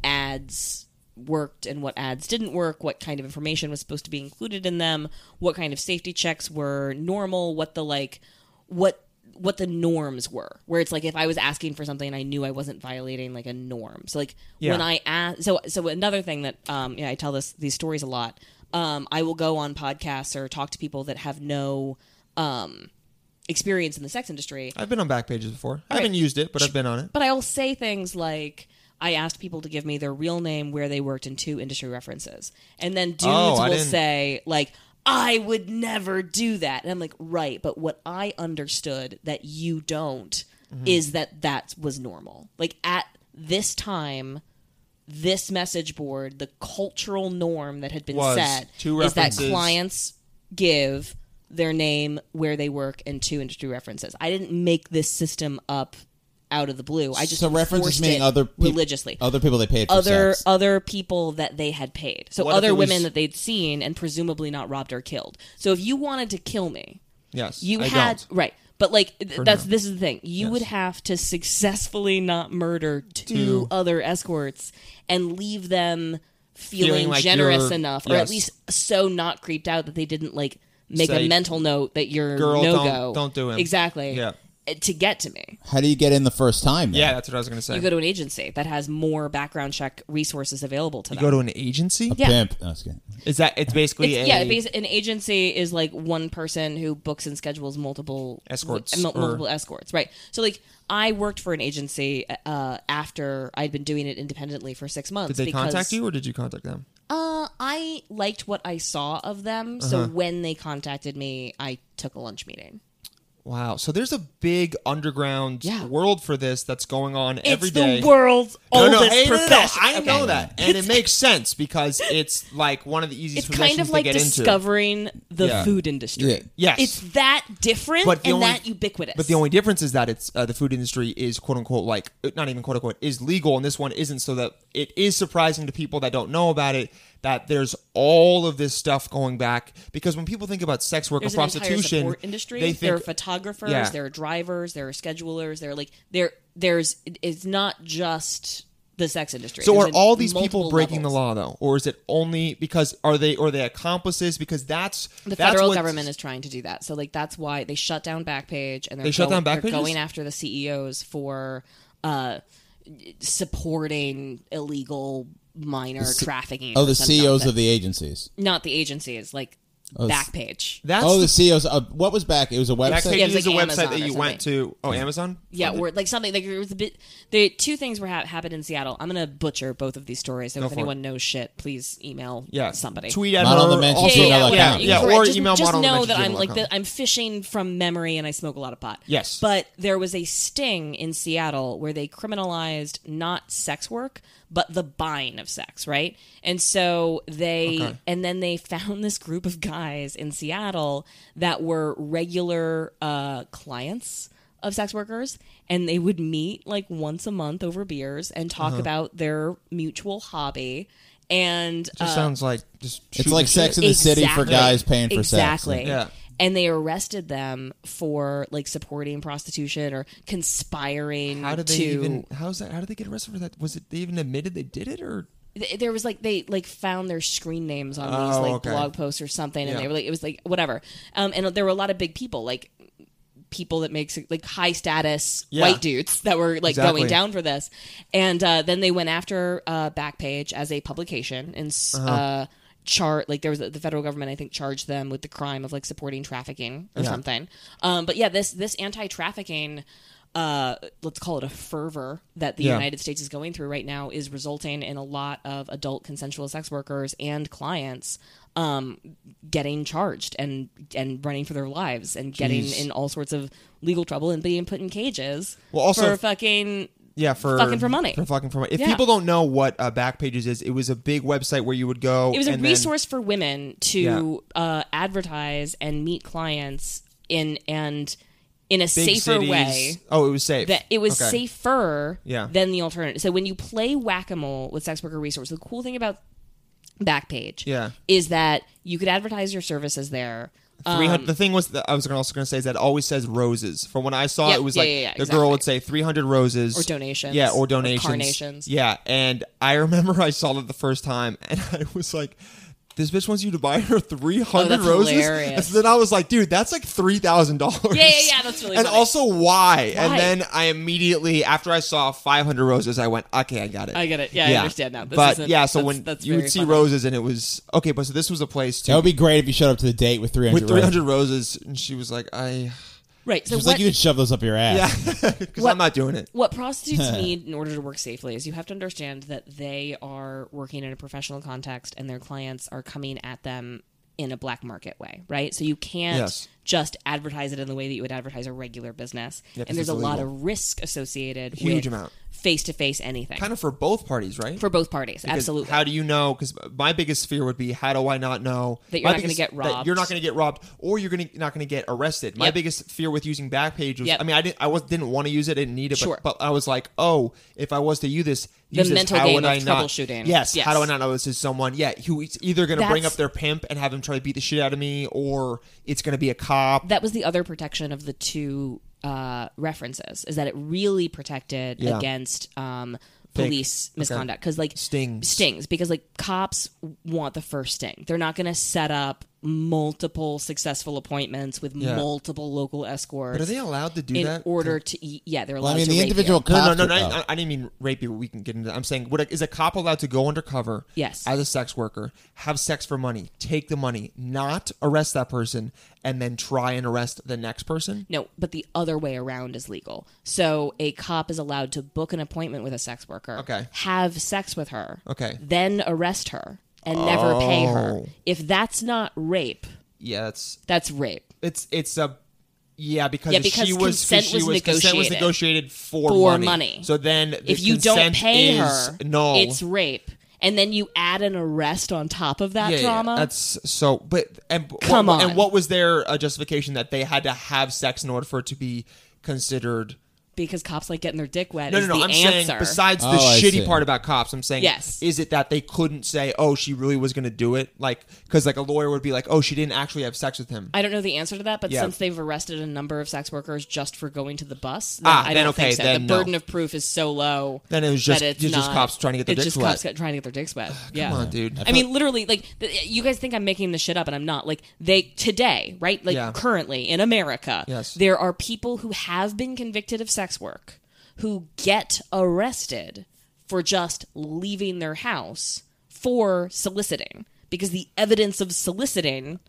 [SPEAKER 5] ads worked and what ads didn't work, what kind of information was supposed to be included in them, what kind of safety checks were normal, what the like what what the norms were where it's like if i was asking for something i knew i wasn't violating like a norm so like
[SPEAKER 3] Yeah.
[SPEAKER 5] when i ask so so another thing that um yeah i tell this these stories a lot um i will go on podcasts or talk to people that have no um experience in the sex industry
[SPEAKER 3] i've been on back pages before i haven't
[SPEAKER 5] Right.
[SPEAKER 3] used it but i've been on it
[SPEAKER 5] but i'll say things like i asked people to give me their real name where they worked and two industry references and then dudes
[SPEAKER 3] Oh, I
[SPEAKER 5] will
[SPEAKER 3] didn't-
[SPEAKER 5] say like i would never do that and i'm like right but what i understood that you don't
[SPEAKER 3] Mm-hmm.
[SPEAKER 5] is that that was normal like at this time this message board the cultural norm that had been
[SPEAKER 3] Was
[SPEAKER 5] set
[SPEAKER 3] two
[SPEAKER 5] is that
[SPEAKER 3] references.
[SPEAKER 5] clients give their name where they work and two industry references i didn't make this system up out of the blue i just
[SPEAKER 4] so references
[SPEAKER 5] enforced
[SPEAKER 4] meaning
[SPEAKER 5] it
[SPEAKER 4] other peop-
[SPEAKER 5] religiously
[SPEAKER 4] other people they paid for
[SPEAKER 5] other
[SPEAKER 4] sex.
[SPEAKER 5] other people that they had paid. So
[SPEAKER 4] What if it
[SPEAKER 5] other
[SPEAKER 4] was-
[SPEAKER 5] women that they'd seen and presumably not robbed or killed. So if you wanted to kill me,
[SPEAKER 3] yes
[SPEAKER 5] you
[SPEAKER 3] I
[SPEAKER 5] had
[SPEAKER 3] don't.
[SPEAKER 5] right. But like th- that's this is the thing. You
[SPEAKER 3] Yes.
[SPEAKER 5] would have to successfully not murder two,
[SPEAKER 3] Two.
[SPEAKER 5] other escorts and leave them feeling,
[SPEAKER 3] Feeling like
[SPEAKER 5] generous
[SPEAKER 3] you're-
[SPEAKER 5] enough or
[SPEAKER 3] yes.
[SPEAKER 5] at least so not creeped out that they didn't like make
[SPEAKER 3] Say,
[SPEAKER 5] a mental note that you're
[SPEAKER 3] "Girl,
[SPEAKER 5] no
[SPEAKER 3] don't-
[SPEAKER 5] go.
[SPEAKER 3] don't do him."
[SPEAKER 5] Exactly.
[SPEAKER 3] Yeah.
[SPEAKER 5] eh, To get to me.
[SPEAKER 4] How do you get in the first time? Then?
[SPEAKER 3] yeah that's what i was gonna say
[SPEAKER 5] You go to an agency that has more background check resources available to them.
[SPEAKER 3] an agency
[SPEAKER 5] Yeah.
[SPEAKER 4] Pimp. No, it's good.
[SPEAKER 3] is that it's basically a,
[SPEAKER 5] It's- yeah, basi- an agency is like one person who books and schedules multiple
[SPEAKER 3] Escorts
[SPEAKER 5] mul-
[SPEAKER 3] or-
[SPEAKER 5] multiple escorts, right? So like, I worked for an agency uh, after I'd been doing it independently for six
[SPEAKER 3] did
[SPEAKER 5] months.
[SPEAKER 3] they
[SPEAKER 5] because,
[SPEAKER 3] contact you or did you contact them
[SPEAKER 5] Uh, I liked what I saw of them,
[SPEAKER 3] Uh-huh.
[SPEAKER 5] so when they contacted me, I took a lunch meeting.
[SPEAKER 3] wow so there's a big underground
[SPEAKER 5] Yeah.
[SPEAKER 3] world for this that's going on every
[SPEAKER 5] it's
[SPEAKER 3] day
[SPEAKER 5] the world's
[SPEAKER 3] No, no,
[SPEAKER 5] oldest
[SPEAKER 3] hey, no, no, no,
[SPEAKER 5] profession.
[SPEAKER 3] I
[SPEAKER 5] Okay.
[SPEAKER 3] know that, and it makes sense because it's like one of the easiest.
[SPEAKER 5] It's kind
[SPEAKER 3] professions
[SPEAKER 5] of
[SPEAKER 3] to
[SPEAKER 5] like
[SPEAKER 3] get into.
[SPEAKER 5] discovering the
[SPEAKER 3] Yeah.
[SPEAKER 5] food industry.
[SPEAKER 4] Yeah.
[SPEAKER 3] Yes.
[SPEAKER 5] it's that different
[SPEAKER 3] But the
[SPEAKER 5] and
[SPEAKER 3] only-
[SPEAKER 5] that ubiquitous.
[SPEAKER 3] But the only difference is that it's uh, the food industry is quote unquote like uh, not even quote unquote is legal, and this one isn't. So that it is surprising to people that don't know about it that there's all of this stuff going back. Because when people think about sex work
[SPEAKER 5] there's
[SPEAKER 3] or
[SPEAKER 5] an entire
[SPEAKER 3] prostitution,
[SPEAKER 5] support industry.
[SPEAKER 3] they
[SPEAKER 5] there are
[SPEAKER 3] think
[SPEAKER 5] photographers,
[SPEAKER 3] Yeah.
[SPEAKER 5] there are drivers, there are schedulers, there are like there there's it- it's not just the sex industry.
[SPEAKER 3] So
[SPEAKER 5] There's
[SPEAKER 3] are
[SPEAKER 5] a-
[SPEAKER 3] all these people
[SPEAKER 5] multiple
[SPEAKER 3] breaking
[SPEAKER 5] levels.
[SPEAKER 3] the law though, or is it only because are they or they accomplices? Because that's
[SPEAKER 5] The
[SPEAKER 3] that's
[SPEAKER 5] federal
[SPEAKER 3] what-
[SPEAKER 5] government is trying to do that. So like that's why they shut down Backpage and they're
[SPEAKER 3] They shut
[SPEAKER 5] going,
[SPEAKER 3] down
[SPEAKER 5] they're
[SPEAKER 3] Backpages?
[SPEAKER 5] going after the CEOs for uh supporting illegal minor trafficking.
[SPEAKER 4] Oh,
[SPEAKER 5] or
[SPEAKER 4] the
[SPEAKER 5] some
[SPEAKER 3] E
[SPEAKER 4] CEOs
[SPEAKER 5] nonsense.
[SPEAKER 4] of the agencies.
[SPEAKER 5] not the agencies, like
[SPEAKER 3] Oh,
[SPEAKER 4] it's-
[SPEAKER 5] Backpage.
[SPEAKER 3] That's
[SPEAKER 4] oh, the
[SPEAKER 3] the,
[SPEAKER 4] CEOs. Uh, what was back? It was a
[SPEAKER 3] that
[SPEAKER 4] website.
[SPEAKER 5] Yeah, it
[SPEAKER 3] page
[SPEAKER 5] was
[SPEAKER 3] is
[SPEAKER 5] like
[SPEAKER 3] a
[SPEAKER 5] Amazon
[SPEAKER 3] website that
[SPEAKER 5] or
[SPEAKER 3] you went to. Oh, Amazon.
[SPEAKER 5] Yeah, or like something like it was a bit. The two things were ha- happened in Seattle. I'm gonna butcher both of these stories. So if
[SPEAKER 3] for it.
[SPEAKER 5] anyone knows shit, please email
[SPEAKER 3] Yeah,
[SPEAKER 5] somebody.
[SPEAKER 3] Tweet at
[SPEAKER 4] Model
[SPEAKER 3] her.
[SPEAKER 4] Dimensions
[SPEAKER 3] Also,
[SPEAKER 4] at
[SPEAKER 5] yeah,
[SPEAKER 4] gmail.com.
[SPEAKER 5] yeah,
[SPEAKER 3] yeah,
[SPEAKER 5] yeah,
[SPEAKER 3] yeah,
[SPEAKER 5] correct.
[SPEAKER 3] or
[SPEAKER 5] just,
[SPEAKER 3] email
[SPEAKER 5] Just
[SPEAKER 3] model
[SPEAKER 5] know
[SPEAKER 3] dimensions
[SPEAKER 5] that
[SPEAKER 3] at
[SPEAKER 5] I'm like
[SPEAKER 3] gmail.com.
[SPEAKER 5] that. I'm fishing from memory, and I smoke a lot of pot.
[SPEAKER 3] Yes.
[SPEAKER 5] but there was a sting in Seattle where they criminalized not sex work, but the buying of sex, right? And so they,
[SPEAKER 3] Okay.
[SPEAKER 5] and then they *laughs* found this group of guys in Seattle that were regular uh, clients of sex workers and they would meet like once a month over beers and talk
[SPEAKER 3] Uh-huh.
[SPEAKER 5] about their mutual hobby and
[SPEAKER 3] Just
[SPEAKER 5] uh,
[SPEAKER 3] sounds like just.
[SPEAKER 4] It's
[SPEAKER 3] shooting
[SPEAKER 4] like
[SPEAKER 3] shit.
[SPEAKER 4] Sex in the City for guys paying for sex.
[SPEAKER 5] exactly.
[SPEAKER 3] Yeah.
[SPEAKER 5] And they arrested them for like supporting prostitution or conspiring
[SPEAKER 3] How did they
[SPEAKER 5] to
[SPEAKER 3] even? How's that? How did they get arrested for that? Was it they even admitted they did it or?
[SPEAKER 5] th- there was like they like found their screen names on these
[SPEAKER 3] Oh,
[SPEAKER 5] like
[SPEAKER 3] okay.
[SPEAKER 5] blog posts or something and
[SPEAKER 3] Yeah.
[SPEAKER 5] they were like it was like whatever um and there were a lot of big people like people that makes like high status
[SPEAKER 3] Yeah.
[SPEAKER 5] white dudes that were like
[SPEAKER 3] Exactly.
[SPEAKER 5] going down for this and uh then they went after uh backpage as a publication and s-
[SPEAKER 3] Uh-huh.
[SPEAKER 5] uh chart like there was the federal government i think charged them with the crime of like supporting trafficking or something um but yeah this this anti-trafficking uh let's call it a fervor that the
[SPEAKER 3] Yeah.
[SPEAKER 5] united United States is going through right now is resulting in a lot of adult consensual sex workers and clients um, getting charged and and running for their lives and getting
[SPEAKER 3] Jeez.
[SPEAKER 5] in all sorts of legal trouble and being put in cages.
[SPEAKER 3] Well, also-
[SPEAKER 5] for fucking
[SPEAKER 3] Yeah, for
[SPEAKER 5] Fucking for money.
[SPEAKER 3] For fucking for money. If
[SPEAKER 5] Yeah.
[SPEAKER 3] people don't know what uh, Backpages is, it was a big website where you would go.
[SPEAKER 5] it was a
[SPEAKER 3] and then-
[SPEAKER 5] resource for women to uh, advertise and meet clients in and in a
[SPEAKER 3] big
[SPEAKER 5] safer
[SPEAKER 3] cities.
[SPEAKER 5] way.
[SPEAKER 3] Oh, it was safe.
[SPEAKER 5] That it was
[SPEAKER 3] Okay.
[SPEAKER 5] safer
[SPEAKER 3] Yeah.
[SPEAKER 5] than the alternative. So when you play whack a mole with sex worker resource, the cool thing about Backpage
[SPEAKER 3] Yeah.
[SPEAKER 5] is that you could advertise your services there. Um,
[SPEAKER 3] 300 the thing was that I was gonna- also going to say is that it always says roses. From when I saw
[SPEAKER 5] Yeah,
[SPEAKER 3] it, it was
[SPEAKER 5] yeah,
[SPEAKER 3] like
[SPEAKER 5] yeah, yeah,
[SPEAKER 3] the girl would
[SPEAKER 5] exactly.
[SPEAKER 3] say 300 roses
[SPEAKER 5] Or donations.
[SPEAKER 3] Yeah,
[SPEAKER 5] Or
[SPEAKER 3] or donations.
[SPEAKER 5] carnations.
[SPEAKER 3] Yeah, and I remember I saw that the first time *laughs* and I was like this bitch wants you to buy her 300
[SPEAKER 5] Oh, that's
[SPEAKER 3] roses. *laughs*
[SPEAKER 5] hilarious.
[SPEAKER 3] And so then I was like, dude, that's like $3,000.
[SPEAKER 5] Yeah, yeah, yeah, that's really
[SPEAKER 3] And
[SPEAKER 5] funny.
[SPEAKER 3] also why?
[SPEAKER 5] Why?
[SPEAKER 3] And then I immediately after I saw 500 roses, I went, "Okay, I got it."
[SPEAKER 5] I get it. Yeah, I understand now. This
[SPEAKER 3] but
[SPEAKER 5] isn't-
[SPEAKER 3] yeah, so
[SPEAKER 5] that's-
[SPEAKER 3] when
[SPEAKER 5] that's
[SPEAKER 3] you would
[SPEAKER 5] very
[SPEAKER 3] see
[SPEAKER 5] funny.
[SPEAKER 3] roses and it was okay, but so this was a place
[SPEAKER 4] That
[SPEAKER 3] to
[SPEAKER 4] would be great if you showed up to the date with 300
[SPEAKER 3] with
[SPEAKER 4] roses.
[SPEAKER 3] 300 roses and she was like, "I
[SPEAKER 5] right. So
[SPEAKER 4] It's
[SPEAKER 5] what,
[SPEAKER 4] like you could shove those up your ass.
[SPEAKER 3] Because
[SPEAKER 5] What-
[SPEAKER 3] I'm not doing it.
[SPEAKER 5] what
[SPEAKER 3] *laughs*
[SPEAKER 5] prostitutes need in order to work safely is you have to understand that they are working in a professional context and their clients are coming at them in a black market way, right? So you can't
[SPEAKER 3] Yes.
[SPEAKER 5] just advertise it in the way that you would advertise a regular business.
[SPEAKER 3] 'cause
[SPEAKER 5] and there's
[SPEAKER 3] it's
[SPEAKER 5] a lot
[SPEAKER 3] illegal.
[SPEAKER 5] of risk associated
[SPEAKER 3] Huge
[SPEAKER 5] with
[SPEAKER 3] amount.
[SPEAKER 5] face to face anything.
[SPEAKER 3] Kind of for both parties, right?
[SPEAKER 5] for both parties,
[SPEAKER 3] 'Cause
[SPEAKER 5] absolutely.
[SPEAKER 3] How do you know? Because my biggest fear would be, how do I not know
[SPEAKER 5] That you're
[SPEAKER 3] my
[SPEAKER 5] not gonna
[SPEAKER 3] biggest-
[SPEAKER 5] get
[SPEAKER 3] that
[SPEAKER 5] robbed.
[SPEAKER 3] You're not going to get robbed, or you're going to not going to get arrested. My
[SPEAKER 5] Yep.
[SPEAKER 3] biggest fear with using Backpage was,
[SPEAKER 5] Yep.
[SPEAKER 3] I mean, I didn't, I was didn't want to use it, didn't need it,
[SPEAKER 5] Sure.
[SPEAKER 3] but, but I was like, oh, if I was to use this, use this,
[SPEAKER 5] mental
[SPEAKER 3] how
[SPEAKER 5] game
[SPEAKER 3] would
[SPEAKER 5] of
[SPEAKER 3] I not?
[SPEAKER 5] troubleshooting.
[SPEAKER 3] Yes,
[SPEAKER 5] Yes.
[SPEAKER 3] How do I not know this is someone? Yeah, who is either going to bring
[SPEAKER 5] That's-
[SPEAKER 3] up their pimp and have him try to beat the shit out of me, or it's going to be a cop.
[SPEAKER 5] that was the other protection of the two uh, references is that it really protected
[SPEAKER 3] Yeah.
[SPEAKER 5] against um, police misconduct because like
[SPEAKER 3] Stings.
[SPEAKER 5] stings because like cops want the first sting they're not going to set up multiple successful appointments with
[SPEAKER 3] Yeah.
[SPEAKER 5] multiple local escorts
[SPEAKER 3] but are they allowed to do
[SPEAKER 5] in
[SPEAKER 3] that?
[SPEAKER 5] order to eat yeah they're
[SPEAKER 4] Well,
[SPEAKER 5] allowed
[SPEAKER 4] I mean,
[SPEAKER 5] to
[SPEAKER 4] the
[SPEAKER 5] rape
[SPEAKER 4] individual
[SPEAKER 5] you.
[SPEAKER 3] No,
[SPEAKER 4] cops
[SPEAKER 3] no, no,
[SPEAKER 4] would-
[SPEAKER 3] no.
[SPEAKER 4] oh.
[SPEAKER 3] I, I didn't mean rape you. We can get into. that. I'm saying, what is a cop allowed to go undercover?
[SPEAKER 5] Yes.
[SPEAKER 3] As a sex worker, have sex for money, take the money, not arrest that person, and then try and arrest the next person.
[SPEAKER 5] No, but the other way around is legal. So a cop is allowed to book an appointment with a sex worker,
[SPEAKER 3] Okay.
[SPEAKER 5] have sex with her,
[SPEAKER 3] Okay. Oh.
[SPEAKER 5] then arrest her and never pay her. If that's not rape,
[SPEAKER 3] Yeah, it's
[SPEAKER 5] that's rape
[SPEAKER 3] it's it's a yeah because,
[SPEAKER 5] Yeah,
[SPEAKER 3] if
[SPEAKER 5] because
[SPEAKER 3] she was
[SPEAKER 5] consent
[SPEAKER 3] she
[SPEAKER 5] was
[SPEAKER 3] consent was
[SPEAKER 5] negotiated.
[SPEAKER 3] negotiated for
[SPEAKER 5] For
[SPEAKER 3] money.
[SPEAKER 5] money.
[SPEAKER 3] So then, the
[SPEAKER 5] if you don't
[SPEAKER 3] consent is
[SPEAKER 5] pay her,
[SPEAKER 3] null.
[SPEAKER 5] it's rape. And then you add an arrest on top of that
[SPEAKER 3] Yeah, yeah,
[SPEAKER 5] drama.
[SPEAKER 3] that's so. But and what-
[SPEAKER 5] Come on.
[SPEAKER 3] And what was their uh, justification that they had to have sex in order for it to be considered?
[SPEAKER 5] because cops like getting their dick wet
[SPEAKER 3] No,
[SPEAKER 5] is
[SPEAKER 3] no, no.
[SPEAKER 5] the
[SPEAKER 3] I'm
[SPEAKER 5] answer.
[SPEAKER 3] saying besides the
[SPEAKER 4] Oh, I
[SPEAKER 3] shitty
[SPEAKER 4] see.
[SPEAKER 3] part about cops, I'm saying
[SPEAKER 5] Yes.
[SPEAKER 3] is it that they couldn't say, oh, she really was going to do it, like because like a lawyer would be like, oh, she didn't actually have sex with him.
[SPEAKER 5] I don't know the answer to that, but
[SPEAKER 3] Yeah.
[SPEAKER 5] since they've arrested a number of sex workers just for going to the bus, then
[SPEAKER 3] Ah,
[SPEAKER 5] I
[SPEAKER 3] then
[SPEAKER 5] don't
[SPEAKER 3] okay,
[SPEAKER 5] think so.
[SPEAKER 3] then
[SPEAKER 5] the
[SPEAKER 3] no.
[SPEAKER 5] burden of proof is so low.
[SPEAKER 3] Then it was just-
[SPEAKER 5] that it's
[SPEAKER 3] it's just
[SPEAKER 5] not-
[SPEAKER 3] cops trying to get their
[SPEAKER 5] it's
[SPEAKER 3] dicks
[SPEAKER 5] just cops
[SPEAKER 3] wet.
[SPEAKER 5] get- trying to get their dicks wet. yeah,
[SPEAKER 3] Come on, dude.
[SPEAKER 5] I mean, literally, like th- you guys think I'm making this shit up, and I'm not. Like they today, right? Like
[SPEAKER 3] Yeah.
[SPEAKER 5] currently in America,
[SPEAKER 3] Yes.
[SPEAKER 5] there are people who have been convicted of sex work who get arrested for just leaving their house for soliciting because the evidence of soliciting is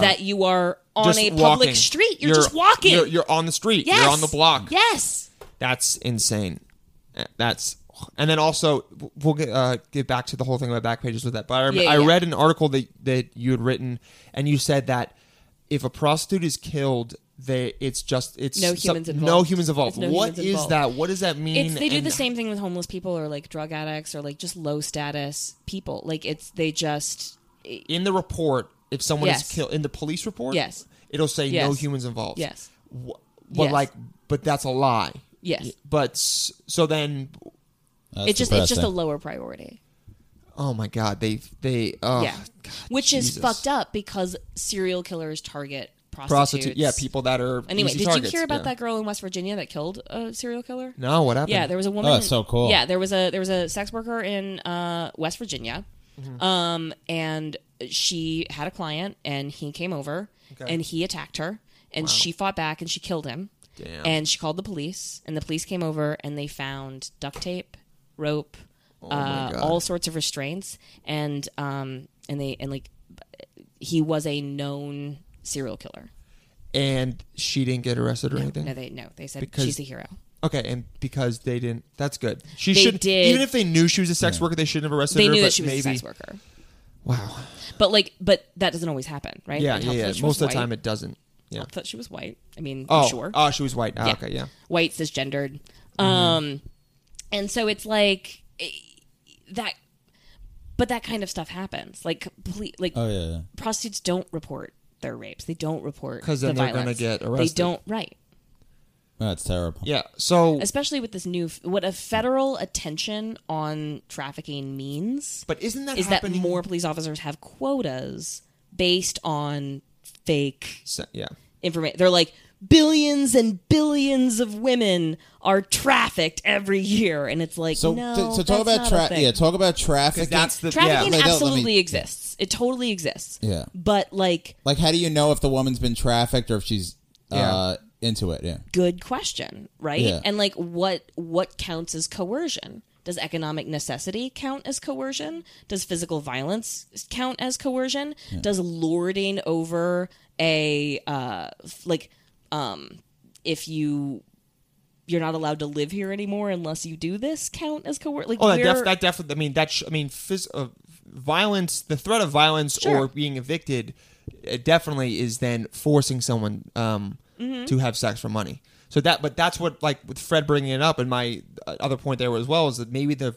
[SPEAKER 5] that you are on
[SPEAKER 3] Ah. Just
[SPEAKER 5] a public
[SPEAKER 3] walking.
[SPEAKER 5] street. You're, just walking.
[SPEAKER 3] You're, you're on the street.
[SPEAKER 5] yes.
[SPEAKER 3] You're on the block.
[SPEAKER 5] Yes.
[SPEAKER 3] That's insane. Uh, That's and then also we'll get uh, get back to the whole thing about back pages with that. But I, rem-
[SPEAKER 5] Yeah,
[SPEAKER 3] I
[SPEAKER 5] yeah.
[SPEAKER 3] read an article that that you had written, and you said that if a prostitute is killed, they it's just it's
[SPEAKER 5] No
[SPEAKER 3] some-
[SPEAKER 5] humans
[SPEAKER 3] No
[SPEAKER 5] involved.
[SPEAKER 3] humans involved.
[SPEAKER 5] There's no
[SPEAKER 3] What
[SPEAKER 5] humans
[SPEAKER 3] is
[SPEAKER 5] involved.
[SPEAKER 3] that? What does that mean?
[SPEAKER 5] It's they do
[SPEAKER 3] And
[SPEAKER 5] the same thing with homeless people or like drug addicts or like just low status people. Like it's they just
[SPEAKER 3] in the report. If someone
[SPEAKER 5] Yes.
[SPEAKER 3] is killed in the police report,
[SPEAKER 5] Yes.
[SPEAKER 3] it'll say no
[SPEAKER 5] Yes.
[SPEAKER 3] humans involved.
[SPEAKER 5] yes.
[SPEAKER 3] Wh- but
[SPEAKER 5] Yes.
[SPEAKER 3] like, but that's a lie.
[SPEAKER 5] Yes.
[SPEAKER 3] But s- so then,
[SPEAKER 4] That's
[SPEAKER 5] It's just it's just a
[SPEAKER 4] depressing.
[SPEAKER 5] lower priority.
[SPEAKER 3] oh my god, they they oh
[SPEAKER 5] yeah.
[SPEAKER 3] God,
[SPEAKER 5] Which
[SPEAKER 3] Jesus.
[SPEAKER 5] is fucked up because serial killers target prostitutes.
[SPEAKER 3] prostitute. Yeah, people that are
[SPEAKER 5] Anyway,
[SPEAKER 3] easy
[SPEAKER 5] did
[SPEAKER 3] targets.
[SPEAKER 5] you hear about
[SPEAKER 3] yeah.
[SPEAKER 5] that girl in West Virginia that killed a serial killer?
[SPEAKER 3] No, what happened?
[SPEAKER 5] Yeah, there was a woman.
[SPEAKER 4] that's so cool.
[SPEAKER 5] Yeah, there was a there was a sex worker in uh, West Virginia, um, and she had a client, and he came over, and he attacked her, and she fought back, and she killed him.
[SPEAKER 3] Damn.
[SPEAKER 5] And she called the police, and the police came over, and they found duct tape, rope, uh, all sorts of restraints, and um, and they and like he was a known serial killer.
[SPEAKER 3] and she didn't get arrested or anything.
[SPEAKER 5] No, they no, they said
[SPEAKER 3] Because-
[SPEAKER 5] she's a hero.
[SPEAKER 3] okay, and because they didn't, that's good. She
[SPEAKER 5] They
[SPEAKER 3] should
[SPEAKER 5] did-
[SPEAKER 3] even if they knew she was a sex worker, they shouldn't have arrested
[SPEAKER 5] They
[SPEAKER 3] her.
[SPEAKER 5] knew
[SPEAKER 3] but
[SPEAKER 5] that she was
[SPEAKER 3] maybe,
[SPEAKER 5] a sex worker.
[SPEAKER 3] Wow.
[SPEAKER 5] But like, but that doesn't always happen, right?
[SPEAKER 3] Yeah,
[SPEAKER 5] It
[SPEAKER 3] yeah,
[SPEAKER 5] helps
[SPEAKER 3] yeah.
[SPEAKER 5] that she was
[SPEAKER 3] Most of the
[SPEAKER 5] white.
[SPEAKER 3] time, it doesn't. Yeah.
[SPEAKER 5] thought she was white. I mean,
[SPEAKER 3] Oh, Mm-hmm.
[SPEAKER 5] sure,
[SPEAKER 3] oh, she was white. Ah, Okay, yeah.
[SPEAKER 5] white cisgendered. Um, and so it's like eh, that, but that kind of stuff happens. Like, complete, like
[SPEAKER 4] Oh, yeah, yeah.
[SPEAKER 5] prostitutes don't report their rapes. They don't report
[SPEAKER 3] 'Cause
[SPEAKER 5] the
[SPEAKER 3] then they're gonna
[SPEAKER 5] violence.
[SPEAKER 3] get arrested.
[SPEAKER 5] They don't right.
[SPEAKER 4] That's terrible.
[SPEAKER 3] Yeah. So,
[SPEAKER 5] especially with this new what a federal attention on trafficking means
[SPEAKER 3] but isn't that
[SPEAKER 5] is that
[SPEAKER 3] happening?
[SPEAKER 5] more police officers have quotas based on fake
[SPEAKER 3] So- yeah.
[SPEAKER 5] information. They're like billions and billions of women are trafficked every year, and it's like
[SPEAKER 4] So,
[SPEAKER 5] no.
[SPEAKER 4] t- so talk
[SPEAKER 5] that's
[SPEAKER 4] about
[SPEAKER 5] not a
[SPEAKER 4] tra-
[SPEAKER 5] thing.
[SPEAKER 4] yeah, talk about trafficking.
[SPEAKER 3] That's the yeah.
[SPEAKER 5] trafficking
[SPEAKER 4] like, let me-
[SPEAKER 5] absolutely exists. It totally exists.
[SPEAKER 4] Yeah.
[SPEAKER 5] but like
[SPEAKER 4] like, how do you know if the woman's been trafficked or if she's uh, into it? Yeah.
[SPEAKER 5] good question, right?
[SPEAKER 4] Yeah.
[SPEAKER 5] And like what what counts as coercion? Does economic necessity count as coercion? Does physical violence count as coercion? Does lording over a uh f- like um if you you're not allowed to live here anymore unless you do this count as coercion? Like
[SPEAKER 3] Oh, that,
[SPEAKER 5] we're-
[SPEAKER 3] def- that definitely. I mean, that. Sh- I mean, phys- uh, violence. The threat of violence
[SPEAKER 5] Sure.
[SPEAKER 3] or being evicted, it definitely is then forcing someone um,
[SPEAKER 5] Mm-hmm.
[SPEAKER 3] to have sex for money. So that, but that's what like with Fred bringing it up, and my uh, other point there as well is that maybe the,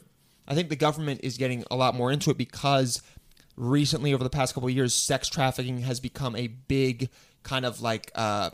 [SPEAKER 3] I think the government is getting a lot more into it because recently over the past couple of years, sex trafficking has become a big kind of like. Uh,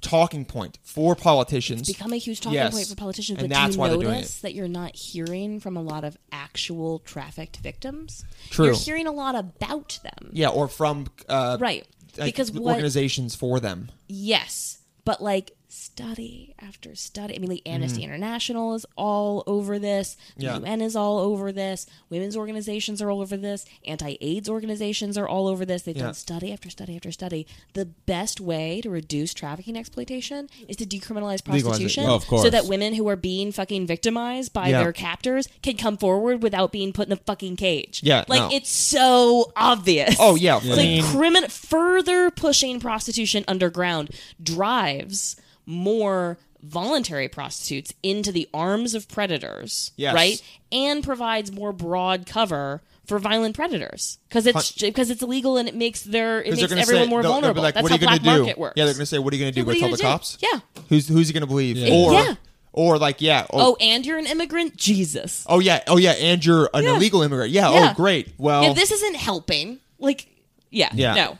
[SPEAKER 3] talking point for politicians
[SPEAKER 5] become a huge talking
[SPEAKER 3] Yes.
[SPEAKER 5] point for politicians.
[SPEAKER 3] and
[SPEAKER 5] but
[SPEAKER 3] that's
[SPEAKER 5] do
[SPEAKER 3] why
[SPEAKER 5] you
[SPEAKER 3] they're doing it.
[SPEAKER 5] notice that you're not hearing from a lot of actual trafficked victims?
[SPEAKER 3] True.
[SPEAKER 5] You're hearing a lot about them.
[SPEAKER 3] Yeah, or from uh,
[SPEAKER 5] Right.
[SPEAKER 3] like,
[SPEAKER 5] Because what-
[SPEAKER 3] organizations for them.
[SPEAKER 5] Yes. But like study after study. I mean, like Amnesty International is all over this. The
[SPEAKER 3] Mm-hmm. Yeah.
[SPEAKER 5] UN is all over this. Women's organizations are all over this. Anti AIDS organizations are all over this. They've
[SPEAKER 3] Yeah.
[SPEAKER 5] done study after study after study. The best way to reduce trafficking exploitation is to decriminalize
[SPEAKER 3] Legalize it,
[SPEAKER 5] prostitution.
[SPEAKER 4] yeah. Oh, of course.
[SPEAKER 5] So that women who are being fucking victimized by
[SPEAKER 3] Yeah.
[SPEAKER 5] their captors can come forward without being put in a fucking cage.
[SPEAKER 3] Yeah,
[SPEAKER 5] Like
[SPEAKER 3] no.
[SPEAKER 5] it's so obvious.
[SPEAKER 3] Oh yeah, I
[SPEAKER 5] It's
[SPEAKER 3] mean,
[SPEAKER 5] like crimin- further pushing prostitution underground drives more voluntary prostitutes into the arms of predators,
[SPEAKER 3] Yes.
[SPEAKER 5] right? And provides more broad cover for violent predators because it's because it's illegal and it makes their it
[SPEAKER 3] 'cause
[SPEAKER 5] makes
[SPEAKER 3] they're gonna
[SPEAKER 5] everyone
[SPEAKER 3] say-
[SPEAKER 5] more
[SPEAKER 3] they'll- they'll
[SPEAKER 5] vulnerable.
[SPEAKER 3] be like,
[SPEAKER 5] That's
[SPEAKER 3] what
[SPEAKER 5] how
[SPEAKER 3] are you gonna
[SPEAKER 5] black
[SPEAKER 3] do?
[SPEAKER 5] market works.
[SPEAKER 3] Yeah, they're gonna say, what are you gonna do?
[SPEAKER 5] Yeah, what
[SPEAKER 3] go
[SPEAKER 5] are
[SPEAKER 3] tell
[SPEAKER 5] you
[SPEAKER 3] the
[SPEAKER 5] gonna
[SPEAKER 3] cops?
[SPEAKER 5] do? Yeah.
[SPEAKER 3] Who's who's he gonna believe?
[SPEAKER 4] Yeah.
[SPEAKER 3] Or
[SPEAKER 5] Yeah.
[SPEAKER 3] or like yeah.
[SPEAKER 5] oh,
[SPEAKER 3] Oh,
[SPEAKER 5] and you're an immigrant, Jesus.
[SPEAKER 3] oh yeah. Oh yeah. And you're an
[SPEAKER 5] Yeah.
[SPEAKER 3] illegal immigrant. Yeah,
[SPEAKER 5] Yeah.
[SPEAKER 3] Oh great. Well.
[SPEAKER 5] if this isn't helping, like, yeah,
[SPEAKER 3] Yeah.
[SPEAKER 5] no.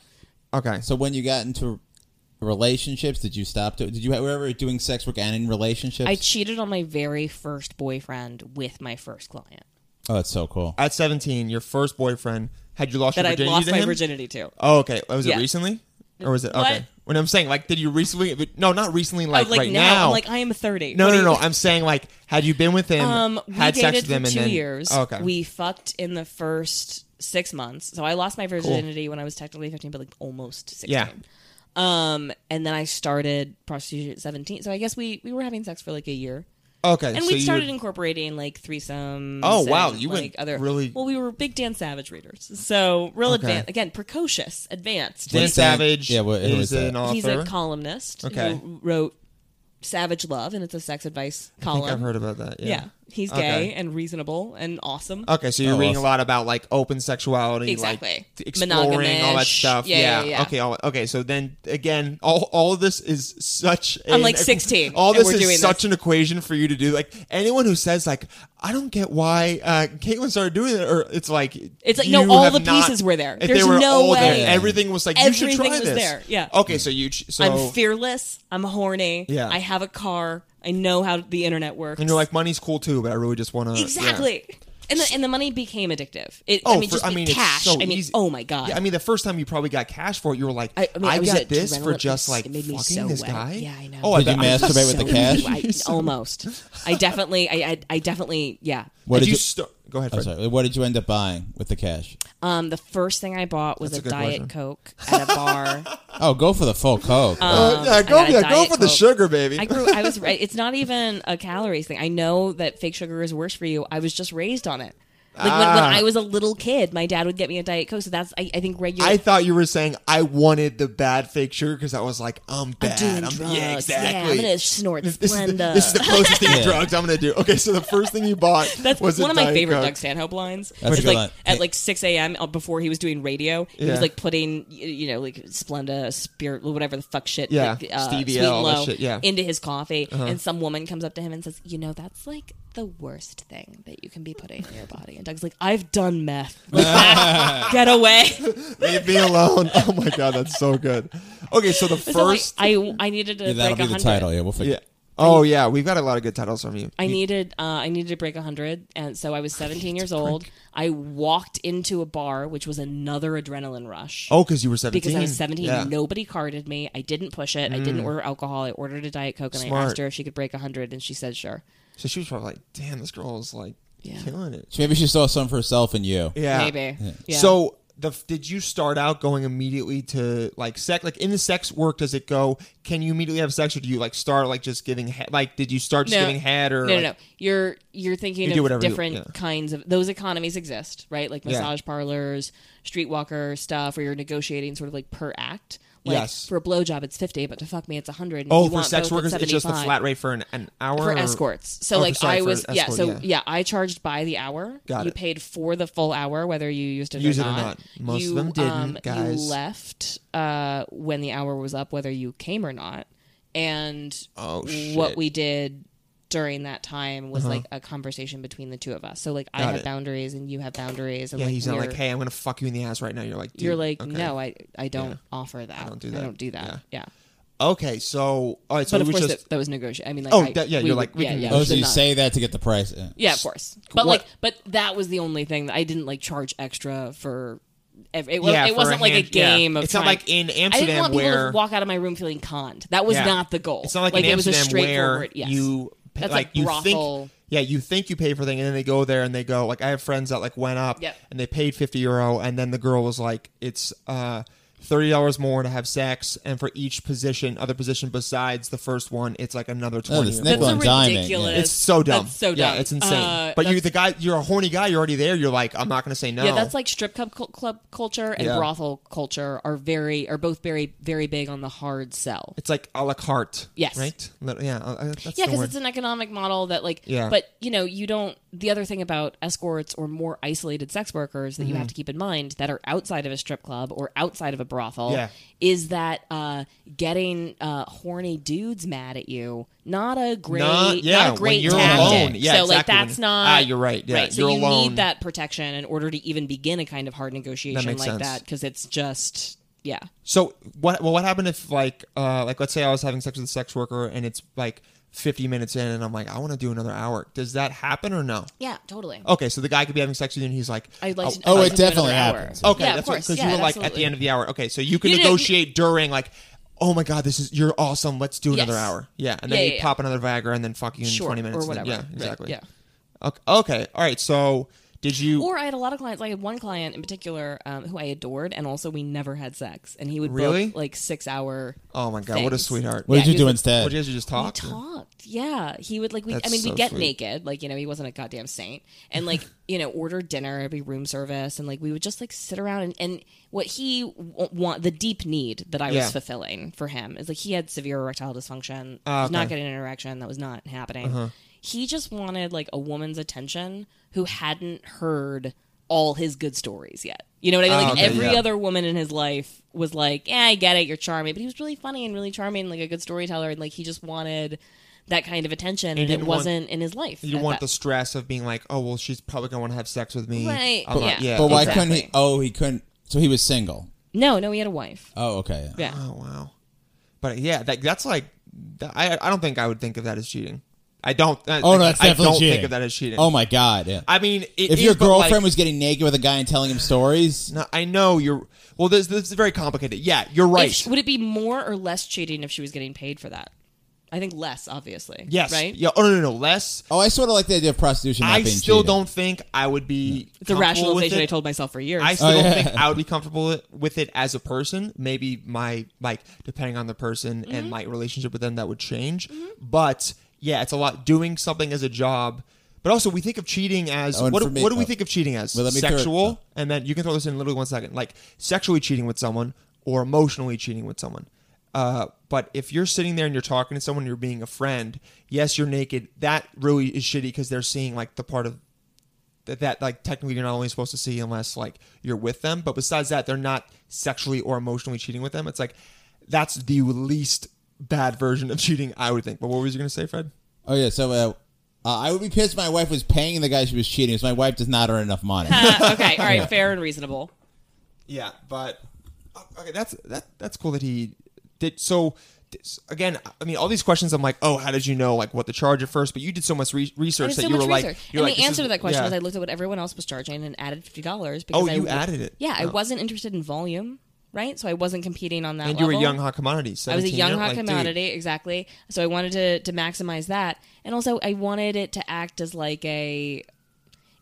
[SPEAKER 3] okay.
[SPEAKER 4] So when you got into relationships, did you stop? To, did you were you ever doing sex work and in relationships?
[SPEAKER 5] I cheated on my very first boyfriend with my first client
[SPEAKER 4] oh, that's so cool.
[SPEAKER 3] At 17, your first boyfriend had you lost
[SPEAKER 5] that
[SPEAKER 3] your
[SPEAKER 5] I
[SPEAKER 3] virginity
[SPEAKER 5] lost
[SPEAKER 3] to
[SPEAKER 5] my
[SPEAKER 3] him?
[SPEAKER 5] virginity to.
[SPEAKER 3] Oh okay. Was
[SPEAKER 5] Yeah.
[SPEAKER 3] it recently? Or was it
[SPEAKER 5] What? Oh,
[SPEAKER 3] okay? When I'm saying like, did you recently? No, not recently. Like,
[SPEAKER 5] like
[SPEAKER 3] right
[SPEAKER 5] now,
[SPEAKER 3] now.
[SPEAKER 5] I'm like I am 30.
[SPEAKER 3] no,
[SPEAKER 5] What
[SPEAKER 3] no,
[SPEAKER 5] are
[SPEAKER 3] no.
[SPEAKER 5] you-
[SPEAKER 3] I'm saying like, had you been with him,
[SPEAKER 5] Um, we
[SPEAKER 3] had
[SPEAKER 5] dated
[SPEAKER 3] sex with him,
[SPEAKER 5] for
[SPEAKER 3] and
[SPEAKER 5] two
[SPEAKER 3] then
[SPEAKER 5] years.
[SPEAKER 3] Oh, okay.
[SPEAKER 5] We fucked in the first six months. So I lost my virginity when I was technically 15, but like almost 16.
[SPEAKER 3] Yeah.
[SPEAKER 5] Um, and then I started prostitution at 17. So I guess we we were having sex for like a year.
[SPEAKER 3] okay.
[SPEAKER 5] And
[SPEAKER 3] so
[SPEAKER 5] we
[SPEAKER 3] you
[SPEAKER 5] started
[SPEAKER 3] would-
[SPEAKER 5] incorporating like threesomes.
[SPEAKER 3] Oh, wow,
[SPEAKER 5] and,
[SPEAKER 3] you
[SPEAKER 5] like
[SPEAKER 3] went
[SPEAKER 5] other
[SPEAKER 3] really-
[SPEAKER 5] well. We were big Dan Savage readers, so real
[SPEAKER 3] Okay.
[SPEAKER 5] advanced again, precocious, advanced.
[SPEAKER 3] Dan
[SPEAKER 4] What's that?
[SPEAKER 3] Savage
[SPEAKER 4] Yeah, what- who
[SPEAKER 3] is
[SPEAKER 4] is that?
[SPEAKER 3] an author.
[SPEAKER 5] He's a columnist
[SPEAKER 3] Okay.
[SPEAKER 5] who wrote Savage Love, and it's a sex advice
[SPEAKER 3] I
[SPEAKER 5] column.
[SPEAKER 3] think I've heard about that. Yeah.
[SPEAKER 5] Yeah. He's
[SPEAKER 3] Okay. Uh,
[SPEAKER 5] gay and reasonable and awesome.
[SPEAKER 3] Okay, so you're
[SPEAKER 4] Oh,
[SPEAKER 3] reading
[SPEAKER 4] awesome.
[SPEAKER 3] a lot about like open sexuality,
[SPEAKER 5] Exactly.
[SPEAKER 3] like t- exploring all that
[SPEAKER 5] Monogamish.
[SPEAKER 3] stuff.
[SPEAKER 5] Yeah, yeah, yeah.
[SPEAKER 3] Okay. All, okay. So then again, all all of this is such. An,
[SPEAKER 5] like 16,
[SPEAKER 3] All
[SPEAKER 5] and
[SPEAKER 3] this
[SPEAKER 5] we're
[SPEAKER 3] is
[SPEAKER 5] doing
[SPEAKER 3] such
[SPEAKER 5] this.
[SPEAKER 3] an equation for you to do. Like anyone who says like I don't get why uh, Caitlyn started doing it, or it's like
[SPEAKER 5] It's like, no,
[SPEAKER 3] you
[SPEAKER 5] all
[SPEAKER 3] have
[SPEAKER 5] the
[SPEAKER 3] not-
[SPEAKER 5] pieces were there.
[SPEAKER 3] if
[SPEAKER 5] There's
[SPEAKER 3] they were
[SPEAKER 5] no
[SPEAKER 3] all there,
[SPEAKER 5] way.
[SPEAKER 3] Everything was like you should
[SPEAKER 5] Everything
[SPEAKER 3] try
[SPEAKER 5] was
[SPEAKER 3] this.
[SPEAKER 5] there, yeah.
[SPEAKER 3] Okay. So you ch- so
[SPEAKER 5] I'm fearless. I'm horny.
[SPEAKER 3] Yeah.
[SPEAKER 5] I have a car. I know how the internet works.
[SPEAKER 3] and you're like money's cool too, but I really just want to
[SPEAKER 5] exactly. And the and the money became addictive. It, I
[SPEAKER 3] Oh,
[SPEAKER 5] mean,
[SPEAKER 3] for-
[SPEAKER 5] just
[SPEAKER 3] I
[SPEAKER 5] the
[SPEAKER 3] mean, it's
[SPEAKER 5] cash.
[SPEAKER 3] so
[SPEAKER 5] I mean,
[SPEAKER 3] easy.
[SPEAKER 5] oh my god.
[SPEAKER 3] Yeah, I mean, the first time you probably got cash for it, you were like, "I,
[SPEAKER 5] I- I mean, I was
[SPEAKER 3] got
[SPEAKER 5] at
[SPEAKER 3] this for
[SPEAKER 5] adrenaline.
[SPEAKER 3] just like
[SPEAKER 5] It made me
[SPEAKER 3] fucking
[SPEAKER 5] so
[SPEAKER 3] this
[SPEAKER 5] wet.
[SPEAKER 3] guy."
[SPEAKER 5] Yeah, I know. Oh,
[SPEAKER 3] Oh, I
[SPEAKER 4] Did you
[SPEAKER 3] bet- I-
[SPEAKER 4] masturbate with the cash?
[SPEAKER 3] *laughs*
[SPEAKER 5] I, *laughs* almost. I definitely. I, I. I definitely. Yeah.
[SPEAKER 4] What
[SPEAKER 3] Did
[SPEAKER 4] did
[SPEAKER 3] you
[SPEAKER 4] you?
[SPEAKER 3] st- go ahead?
[SPEAKER 4] I'm
[SPEAKER 3] Fred.
[SPEAKER 4] sorry. What did you end up buying with the cash?
[SPEAKER 5] Um. The first thing I bought was
[SPEAKER 3] That's
[SPEAKER 5] a
[SPEAKER 3] a good
[SPEAKER 5] diet
[SPEAKER 3] question. *laughs*
[SPEAKER 5] coke at a bar.
[SPEAKER 4] Oh, go for the full coke.
[SPEAKER 5] Um,
[SPEAKER 3] Oh, yeah,
[SPEAKER 5] I
[SPEAKER 3] go,
[SPEAKER 5] got a
[SPEAKER 3] yeah, go
[SPEAKER 5] Diet
[SPEAKER 3] for the
[SPEAKER 5] Coke.
[SPEAKER 3] sugar, baby.
[SPEAKER 5] I grew. I was. ra- It's not even a calories thing. I know that fake sugar is worse for you. I was just raised on it. Like when, when
[SPEAKER 3] Ah.
[SPEAKER 5] I was a little kid, my dad would get me a diet coke. So that's. I, I think regular.
[SPEAKER 3] I thought you were saying I wanted the bad fake sugar because I was like, I'm
[SPEAKER 5] I'm
[SPEAKER 3] bad.
[SPEAKER 5] doing drugs.
[SPEAKER 3] Yeah, exactly.
[SPEAKER 5] I'm gonna snort
[SPEAKER 3] This- this, is the,
[SPEAKER 5] Splenda.
[SPEAKER 3] this is the closest thing to
[SPEAKER 4] *laughs* Yeah.
[SPEAKER 3] drugs I'm gonna do. Okay, so the first thing you bought
[SPEAKER 5] *laughs* that's
[SPEAKER 3] was a
[SPEAKER 5] one of my
[SPEAKER 3] Diet
[SPEAKER 5] favorite
[SPEAKER 3] Coke.
[SPEAKER 5] Doug Stanhope lines.
[SPEAKER 4] That's
[SPEAKER 5] It's
[SPEAKER 4] a good
[SPEAKER 5] like
[SPEAKER 4] line.
[SPEAKER 5] at like 6 a.m. before he was doing radio, he
[SPEAKER 3] Yeah.
[SPEAKER 5] was like putting y- you know like Splenda, Spirit, whatever the fuck shit,
[SPEAKER 3] Yeah.
[SPEAKER 5] like, uh,
[SPEAKER 3] Stevia,
[SPEAKER 5] Sweet and
[SPEAKER 3] all that
[SPEAKER 5] Low
[SPEAKER 3] shit, yeah.
[SPEAKER 5] into his coffee,
[SPEAKER 3] uh-huh.
[SPEAKER 5] and some woman comes up to him and says, "You know, that's
[SPEAKER 6] *laughs*
[SPEAKER 5] like the worst thing that you can be putting in your body." And Doug's like, "I've done meth. Like, that- get away."
[SPEAKER 3] Leave me alone. *laughs* Oh my god, that's so good. Okay, so the
[SPEAKER 5] So like,
[SPEAKER 3] first.
[SPEAKER 5] I I needed to
[SPEAKER 4] Yeah, that'll
[SPEAKER 5] break
[SPEAKER 4] be the
[SPEAKER 5] 100.
[SPEAKER 4] title. Yeah, we'll figure.
[SPEAKER 3] yeah.
[SPEAKER 4] it
[SPEAKER 3] Oh yeah, we've got a lot of good titles from you.
[SPEAKER 5] I needed uh, I needed to break 100 and so I was 17 years old. I walked into a bar which was another adrenaline rush.
[SPEAKER 3] Oh, because you were seventeen.
[SPEAKER 5] Because I was 17,
[SPEAKER 3] Yeah.
[SPEAKER 5] nobody carded me. I didn't push it. I didn't order alcohol. I ordered a Diet Coke and I
[SPEAKER 3] Smart.
[SPEAKER 5] asked her if she could break 100 and she said sure.
[SPEAKER 3] So she was probably like, "Damn, this girl is like
[SPEAKER 5] Yeah.
[SPEAKER 3] killing it."
[SPEAKER 4] Maybe she saw some for herself and you.
[SPEAKER 3] Yeah.
[SPEAKER 5] Maybe. Yeah.
[SPEAKER 3] So the f- did you start out going immediately to like sex? Like in the sex work, does it go? Can you immediately have sex, or do you like start like just giving head? Like did you start just giving head, or
[SPEAKER 5] no,
[SPEAKER 3] like,
[SPEAKER 5] no, no. You're you're thinking
[SPEAKER 3] You do
[SPEAKER 5] of
[SPEAKER 3] whatever you-
[SPEAKER 5] different
[SPEAKER 3] yeah.
[SPEAKER 5] kinds of those economies exist, right? Like
[SPEAKER 3] Yeah.
[SPEAKER 5] massage parlors, streetwalker stuff, where you're negotiating sort of like per act. Like
[SPEAKER 3] *laughs* Yes.
[SPEAKER 5] for a blowjob it's fifty, but to fuck me it's hundred.
[SPEAKER 3] Oh, for sex workers, it's just the flat rate for an, an hour
[SPEAKER 5] for
[SPEAKER 3] or-
[SPEAKER 5] escorts. So
[SPEAKER 3] Oh, for-
[SPEAKER 5] like
[SPEAKER 3] sorry,
[SPEAKER 5] I
[SPEAKER 3] for
[SPEAKER 5] was yeah.
[SPEAKER 3] escort,
[SPEAKER 5] So yeah. I charged by the hour.
[SPEAKER 3] Got
[SPEAKER 5] you
[SPEAKER 3] it.
[SPEAKER 5] paid for the full hour, whether you used it,
[SPEAKER 3] Use
[SPEAKER 5] or,
[SPEAKER 3] it or
[SPEAKER 5] not.
[SPEAKER 3] not. Most of
[SPEAKER 5] you,
[SPEAKER 3] them didn't,
[SPEAKER 5] um,
[SPEAKER 3] guys.
[SPEAKER 5] You left uh, when the hour was up, whether you came or not. And
[SPEAKER 3] Oh,
[SPEAKER 5] what
[SPEAKER 3] shit. Uh-huh.
[SPEAKER 5] we did during that time was like a conversation between the two of us. So like I
[SPEAKER 3] Got
[SPEAKER 5] have
[SPEAKER 3] it.
[SPEAKER 5] boundaries and you have boundaries. And
[SPEAKER 3] Yeah,
[SPEAKER 5] like,
[SPEAKER 3] he's not
[SPEAKER 5] we're-
[SPEAKER 3] like, "Hey, I'm gonna fuck you in the ass right now." You're like, Dude,
[SPEAKER 5] you're like,
[SPEAKER 3] okay.
[SPEAKER 5] no, I I don't offer that. I
[SPEAKER 3] don't do that."
[SPEAKER 5] I don't do that.
[SPEAKER 3] Yeah.
[SPEAKER 5] Yeah.
[SPEAKER 3] Okay, so all right, so
[SPEAKER 5] But
[SPEAKER 3] it
[SPEAKER 5] of
[SPEAKER 3] was
[SPEAKER 5] course,
[SPEAKER 3] just
[SPEAKER 5] that, that was negotiation. I mean, like,
[SPEAKER 3] Oh,
[SPEAKER 5] I-
[SPEAKER 3] that- yeah,
[SPEAKER 5] we
[SPEAKER 3] you're
[SPEAKER 5] would-
[SPEAKER 3] like, we
[SPEAKER 5] yeah,
[SPEAKER 3] can-
[SPEAKER 5] yeah,
[SPEAKER 4] Oh,
[SPEAKER 5] we
[SPEAKER 4] so
[SPEAKER 5] did
[SPEAKER 4] you
[SPEAKER 5] not-
[SPEAKER 4] say that to get the price. eh.
[SPEAKER 5] Yeah, of course.
[SPEAKER 3] what-
[SPEAKER 5] But like, but that was the only thing that I didn't like charge extra for. ev- It, was,
[SPEAKER 3] Yeah,
[SPEAKER 5] it
[SPEAKER 3] for
[SPEAKER 5] wasn't
[SPEAKER 3] a
[SPEAKER 5] like
[SPEAKER 3] hand-
[SPEAKER 5] a game
[SPEAKER 3] yeah.
[SPEAKER 5] of.
[SPEAKER 3] It's not
[SPEAKER 5] trying-
[SPEAKER 3] like in
[SPEAKER 5] I didn't
[SPEAKER 3] Amsterdam
[SPEAKER 5] want
[SPEAKER 3] where-
[SPEAKER 5] people to walk out of my room feeling conned. That was
[SPEAKER 3] Yeah.
[SPEAKER 5] not the goal.
[SPEAKER 3] It's not like, in
[SPEAKER 5] it was a
[SPEAKER 3] Amsterdam where
[SPEAKER 5] straightforward. Yes.
[SPEAKER 3] you pay,
[SPEAKER 5] That's a
[SPEAKER 3] like you
[SPEAKER 5] brothel.
[SPEAKER 3] think yeah you think you pay for thing and then they go there and they go like I have friends that like went up
[SPEAKER 5] Yep.
[SPEAKER 3] and they paid fifty euro and then the girl was like it's uh thirty dollars more to have sex and for each position other position besides the first one it's like another
[SPEAKER 4] Oh,
[SPEAKER 3] twenty.
[SPEAKER 4] this
[SPEAKER 3] euro.
[SPEAKER 4] nickel
[SPEAKER 5] That's a
[SPEAKER 4] and diming.
[SPEAKER 5] ridiculous-
[SPEAKER 4] yeah.
[SPEAKER 3] it's so dumb.
[SPEAKER 5] That's so
[SPEAKER 3] Yeah,
[SPEAKER 5] dumb.
[SPEAKER 3] it's insane.
[SPEAKER 5] Uh,
[SPEAKER 3] but you
[SPEAKER 5] that's-
[SPEAKER 3] the guy you're a horny guy you're already there you're like I'm not gonna say no.
[SPEAKER 5] Yeah, that's like strip club, cul- club culture and
[SPEAKER 3] Yeah.
[SPEAKER 5] brothel culture are very are both very very big on the hard sell.
[SPEAKER 3] it's like a la carte.
[SPEAKER 5] Yes.
[SPEAKER 3] Right. Lit- Yeah. uh, uh, That's
[SPEAKER 5] yeah,
[SPEAKER 3] the
[SPEAKER 5] because
[SPEAKER 3] word.
[SPEAKER 5] it's an economic model that like.
[SPEAKER 3] Yeah.
[SPEAKER 5] But you know, you don't. The other thing about escorts or more isolated sex workers that you
[SPEAKER 3] Mm-hmm.
[SPEAKER 5] have to keep in mind that are outside of a strip club or outside of a brothel
[SPEAKER 3] Yeah.
[SPEAKER 5] is that uh, getting uh, horny dudes mad at you not a great
[SPEAKER 3] Not-
[SPEAKER 5] not,
[SPEAKER 3] yeah,
[SPEAKER 5] a great
[SPEAKER 3] when you're
[SPEAKER 5] tactic.
[SPEAKER 3] alone. Yeah,
[SPEAKER 5] so like
[SPEAKER 3] exactly. When-
[SPEAKER 5] that's not
[SPEAKER 3] Ah, you're right. Yeah,
[SPEAKER 5] right. So
[SPEAKER 3] you're
[SPEAKER 5] you
[SPEAKER 3] alone.
[SPEAKER 5] need that protection in order to even begin a kind of hard negotiation
[SPEAKER 3] makes
[SPEAKER 5] like
[SPEAKER 3] sense.
[SPEAKER 5] that because it's just yeah.
[SPEAKER 3] So what? Well, what happened if like uh like let's say I was having sex with a sex worker and it's like 50 minutes in and I'm like I want to do another hour. Does that happen or no?
[SPEAKER 5] Yeah, totally.
[SPEAKER 3] Okay, so the guy could be having sex with you and he's like, oh,
[SPEAKER 5] I'd like to,
[SPEAKER 4] oh,
[SPEAKER 5] I'd like
[SPEAKER 4] it
[SPEAKER 5] to do another
[SPEAKER 4] definitely
[SPEAKER 5] hour.
[SPEAKER 4] happens.
[SPEAKER 3] okay,
[SPEAKER 5] yeah,
[SPEAKER 3] that's
[SPEAKER 5] of course.
[SPEAKER 3] because
[SPEAKER 5] yeah,
[SPEAKER 3] you were like at
[SPEAKER 5] absolutely.
[SPEAKER 3] the end of the hour. Okay, so you can
[SPEAKER 5] You didn't-
[SPEAKER 3] negotiate during like. Oh my God! This is you're awesome. Let's do another
[SPEAKER 5] Yes.
[SPEAKER 3] hour. Yeah, and then
[SPEAKER 5] Yeah,
[SPEAKER 3] you
[SPEAKER 5] yeah, yeah.
[SPEAKER 3] pop another Viagra and then fuck you in
[SPEAKER 5] Sure,
[SPEAKER 3] twenty minutes.
[SPEAKER 5] or
[SPEAKER 3] and then-
[SPEAKER 5] whatever. Right,
[SPEAKER 3] yeah, exactly.
[SPEAKER 5] yeah.
[SPEAKER 3] Okay, okay. All right. So did you?
[SPEAKER 5] Or I had a lot of clients. I had one client in particular um, who I adored, and also we never had sex. And he would
[SPEAKER 3] Really?
[SPEAKER 5] book like six hour.
[SPEAKER 3] oh my God! What a
[SPEAKER 5] things.
[SPEAKER 3] sweetheart.
[SPEAKER 4] What
[SPEAKER 5] Yeah,
[SPEAKER 4] did you
[SPEAKER 5] he
[SPEAKER 4] do
[SPEAKER 5] was-
[SPEAKER 4] instead?
[SPEAKER 3] What did you guys do, just
[SPEAKER 5] We
[SPEAKER 3] talk?
[SPEAKER 5] talked, yeah. He would like we. I
[SPEAKER 3] That's
[SPEAKER 5] mean, we
[SPEAKER 3] so
[SPEAKER 5] get
[SPEAKER 3] sweet.
[SPEAKER 5] naked, like you know, he wasn't a goddamn saint,
[SPEAKER 3] *laughs*
[SPEAKER 5] and like you know, order dinner, it'd be room service, and like we would just like sit around and, and what he w- want the deep need that I
[SPEAKER 3] Yeah.
[SPEAKER 5] was fulfilling for him is like he had severe erectile dysfunction,
[SPEAKER 3] Ah,
[SPEAKER 5] was
[SPEAKER 3] okay. Uh-huh.
[SPEAKER 5] not getting an erection, that was not happening. He just wanted like a woman's attention who hadn't heard all his good stories yet. You know what I mean?
[SPEAKER 3] Ah,
[SPEAKER 5] Like
[SPEAKER 3] okay,
[SPEAKER 5] every
[SPEAKER 3] yeah.
[SPEAKER 5] other woman in his life was like, "Yeah, I get it. You're charming," but he was really funny and really charming, like a good storyteller, and like he just wanted that kind of attention, and it
[SPEAKER 3] didn't want-
[SPEAKER 5] wasn't in his life.
[SPEAKER 3] You
[SPEAKER 5] at
[SPEAKER 3] want
[SPEAKER 5] that-
[SPEAKER 3] the stress of being like, oh well, she's probably gonna want to have sex with me.
[SPEAKER 5] Right,
[SPEAKER 3] I'm not-
[SPEAKER 5] yeah.
[SPEAKER 4] but why
[SPEAKER 5] Exactly.
[SPEAKER 4] couldn't he? Oh, he couldn't. So he was single.
[SPEAKER 5] no, no. He had a wife.
[SPEAKER 4] Oh, okay.
[SPEAKER 5] Yeah,
[SPEAKER 3] Oh wow. But yeah, that, that's like, that- I I don't think I would think of that as cheating. I don't. I,
[SPEAKER 4] Oh no,
[SPEAKER 3] I-
[SPEAKER 4] that's definitely
[SPEAKER 3] I don't
[SPEAKER 4] cheating.
[SPEAKER 3] think of that as cheating.
[SPEAKER 4] Oh my god. Yeah.
[SPEAKER 3] I mean, it
[SPEAKER 4] if
[SPEAKER 3] is,
[SPEAKER 4] your
[SPEAKER 3] but, like,
[SPEAKER 4] girlfriend was getting naked with a guy and telling him stories,
[SPEAKER 3] no, I know you're. Well, this this is very complicated. Yeah, you're right.
[SPEAKER 5] If she- would it be more or less cheating if she was getting paid for that? I think less, obviously.
[SPEAKER 3] yes.
[SPEAKER 5] right.
[SPEAKER 3] Yeah. Oh no, no, no. Less.
[SPEAKER 4] oh, I sort of like the idea of prostitution. Not
[SPEAKER 3] I
[SPEAKER 4] being
[SPEAKER 3] still
[SPEAKER 4] cheating.
[SPEAKER 3] don't think I would be.
[SPEAKER 5] It's a
[SPEAKER 3] comfortable with
[SPEAKER 5] rationalization
[SPEAKER 3] it.
[SPEAKER 5] I told myself for years.
[SPEAKER 3] I still
[SPEAKER 4] Oh,
[SPEAKER 3] don't
[SPEAKER 4] yeah.
[SPEAKER 3] think I would be comfortable with it as a person. Maybe my like depending on the person and
[SPEAKER 4] Mm-hmm.
[SPEAKER 3] my relationship with them that would change. But yeah, it's a lot doing something as a job. But also, we think of cheating as
[SPEAKER 4] Oh, and
[SPEAKER 3] what,
[SPEAKER 4] for me-
[SPEAKER 3] what do we
[SPEAKER 4] oh.
[SPEAKER 3] think of cheating as?
[SPEAKER 4] Well, let me throw it-
[SPEAKER 3] Sexual, and then you can throw this in literally one second, like sexually cheating with someone or emotionally cheating with someone. Uh, but if you're sitting there and you're talking to someone, you're being a friend. Yes, you're naked. That really is shitty because they're seeing like the part of that, that like technically you're not only supposed to see unless like you're with them but besides that they're not sexually or emotionally cheating with them it's like that's the least bad version of *laughs* cheating i would think but what was you gonna say fred
[SPEAKER 4] Oh yeah. So uh, uh, I would be pissed. if My wife was paying the guy she was cheating. because my wife does not earn enough money.
[SPEAKER 5] Uh, okay, all right, fair and reasonable.
[SPEAKER 3] uh, yeah but okay that's that that's cool that he did so this- again, I mean, all these questions. I'm like, oh, how did you know like what to charge at first? But you did so much re-
[SPEAKER 6] I
[SPEAKER 3] research
[SPEAKER 6] did
[SPEAKER 3] that
[SPEAKER 6] so
[SPEAKER 3] you
[SPEAKER 6] much
[SPEAKER 3] were like,
[SPEAKER 6] research.
[SPEAKER 3] you're
[SPEAKER 6] and
[SPEAKER 3] like,
[SPEAKER 6] the
[SPEAKER 3] this
[SPEAKER 6] answer
[SPEAKER 3] is-
[SPEAKER 6] to that question
[SPEAKER 3] yeah. Oh,
[SPEAKER 6] was I looked at what everyone else was charging and added fifty dollars because I
[SPEAKER 3] you
[SPEAKER 6] wa-
[SPEAKER 3] added it. Oh.
[SPEAKER 6] Yeah, I wasn't interested in volume, right? So I wasn't competing on that.
[SPEAKER 3] and you were a
[SPEAKER 6] level.
[SPEAKER 3] young hot commodity.
[SPEAKER 6] I was a
[SPEAKER 3] 17,
[SPEAKER 6] young
[SPEAKER 3] you know,
[SPEAKER 6] hot
[SPEAKER 3] like, dude.
[SPEAKER 6] commodity, exactly. So I wanted to to maximize that, and also I wanted it to act as like a.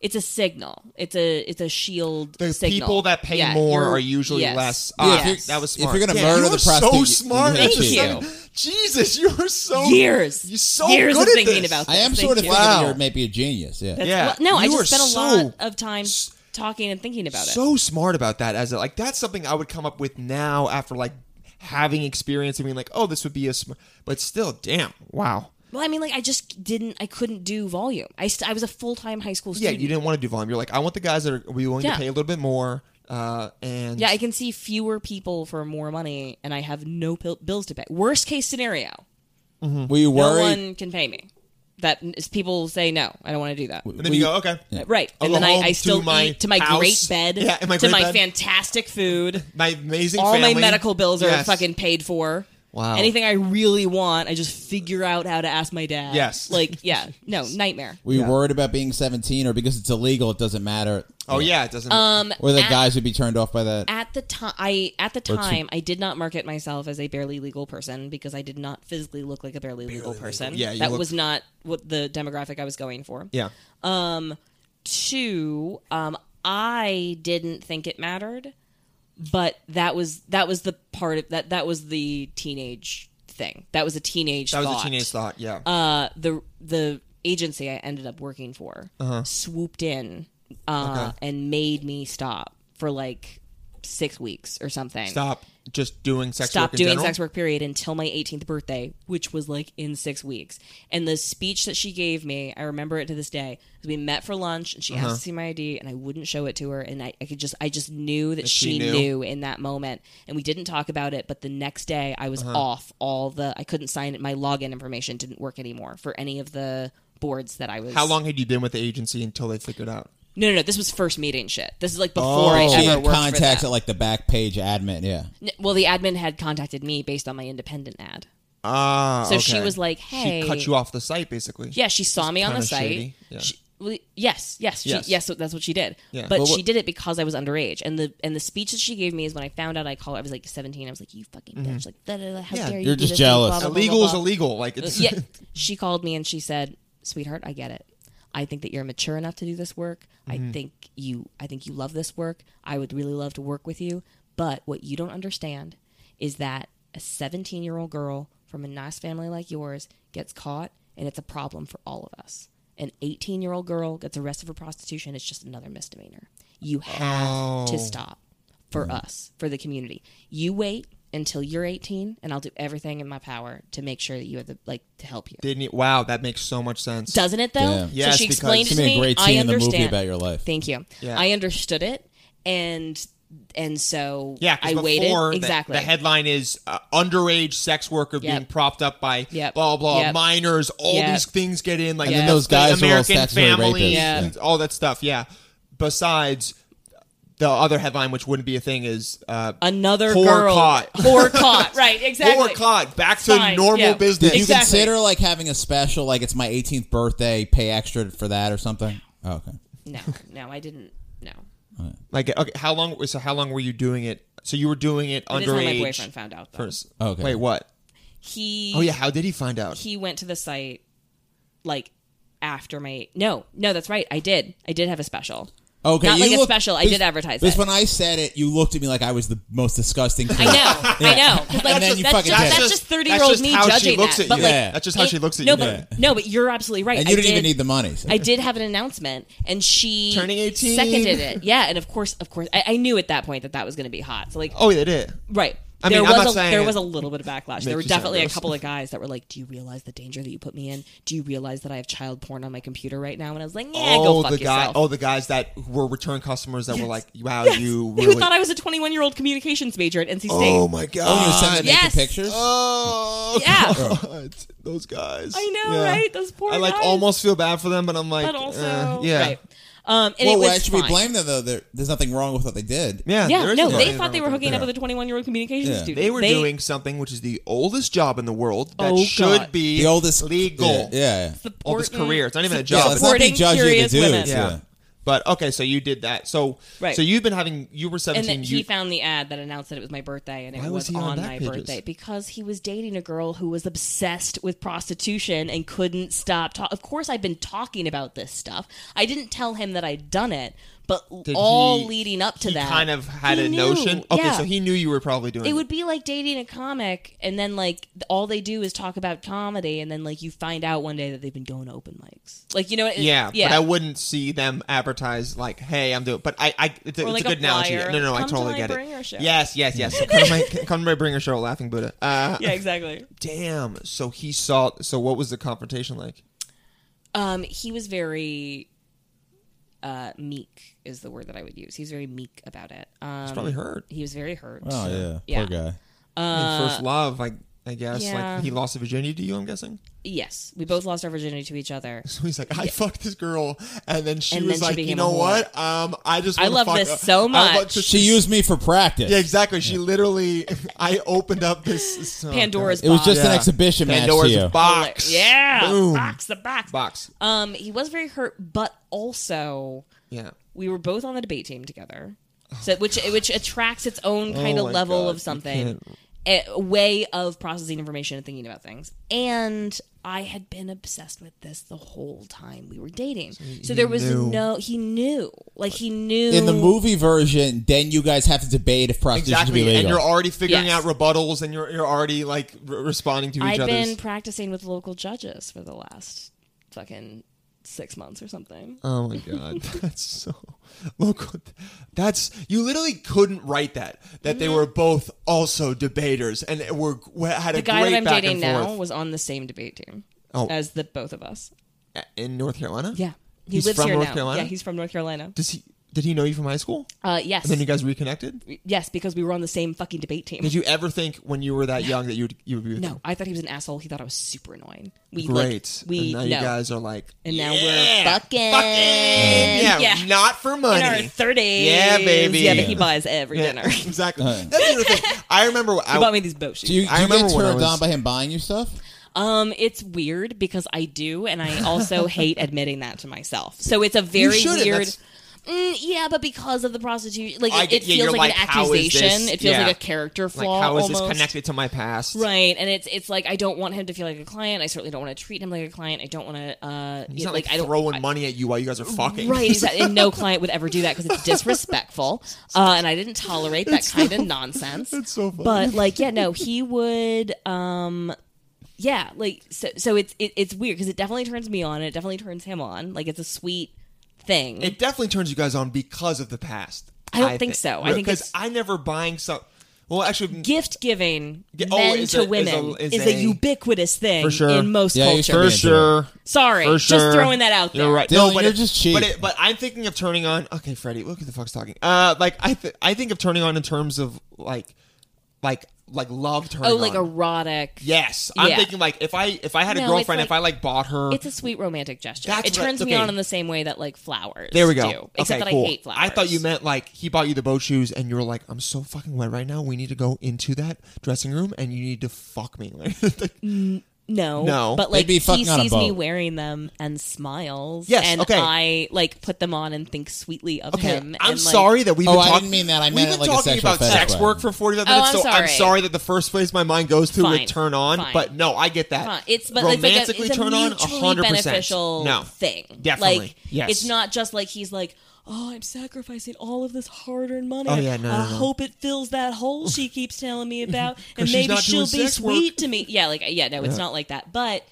[SPEAKER 6] It's a signal. It's a it's a shield.
[SPEAKER 3] The
[SPEAKER 6] signal.
[SPEAKER 3] people that pay
[SPEAKER 6] Yeah,
[SPEAKER 3] more
[SPEAKER 6] you're-
[SPEAKER 3] are usually
[SPEAKER 6] yes.
[SPEAKER 3] less.
[SPEAKER 4] Yeah,
[SPEAKER 3] Ah,
[SPEAKER 4] if you're-
[SPEAKER 3] that was
[SPEAKER 4] if you're
[SPEAKER 3] smart.
[SPEAKER 4] gonna
[SPEAKER 3] Yeah,
[SPEAKER 4] murder
[SPEAKER 3] you
[SPEAKER 4] the
[SPEAKER 3] are so
[SPEAKER 4] prostitute, you-
[SPEAKER 3] smart.
[SPEAKER 4] you hate
[SPEAKER 3] That's
[SPEAKER 6] you.
[SPEAKER 3] something- Jesus, you are so
[SPEAKER 6] Years.
[SPEAKER 3] You're so
[SPEAKER 6] Years
[SPEAKER 3] good
[SPEAKER 6] of
[SPEAKER 3] at
[SPEAKER 6] thinking
[SPEAKER 3] this.
[SPEAKER 6] about
[SPEAKER 4] I am
[SPEAKER 6] Thank
[SPEAKER 4] sort of
[SPEAKER 6] you.
[SPEAKER 4] thinking
[SPEAKER 3] Wow.
[SPEAKER 4] you're maybe a genius. Yeah.
[SPEAKER 6] That's,
[SPEAKER 3] Yeah.
[SPEAKER 6] well, no, I
[SPEAKER 3] You are
[SPEAKER 6] just spent a
[SPEAKER 3] so-
[SPEAKER 6] lot of time talking and thinking about it.
[SPEAKER 3] so smart about that as a, like that's something I would come up with now after like having experience and being like, oh, this would be a smart, but still, damn, wow.
[SPEAKER 6] Well, I mean, like I just didn't, I couldn't do volume. I, st- I was a full time high school
[SPEAKER 3] Yeah,
[SPEAKER 6] student.
[SPEAKER 3] you didn't want to do volume. You're like, I want the guys that are we willing
[SPEAKER 6] Yeah.
[SPEAKER 3] to pay a little bit more. Uh, and
[SPEAKER 6] Yeah, I can see fewer people for more money, and I have no pil- bills to pay. Worst case scenario,
[SPEAKER 4] Were you
[SPEAKER 6] no
[SPEAKER 4] worried?
[SPEAKER 6] one can pay me. That is, people say no, I don't want to do that.
[SPEAKER 3] and then you go, okay,
[SPEAKER 6] Right,
[SPEAKER 3] I'll
[SPEAKER 6] and
[SPEAKER 3] go
[SPEAKER 6] then I,
[SPEAKER 3] home
[SPEAKER 6] I still
[SPEAKER 3] to my
[SPEAKER 6] eat to my great
[SPEAKER 3] house.
[SPEAKER 6] bed,
[SPEAKER 3] Yeah, and my
[SPEAKER 6] to
[SPEAKER 3] great
[SPEAKER 6] my
[SPEAKER 3] bed.
[SPEAKER 6] fantastic food.
[SPEAKER 3] my amazing.
[SPEAKER 6] All my
[SPEAKER 3] family.
[SPEAKER 6] medical bills are
[SPEAKER 3] Yes.
[SPEAKER 6] fucking paid for.
[SPEAKER 3] Wow.
[SPEAKER 6] Anything I really want, I just figure out how to ask my
[SPEAKER 3] *laughs*
[SPEAKER 6] dad.
[SPEAKER 3] Yes. *laughs*
[SPEAKER 6] Like, yeah, no nightmare.
[SPEAKER 4] Were you worried about being 17 or because it's illegal, it doesn't matter?
[SPEAKER 3] Oh yeah, it doesn't.
[SPEAKER 6] Um,
[SPEAKER 4] Or the
[SPEAKER 6] at-
[SPEAKER 4] guys would be turned off by that?
[SPEAKER 6] at the time I at the time I did not market myself as a barely legal person because I did not physically look like a barely, legal person.
[SPEAKER 3] Yeah, you
[SPEAKER 6] that
[SPEAKER 3] look-
[SPEAKER 6] was not what the demographic I was going for.
[SPEAKER 3] yeah,
[SPEAKER 6] Two, um, I didn't think it mattered, but that was that was the part of that that was the teenage thing. That was a teenage
[SPEAKER 3] that was
[SPEAKER 6] thought.
[SPEAKER 3] a teenage thought. Yeah,
[SPEAKER 6] Uh, the the agency I ended up working for
[SPEAKER 3] Uh-huh.
[SPEAKER 6] swooped in uh, and made me stop for like six weeks or something
[SPEAKER 3] stop just doing sex
[SPEAKER 6] stop
[SPEAKER 3] work in
[SPEAKER 6] doing
[SPEAKER 3] general?
[SPEAKER 6] sex work period until my 18th birthday which was like in six weeks and the speech that she gave me i remember it to this day 'cause we met for lunch and she
[SPEAKER 3] Uh-huh.
[SPEAKER 6] asked to see my id and i wouldn't show it to her and i, I could just i just knew that she,
[SPEAKER 3] she
[SPEAKER 6] knew.
[SPEAKER 3] knew.
[SPEAKER 6] in that moment and we didn't talk about it but the next day i was
[SPEAKER 3] Uh-huh.
[SPEAKER 6] off all the i couldn't sign it my login information didn't work anymore for any of the boards that i was
[SPEAKER 3] How long had you been with the agency until they figured out?
[SPEAKER 6] no no no this was first meeting shit this is like before
[SPEAKER 3] Oh.
[SPEAKER 6] i
[SPEAKER 4] Oh. she
[SPEAKER 6] ever
[SPEAKER 4] had
[SPEAKER 6] worked for them.
[SPEAKER 4] contacts at like the back page admin. Yeah.
[SPEAKER 6] N- well the admin had contacted me based on my independent ad
[SPEAKER 3] Ah,
[SPEAKER 6] So she
[SPEAKER 3] okay.
[SPEAKER 6] was like, "Hey."
[SPEAKER 3] she cut you off the site basically.
[SPEAKER 6] Yeah, she saw me on the
[SPEAKER 3] kinda
[SPEAKER 6] site.
[SPEAKER 3] shady, yeah.
[SPEAKER 6] She- well, yes, yes, she, yes,
[SPEAKER 3] Yes.
[SPEAKER 6] That's what she did.
[SPEAKER 3] Yeah.
[SPEAKER 6] But
[SPEAKER 3] Well,
[SPEAKER 6] she did it because I was underage, and the and the speech that she gave me is when I found out I called. I was like seventeen. I was like, "You fucking bitch! Like, da, da, da, how
[SPEAKER 3] Mm-hmm. Yeah,
[SPEAKER 6] dare you?
[SPEAKER 4] you're
[SPEAKER 6] do
[SPEAKER 4] just
[SPEAKER 6] this to me,
[SPEAKER 4] jealous.
[SPEAKER 6] blah, blah, blah,
[SPEAKER 3] illegal
[SPEAKER 6] blah,
[SPEAKER 3] is
[SPEAKER 6] blah."
[SPEAKER 3] illegal. Like it's
[SPEAKER 6] yeah, *laughs* she called me and she said, "Sweetheart, I get it. I think that you're mature enough to do this work. I think you I think you love this work. I would really love to work with you, but what you don't understand is that a 17-year-old girl from a nice family like yours gets caught and it's a problem for all of us. An 18-year-old girl gets arrested for prostitution, it's just another misdemeanor. You have to stop for us, for the community. You wait until you're 18, and I'll do everything in my power to make sure that you have the like to help you.
[SPEAKER 3] didn't. It, wow, that makes so much sense.
[SPEAKER 6] Doesn't it though?
[SPEAKER 4] Yeah.
[SPEAKER 6] So
[SPEAKER 3] Yes,
[SPEAKER 6] she
[SPEAKER 3] because-
[SPEAKER 6] explained it
[SPEAKER 4] It's
[SPEAKER 6] to
[SPEAKER 4] going to
[SPEAKER 6] me.
[SPEAKER 4] be a great
[SPEAKER 6] I
[SPEAKER 4] scene in the
[SPEAKER 6] understand.
[SPEAKER 4] movie about your life.
[SPEAKER 6] Thank you.
[SPEAKER 3] Yeah.
[SPEAKER 6] I understood it, and and so
[SPEAKER 3] Yeah, 'cause
[SPEAKER 6] I waited
[SPEAKER 3] before the-
[SPEAKER 6] exactly.
[SPEAKER 3] The, headline is uh, underage sex worker being propped up by
[SPEAKER 6] Yep.
[SPEAKER 3] blah blah
[SPEAKER 6] Yep.
[SPEAKER 3] minors. All
[SPEAKER 6] Yep.
[SPEAKER 3] these things get in, like
[SPEAKER 6] And then
[SPEAKER 4] those
[SPEAKER 3] the
[SPEAKER 4] guys are all
[SPEAKER 3] American
[SPEAKER 4] statutory
[SPEAKER 3] families,
[SPEAKER 4] rapists.
[SPEAKER 6] Yeah.
[SPEAKER 3] and all that stuff. Yeah. Besides, the other headline, which wouldn't be a thing, is uh,
[SPEAKER 6] Another
[SPEAKER 3] whore
[SPEAKER 6] girl,
[SPEAKER 3] caught.
[SPEAKER 6] *laughs* whore caught. Right, exactly.
[SPEAKER 3] "Whore caught back to
[SPEAKER 6] Fine,
[SPEAKER 3] normal
[SPEAKER 6] yeah.
[SPEAKER 3] business.
[SPEAKER 4] Did you
[SPEAKER 6] Exactly.
[SPEAKER 4] consider like having a special, like it's my 18th birthday, pay extra for that or something? Oh, okay.
[SPEAKER 6] No, no, I didn't. No,
[SPEAKER 3] like, okay, how long? So how long were you doing it? So you were doing it
[SPEAKER 6] But it's how my
[SPEAKER 3] underage.
[SPEAKER 6] boyfriend found out. Though.
[SPEAKER 3] first.
[SPEAKER 4] Okay.
[SPEAKER 3] Wait, what?
[SPEAKER 6] he.
[SPEAKER 3] Oh yeah, how did he find out?
[SPEAKER 6] he went to the site like after my no no that's right i did i did have a special
[SPEAKER 4] Okay,
[SPEAKER 6] Not
[SPEAKER 4] you
[SPEAKER 6] like a
[SPEAKER 4] look-
[SPEAKER 6] special, I
[SPEAKER 4] because-
[SPEAKER 6] did advertise
[SPEAKER 4] Because
[SPEAKER 6] it.
[SPEAKER 4] when I said it, you looked at me like I was the most disgusting.
[SPEAKER 6] i
[SPEAKER 4] Thing.
[SPEAKER 6] know i know 'Cause, like,
[SPEAKER 4] And then
[SPEAKER 6] that's,
[SPEAKER 4] you
[SPEAKER 6] that's
[SPEAKER 4] fucking
[SPEAKER 6] just,
[SPEAKER 4] did.
[SPEAKER 6] that's
[SPEAKER 4] That's
[SPEAKER 6] just
[SPEAKER 3] just- that's
[SPEAKER 6] 30 year old
[SPEAKER 3] just
[SPEAKER 6] me
[SPEAKER 3] how she
[SPEAKER 6] judging
[SPEAKER 3] looks
[SPEAKER 6] that
[SPEAKER 3] at
[SPEAKER 6] but
[SPEAKER 3] you.
[SPEAKER 6] like
[SPEAKER 4] Yeah.
[SPEAKER 3] That's just how
[SPEAKER 6] it-
[SPEAKER 3] she looks at
[SPEAKER 6] no,
[SPEAKER 3] you.
[SPEAKER 6] but,
[SPEAKER 4] Yeah.
[SPEAKER 6] no but you're absolutely right
[SPEAKER 4] and you
[SPEAKER 6] I
[SPEAKER 4] didn't
[SPEAKER 6] did,
[SPEAKER 4] even need the money. so-
[SPEAKER 6] I did have an announcement, and she
[SPEAKER 3] Turning 18.
[SPEAKER 6] seconded it. Yeah, and of course, of course, I, I knew at that point that that was going to be hot. So like,
[SPEAKER 3] Oh, they did.
[SPEAKER 6] Right.
[SPEAKER 3] I
[SPEAKER 6] there
[SPEAKER 3] mean, I'm
[SPEAKER 6] was
[SPEAKER 3] not
[SPEAKER 6] a,
[SPEAKER 3] saying
[SPEAKER 6] there
[SPEAKER 3] it
[SPEAKER 6] was a little bit of backlash. There were
[SPEAKER 3] makes you sound
[SPEAKER 6] definitely a
[SPEAKER 3] gross.
[SPEAKER 6] couple of guys that were like, "Do you realize the danger that you put me in? Do you realize that I have child porn on my computer right now?" And I was like, "Yeah, go
[SPEAKER 3] oh,
[SPEAKER 6] fuck
[SPEAKER 3] the guy,
[SPEAKER 6] yourself."
[SPEAKER 3] oh, the guys that were return customers that were like, "Wow,
[SPEAKER 6] Yes. *laughs*
[SPEAKER 3] you
[SPEAKER 6] who
[SPEAKER 3] really."
[SPEAKER 6] thought I was a 21 year old communications major at NC State?
[SPEAKER 3] oh my
[SPEAKER 4] Oh, you were
[SPEAKER 3] god!
[SPEAKER 4] sending naked
[SPEAKER 6] Yes.
[SPEAKER 4] pictures.
[SPEAKER 3] Oh *laughs*
[SPEAKER 6] Yeah.
[SPEAKER 3] God. those guys.
[SPEAKER 6] I know, right? Those poor
[SPEAKER 3] I like
[SPEAKER 6] guys.
[SPEAKER 3] almost feel bad for them, but I'm like,
[SPEAKER 6] but also,
[SPEAKER 3] eh, yeah.
[SPEAKER 6] right.
[SPEAKER 5] Um, and it
[SPEAKER 4] well,
[SPEAKER 5] was
[SPEAKER 4] why should we
[SPEAKER 5] fine.
[SPEAKER 4] blame them though? There- there's nothing wrong with what they did.
[SPEAKER 3] Yeah,
[SPEAKER 5] Yeah,
[SPEAKER 3] there is
[SPEAKER 5] no,
[SPEAKER 3] nothing
[SPEAKER 5] they
[SPEAKER 3] wrong
[SPEAKER 5] thought they
[SPEAKER 3] with
[SPEAKER 5] were
[SPEAKER 3] that.
[SPEAKER 5] hooking up with a 21 year old communications
[SPEAKER 4] Yeah.
[SPEAKER 5] student.
[SPEAKER 3] They were doing something which is the oldest job in the world that
[SPEAKER 5] Oh,
[SPEAKER 3] should
[SPEAKER 5] God.
[SPEAKER 3] be
[SPEAKER 4] The oldest
[SPEAKER 3] legal.
[SPEAKER 4] Yeah, yeah. yeah.
[SPEAKER 3] Oldest
[SPEAKER 5] supporting-
[SPEAKER 3] career. It's not even a
[SPEAKER 4] yeah
[SPEAKER 3] job.
[SPEAKER 4] let's not be
[SPEAKER 5] Supporting
[SPEAKER 4] judgy to
[SPEAKER 5] curious women.
[SPEAKER 4] dudes.
[SPEAKER 3] yeah.
[SPEAKER 4] Yeah.
[SPEAKER 3] But okay, so you did that. So
[SPEAKER 5] Right.
[SPEAKER 3] so you've been having you were
[SPEAKER 5] and
[SPEAKER 3] seventeen.
[SPEAKER 5] then he
[SPEAKER 3] you,
[SPEAKER 5] found the ad that announced that it was my birthday and it
[SPEAKER 3] Why was
[SPEAKER 5] was,
[SPEAKER 3] he on
[SPEAKER 5] on,
[SPEAKER 3] back
[SPEAKER 5] my
[SPEAKER 3] pages?
[SPEAKER 5] birthday because he was dating a girl who was obsessed with prostitution and couldn't stop ta- of course i've been talking about this stuff i didn't tell him that i'd done it but
[SPEAKER 3] did
[SPEAKER 5] all
[SPEAKER 3] he-
[SPEAKER 5] leading up to
[SPEAKER 3] he
[SPEAKER 5] that
[SPEAKER 3] kind of had
[SPEAKER 5] he
[SPEAKER 3] a
[SPEAKER 5] knew.
[SPEAKER 3] notion. Okay,
[SPEAKER 5] Yeah.
[SPEAKER 3] so he knew you were probably doing
[SPEAKER 5] it would be like dating a comic and then like th- all they do is talk about comedy and then like you find out one day that they've been going to open mics like you know it-
[SPEAKER 3] Yeah,
[SPEAKER 5] yeah
[SPEAKER 3] but I wouldn't see them advertise like, "Hey, I'm doing." But I, I it's, a-
[SPEAKER 5] Or
[SPEAKER 3] it's
[SPEAKER 5] like
[SPEAKER 3] a
[SPEAKER 5] a
[SPEAKER 3] good analogy.
[SPEAKER 5] flyer,
[SPEAKER 3] No, no, I
[SPEAKER 5] "Come to
[SPEAKER 3] totally
[SPEAKER 5] my
[SPEAKER 3] get
[SPEAKER 5] bringer
[SPEAKER 3] it.
[SPEAKER 5] show.
[SPEAKER 3] Yes, yes, yes. come, to my, come to my bringer show, Laughing Buddha. Uh,
[SPEAKER 5] *laughs* yeah exactly
[SPEAKER 3] Damn. So he saw. So what was the confrontation like?
[SPEAKER 5] Um, he was very uh, meek is the word that I would use. He was very meek about it. Um,
[SPEAKER 3] Probably hurt.
[SPEAKER 5] he was very hurt.
[SPEAKER 4] Oh yeah.
[SPEAKER 5] Yeah.
[SPEAKER 4] Poor guy.
[SPEAKER 3] I mean, first love, I, I guess.
[SPEAKER 5] Uh, yeah.
[SPEAKER 3] Like he lost a virginity to you. I'm guessing. *laughs*
[SPEAKER 5] Yes, we both lost our virginity to each other.
[SPEAKER 3] So he's like, I fucked this girl, and then she
[SPEAKER 5] And
[SPEAKER 3] was
[SPEAKER 5] then she
[SPEAKER 3] like, you
[SPEAKER 5] became a
[SPEAKER 3] know
[SPEAKER 5] whore.
[SPEAKER 3] what? Um, I just
[SPEAKER 5] I
[SPEAKER 3] wanna
[SPEAKER 5] love
[SPEAKER 3] fuck
[SPEAKER 5] this
[SPEAKER 3] a-
[SPEAKER 5] so
[SPEAKER 3] I want
[SPEAKER 5] much.
[SPEAKER 3] to-
[SPEAKER 4] She used me for practice.
[SPEAKER 3] yeah, exactly. She literally, I opened up this oh,
[SPEAKER 5] Pandora's
[SPEAKER 4] It was
[SPEAKER 5] box.
[SPEAKER 4] just an
[SPEAKER 3] Yeah.
[SPEAKER 4] exhibition
[SPEAKER 3] Pandora's
[SPEAKER 4] match to you.
[SPEAKER 3] box.
[SPEAKER 5] Oh, Yeah,
[SPEAKER 3] Boom.
[SPEAKER 5] box the box.
[SPEAKER 3] box.
[SPEAKER 5] Um, he was very hurt, but also
[SPEAKER 3] Yeah. Oh
[SPEAKER 5] we were both on the debate team together, so which which attracts its own kind
[SPEAKER 3] Oh
[SPEAKER 5] of
[SPEAKER 3] my
[SPEAKER 5] level
[SPEAKER 3] God,
[SPEAKER 5] of
[SPEAKER 3] you
[SPEAKER 5] something,
[SPEAKER 3] can't-
[SPEAKER 5] a a way of processing information and thinking about things. And I had been obsessed with this the whole time we were dating, so, there was
[SPEAKER 3] knew.
[SPEAKER 5] no he knew like he knew
[SPEAKER 4] In the movie version, then you guys have to debate if prostitution should be
[SPEAKER 3] Exactly,
[SPEAKER 4] legal.
[SPEAKER 3] and you're already figuring
[SPEAKER 5] Yes.
[SPEAKER 3] out rebuttals, and you're you're already like re- responding to each
[SPEAKER 5] I've
[SPEAKER 3] other's.
[SPEAKER 5] been practicing with local judges for the last fucking six months or something.
[SPEAKER 3] Oh my god, *laughs* that's so local. That's you literally couldn't write that. That
[SPEAKER 5] Mm-hmm.
[SPEAKER 3] they were both also debaters and it were had a
[SPEAKER 5] the guy
[SPEAKER 3] great
[SPEAKER 5] that I'm
[SPEAKER 3] back
[SPEAKER 5] dating
[SPEAKER 3] and
[SPEAKER 5] now
[SPEAKER 3] forth
[SPEAKER 5] was on the same debate team
[SPEAKER 3] Oh.
[SPEAKER 5] as the both of us.
[SPEAKER 3] in North Carolina.
[SPEAKER 5] Yeah. He
[SPEAKER 3] He's
[SPEAKER 5] lives
[SPEAKER 3] from
[SPEAKER 5] here
[SPEAKER 3] North
[SPEAKER 5] now.
[SPEAKER 3] Carolina?
[SPEAKER 5] Yeah, he's from North Carolina.
[SPEAKER 3] Does he? Did he know you from high school?
[SPEAKER 5] Uh, yes.
[SPEAKER 3] And then you guys reconnected.
[SPEAKER 5] yes, because we were on the same fucking debate team.
[SPEAKER 3] Did you ever think when you were that young that you would you would be with him?
[SPEAKER 5] no, I thought he was an asshole. He thought I was super annoying. We like,
[SPEAKER 3] Great.
[SPEAKER 5] we
[SPEAKER 3] and now
[SPEAKER 5] no.
[SPEAKER 3] you guys are like,
[SPEAKER 5] and now
[SPEAKER 3] "Yeah,
[SPEAKER 5] we're fucking. *laughs*
[SPEAKER 3] yeah,
[SPEAKER 5] yeah.
[SPEAKER 3] not for
[SPEAKER 5] in
[SPEAKER 3] money.
[SPEAKER 5] our thirties.
[SPEAKER 3] Yeah, baby.
[SPEAKER 5] Yeah, but he buys every
[SPEAKER 3] Yeah,
[SPEAKER 5] dinner. *laughs*
[SPEAKER 3] *laughs*
[SPEAKER 5] he
[SPEAKER 3] exactly. That's the other thing. I remember. I,
[SPEAKER 5] bought me these boat shoes.
[SPEAKER 4] do you, do
[SPEAKER 3] I
[SPEAKER 4] you
[SPEAKER 3] remember
[SPEAKER 4] get
[SPEAKER 3] when I
[SPEAKER 4] turned
[SPEAKER 3] was-
[SPEAKER 4] on by him buying you stuff?
[SPEAKER 5] um, it's weird because I do, and I
[SPEAKER 3] *laughs*
[SPEAKER 5] also hate admitting that to myself. So it's a very
[SPEAKER 3] shouldn't.
[SPEAKER 5] weird.
[SPEAKER 3] That's-
[SPEAKER 5] Mm, yeah, but because of the prostitution, like
[SPEAKER 3] I
[SPEAKER 5] it,
[SPEAKER 3] get-
[SPEAKER 5] it
[SPEAKER 3] yeah,
[SPEAKER 5] feels
[SPEAKER 3] you're
[SPEAKER 5] like, an
[SPEAKER 3] like, how is this-
[SPEAKER 5] accusation. It feels
[SPEAKER 3] yeah.
[SPEAKER 5] like a character
[SPEAKER 3] like,
[SPEAKER 5] flaw.
[SPEAKER 3] how is
[SPEAKER 5] almost.
[SPEAKER 3] this connected to my past?
[SPEAKER 5] Right, and it's it's like I don't want him to feel like a client. I certainly don't want to treat him like a client. I don't want to, uh,
[SPEAKER 3] He's
[SPEAKER 5] you know,
[SPEAKER 3] not like,
[SPEAKER 5] I don't
[SPEAKER 3] throwing
[SPEAKER 5] I-
[SPEAKER 3] money at you while you guys are fucking.
[SPEAKER 5] Right, exactly. and no client would ever do that
[SPEAKER 3] *laughs*
[SPEAKER 5] because it's disrespectful. Uh, and I didn't tolerate that kind of nonsense.
[SPEAKER 3] It's so funny.
[SPEAKER 5] But like, yeah, no, he would. um Yeah, like so. So it's it, it's weird because it definitely turns me on. It definitely turns him on. Like it's a sweet thing.
[SPEAKER 3] it definitely turns you guys on because of the past.
[SPEAKER 5] I don't think so. I think
[SPEAKER 3] because
[SPEAKER 5] it's-
[SPEAKER 3] I never buying some. Well, actually,
[SPEAKER 5] Gift giving
[SPEAKER 3] Yeah, oh,
[SPEAKER 5] men
[SPEAKER 3] is
[SPEAKER 5] to
[SPEAKER 3] a- is a-
[SPEAKER 5] women is,
[SPEAKER 3] is
[SPEAKER 5] a,
[SPEAKER 3] a-
[SPEAKER 5] ubiquitous thing
[SPEAKER 3] For sure.
[SPEAKER 5] in most
[SPEAKER 4] Yeah, you
[SPEAKER 5] cultures.
[SPEAKER 4] should be into it.
[SPEAKER 5] Sorry,
[SPEAKER 3] For
[SPEAKER 5] just
[SPEAKER 3] sure.
[SPEAKER 5] throwing that out there.
[SPEAKER 3] You're right.
[SPEAKER 4] Dylan,
[SPEAKER 3] no, but
[SPEAKER 4] you're
[SPEAKER 3] it-
[SPEAKER 4] just cheap.
[SPEAKER 3] But, it, but I'm thinking of turning on. Okay, Freddie, look who the fuck's talking. Uh, like I, th- I think of turning on in terms of like, like, like love turning.
[SPEAKER 5] Oh, like
[SPEAKER 3] on.
[SPEAKER 5] erotic.
[SPEAKER 3] Yes, I'm
[SPEAKER 5] Yeah.
[SPEAKER 3] thinking like if I if I had a
[SPEAKER 5] No, it's
[SPEAKER 3] girlfriend,
[SPEAKER 5] like-
[SPEAKER 3] if I like bought her.
[SPEAKER 5] It's a sweet romantic gesture.
[SPEAKER 3] That's
[SPEAKER 5] it
[SPEAKER 3] what I-
[SPEAKER 5] turns me
[SPEAKER 3] okay.
[SPEAKER 5] on in the same way that like flowers.
[SPEAKER 3] there we go.
[SPEAKER 5] do, except
[SPEAKER 3] okay,
[SPEAKER 5] that
[SPEAKER 3] cool.
[SPEAKER 5] I hate flowers.
[SPEAKER 3] I thought you meant like he bought you the boat shoes, and you were like, "I'm so fucking wet right now. We need to go into that dressing room, and you need to fuck me." *laughs* Like,
[SPEAKER 5] no,
[SPEAKER 3] No.
[SPEAKER 5] But like
[SPEAKER 4] They'd be
[SPEAKER 5] he
[SPEAKER 4] fucking on a
[SPEAKER 5] sees me
[SPEAKER 4] boat.
[SPEAKER 5] wearing them and smiles.
[SPEAKER 3] Yes,
[SPEAKER 5] and
[SPEAKER 3] okay.
[SPEAKER 5] I like put them on and think sweetly of
[SPEAKER 3] Okay,
[SPEAKER 5] him.
[SPEAKER 3] I'm
[SPEAKER 5] and, like,
[SPEAKER 3] sorry that we've
[SPEAKER 4] Oh,
[SPEAKER 3] been
[SPEAKER 4] I
[SPEAKER 3] talking.
[SPEAKER 4] didn't mean that. I
[SPEAKER 3] we've
[SPEAKER 4] meant
[SPEAKER 3] been
[SPEAKER 4] it like a
[SPEAKER 3] talking
[SPEAKER 4] sexual
[SPEAKER 3] about
[SPEAKER 4] fetish
[SPEAKER 3] sex
[SPEAKER 4] way.
[SPEAKER 3] work for 45
[SPEAKER 5] Oh,
[SPEAKER 3] minutes.
[SPEAKER 5] I'm
[SPEAKER 3] so I'm
[SPEAKER 5] sorry.
[SPEAKER 3] sorry that the first place my mind goes to
[SPEAKER 5] Fine.
[SPEAKER 3] with turn on.
[SPEAKER 5] Fine.
[SPEAKER 3] But no, I get that.
[SPEAKER 5] Huh, It's but it's like a,
[SPEAKER 3] romantically
[SPEAKER 5] it's a
[SPEAKER 3] turn on,
[SPEAKER 5] mutually
[SPEAKER 3] 100%.
[SPEAKER 5] beneficial
[SPEAKER 3] no.
[SPEAKER 5] thing.
[SPEAKER 3] Definitely.
[SPEAKER 5] like,
[SPEAKER 3] Yes.
[SPEAKER 5] it's not just like he's like, oh, I'm sacrificing all of this hard-earned money.
[SPEAKER 3] Oh, yeah, no,
[SPEAKER 5] I
[SPEAKER 3] no, no.
[SPEAKER 5] hope it fills that hole she keeps
[SPEAKER 3] *laughs*
[SPEAKER 5] telling me about, and
[SPEAKER 3] she's
[SPEAKER 5] maybe
[SPEAKER 3] not
[SPEAKER 5] she'll
[SPEAKER 3] doing
[SPEAKER 5] be
[SPEAKER 3] sex work.
[SPEAKER 5] sweet to me. Yeah, like yeah, no, it's not like that, but.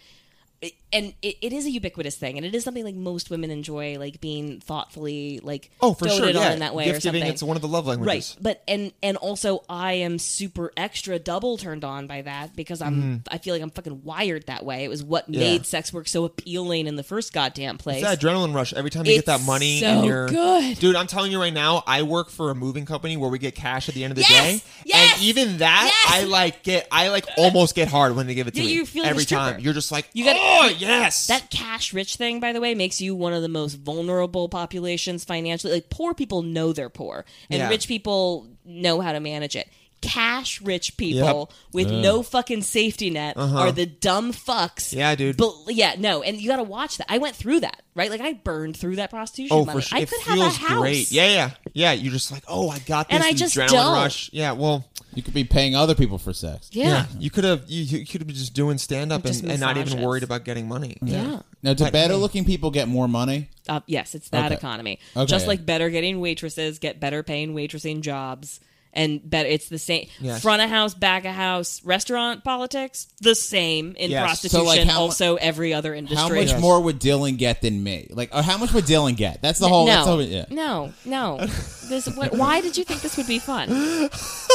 [SPEAKER 5] it- And it, it is a ubiquitous thing, and it is something like most women enjoy, like being thoughtfully like
[SPEAKER 3] Oh, for
[SPEAKER 5] doted
[SPEAKER 3] sure.
[SPEAKER 5] on
[SPEAKER 3] Yeah.
[SPEAKER 5] in that way or
[SPEAKER 3] Gift
[SPEAKER 5] something.
[SPEAKER 3] giving, it's one of the love languages.
[SPEAKER 5] Right, but and and also I am super extra double turned on by that because I'm I feel like I'm fucking wired that way. It was what
[SPEAKER 3] Mm-hmm. Yeah.
[SPEAKER 5] made sex work so appealing in the first goddamn place.
[SPEAKER 3] It's that adrenaline rush every time you
[SPEAKER 5] It's
[SPEAKER 3] get that money
[SPEAKER 5] so
[SPEAKER 3] and you're
[SPEAKER 5] good.
[SPEAKER 3] dude. I'm telling you right now, I work for a moving company where we get cash at the end of the
[SPEAKER 5] Yes!
[SPEAKER 3] day,
[SPEAKER 5] Yes!
[SPEAKER 3] and even that,
[SPEAKER 5] Yes!
[SPEAKER 3] I like get, I like almost get hard when they give it to
[SPEAKER 5] Yeah,
[SPEAKER 3] me
[SPEAKER 5] you feel like a
[SPEAKER 3] every time.
[SPEAKER 5] stripper.
[SPEAKER 3] You're just like,
[SPEAKER 5] You gotta-
[SPEAKER 3] oh
[SPEAKER 5] you
[SPEAKER 3] yes.
[SPEAKER 5] That cash rich thing, by the way, makes you one of the most vulnerable populations financially. Like poor people know they're poor, and
[SPEAKER 3] Yeah.
[SPEAKER 5] rich people know how to manage it. Cash rich people with no fucking safety net are the dumb fucks.
[SPEAKER 3] Uh-huh. Yeah, dude.
[SPEAKER 5] But yeah, no, and you got to watch that. I went through that, right? Like I burned through that prostitution
[SPEAKER 3] oh,
[SPEAKER 5] money.
[SPEAKER 3] for sure.
[SPEAKER 5] I
[SPEAKER 3] It
[SPEAKER 5] could have a
[SPEAKER 3] feels
[SPEAKER 5] house.
[SPEAKER 3] great. Yeah, yeah, yeah. You're just like, oh, I got this.
[SPEAKER 5] And I just
[SPEAKER 3] adrenaline
[SPEAKER 5] don't.
[SPEAKER 3] rush. Yeah. Well,
[SPEAKER 4] You could be paying other people for sex.
[SPEAKER 5] Yeah.
[SPEAKER 3] yeah. You could have. You, you could have been just doing stand up
[SPEAKER 5] Just
[SPEAKER 3] and, and not even
[SPEAKER 5] massages.
[SPEAKER 3] worried about getting money.
[SPEAKER 5] Yeah.
[SPEAKER 4] Now, do better looking people get more money?
[SPEAKER 5] Uh, yes, it's that
[SPEAKER 4] Okay.
[SPEAKER 5] economy.
[SPEAKER 4] Okay.
[SPEAKER 5] Just like better getting waitresses, get better paying waitressing jobs, and better. It's the same
[SPEAKER 3] Yes.
[SPEAKER 5] front of house, back of house, restaurant politics. The same in
[SPEAKER 3] Yes.
[SPEAKER 5] prostitution.
[SPEAKER 4] So, like, how mu-
[SPEAKER 5] also, every other
[SPEAKER 4] How
[SPEAKER 5] industry.
[SPEAKER 4] much more would Dylan get than me? Like, or how much would Dylan get? That's the whole.
[SPEAKER 5] no,
[SPEAKER 4] That's all, yeah.
[SPEAKER 5] no, no.
[SPEAKER 3] *laughs*
[SPEAKER 5] This.
[SPEAKER 4] *laughs*
[SPEAKER 5] What, why did you think this would be fun?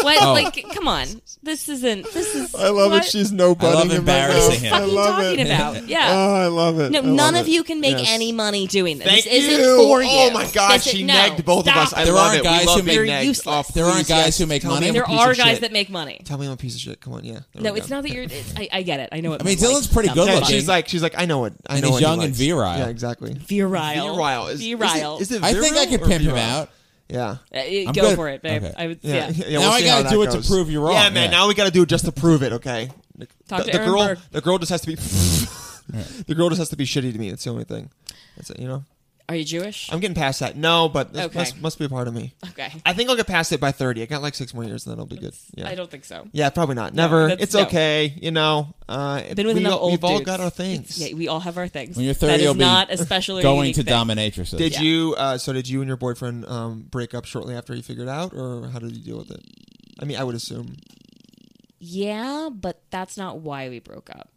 [SPEAKER 5] Why, Like, come on. This isn't. This is.
[SPEAKER 3] Oh. I love
[SPEAKER 5] what
[SPEAKER 3] it. She's nobody.
[SPEAKER 4] I love
[SPEAKER 3] in my
[SPEAKER 4] embarrassing
[SPEAKER 3] mouth.
[SPEAKER 4] him.
[SPEAKER 5] What
[SPEAKER 3] I
[SPEAKER 5] are you
[SPEAKER 3] love
[SPEAKER 5] talking
[SPEAKER 3] it. *laughs*
[SPEAKER 5] about? Yeah.
[SPEAKER 3] Oh, I love it.
[SPEAKER 5] No,
[SPEAKER 3] I love
[SPEAKER 5] none of
[SPEAKER 3] it.
[SPEAKER 5] you can make
[SPEAKER 3] Yes.
[SPEAKER 5] any money doing this.
[SPEAKER 3] Thank
[SPEAKER 5] this isn't
[SPEAKER 3] you.
[SPEAKER 5] for you.
[SPEAKER 3] Oh my God,
[SPEAKER 5] This is-
[SPEAKER 3] she
[SPEAKER 5] no,
[SPEAKER 3] negged both of
[SPEAKER 5] stop
[SPEAKER 3] us. I
[SPEAKER 5] it.
[SPEAKER 4] There
[SPEAKER 3] love
[SPEAKER 4] aren't
[SPEAKER 3] it. We
[SPEAKER 4] guys
[SPEAKER 3] love
[SPEAKER 4] who make
[SPEAKER 3] being
[SPEAKER 4] negged.
[SPEAKER 3] negged.
[SPEAKER 5] Useless.
[SPEAKER 3] Oh,
[SPEAKER 4] There aren't
[SPEAKER 3] please,
[SPEAKER 4] guys
[SPEAKER 3] yes.
[SPEAKER 4] who make
[SPEAKER 3] Tell me
[SPEAKER 4] money.
[SPEAKER 3] I'm a
[SPEAKER 5] There
[SPEAKER 3] piece
[SPEAKER 5] are
[SPEAKER 3] of
[SPEAKER 5] guys
[SPEAKER 3] shit.
[SPEAKER 5] that make money.
[SPEAKER 3] Tell me I'm a piece of shit. Come on, yeah. There
[SPEAKER 5] No,
[SPEAKER 3] we
[SPEAKER 5] it's
[SPEAKER 3] go.
[SPEAKER 5] not that you're. It's, I, I get it. I know it.
[SPEAKER 4] I mean,
[SPEAKER 5] looks
[SPEAKER 4] Dylan's
[SPEAKER 5] like.
[SPEAKER 4] pretty
[SPEAKER 5] Dumb
[SPEAKER 4] good
[SPEAKER 5] fuck.
[SPEAKER 3] Yeah,
[SPEAKER 4] looking.
[SPEAKER 3] she's like, she's like, I know what. I
[SPEAKER 4] And
[SPEAKER 3] know
[SPEAKER 4] he's
[SPEAKER 3] what he
[SPEAKER 4] young and
[SPEAKER 3] likes.
[SPEAKER 4] virile.
[SPEAKER 3] Yeah, exactly.
[SPEAKER 5] Virile.
[SPEAKER 3] Virile. Is,
[SPEAKER 5] Virile.
[SPEAKER 3] Is it, is it
[SPEAKER 4] I think I
[SPEAKER 3] virile
[SPEAKER 4] could
[SPEAKER 3] or
[SPEAKER 4] pimp him
[SPEAKER 3] virile?
[SPEAKER 4] out.
[SPEAKER 3] Yeah.
[SPEAKER 5] Uh,
[SPEAKER 4] I'm
[SPEAKER 5] go
[SPEAKER 4] gonna-
[SPEAKER 5] for it, babe.
[SPEAKER 4] okay.
[SPEAKER 5] I would. Yeah.
[SPEAKER 3] *laughs*
[SPEAKER 4] Now I
[SPEAKER 3] see
[SPEAKER 4] gotta
[SPEAKER 3] how that
[SPEAKER 4] do it to
[SPEAKER 3] goes.
[SPEAKER 4] prove you wrong.
[SPEAKER 3] Yeah, man.
[SPEAKER 4] Yeah.
[SPEAKER 3] Now we got to do it just to prove it. Okay. The,
[SPEAKER 5] Talk to
[SPEAKER 3] the
[SPEAKER 5] Aaron
[SPEAKER 3] girl.
[SPEAKER 5] Burr.
[SPEAKER 3] The girl just has to be. *laughs* the girl just has to be shitty to me. That's the only thing. That's it. You know.
[SPEAKER 5] Are you Jewish?
[SPEAKER 3] I'm getting past that. No, but this
[SPEAKER 5] Okay.
[SPEAKER 3] must, must be a part of me. *laughs*
[SPEAKER 5] okay.
[SPEAKER 3] I think I'll get past it by 30. I got like six more years, and then I'll be good. Yeah.
[SPEAKER 5] I don't think so.
[SPEAKER 3] yeah, probably not. Never.
[SPEAKER 5] that's-
[SPEAKER 3] it's
[SPEAKER 5] no.
[SPEAKER 3] okay. You know. Uh,
[SPEAKER 5] Been with
[SPEAKER 3] we,
[SPEAKER 5] enough
[SPEAKER 3] all-
[SPEAKER 5] old
[SPEAKER 3] We've all
[SPEAKER 5] dudes.
[SPEAKER 3] got our things.
[SPEAKER 5] Yeah, we all have our things.
[SPEAKER 4] When you're 30,
[SPEAKER 5] that is
[SPEAKER 4] you'll be
[SPEAKER 5] not a special or
[SPEAKER 4] Going
[SPEAKER 5] unique
[SPEAKER 4] to
[SPEAKER 5] thing.
[SPEAKER 4] dominatrixes.
[SPEAKER 3] Did
[SPEAKER 5] Yeah.
[SPEAKER 3] you? Uh, so did you and your boyfriend um, break up shortly after you figured out, or how did you deal with it? I mean, I would assume.
[SPEAKER 5] Yeah, but that's not why we broke up.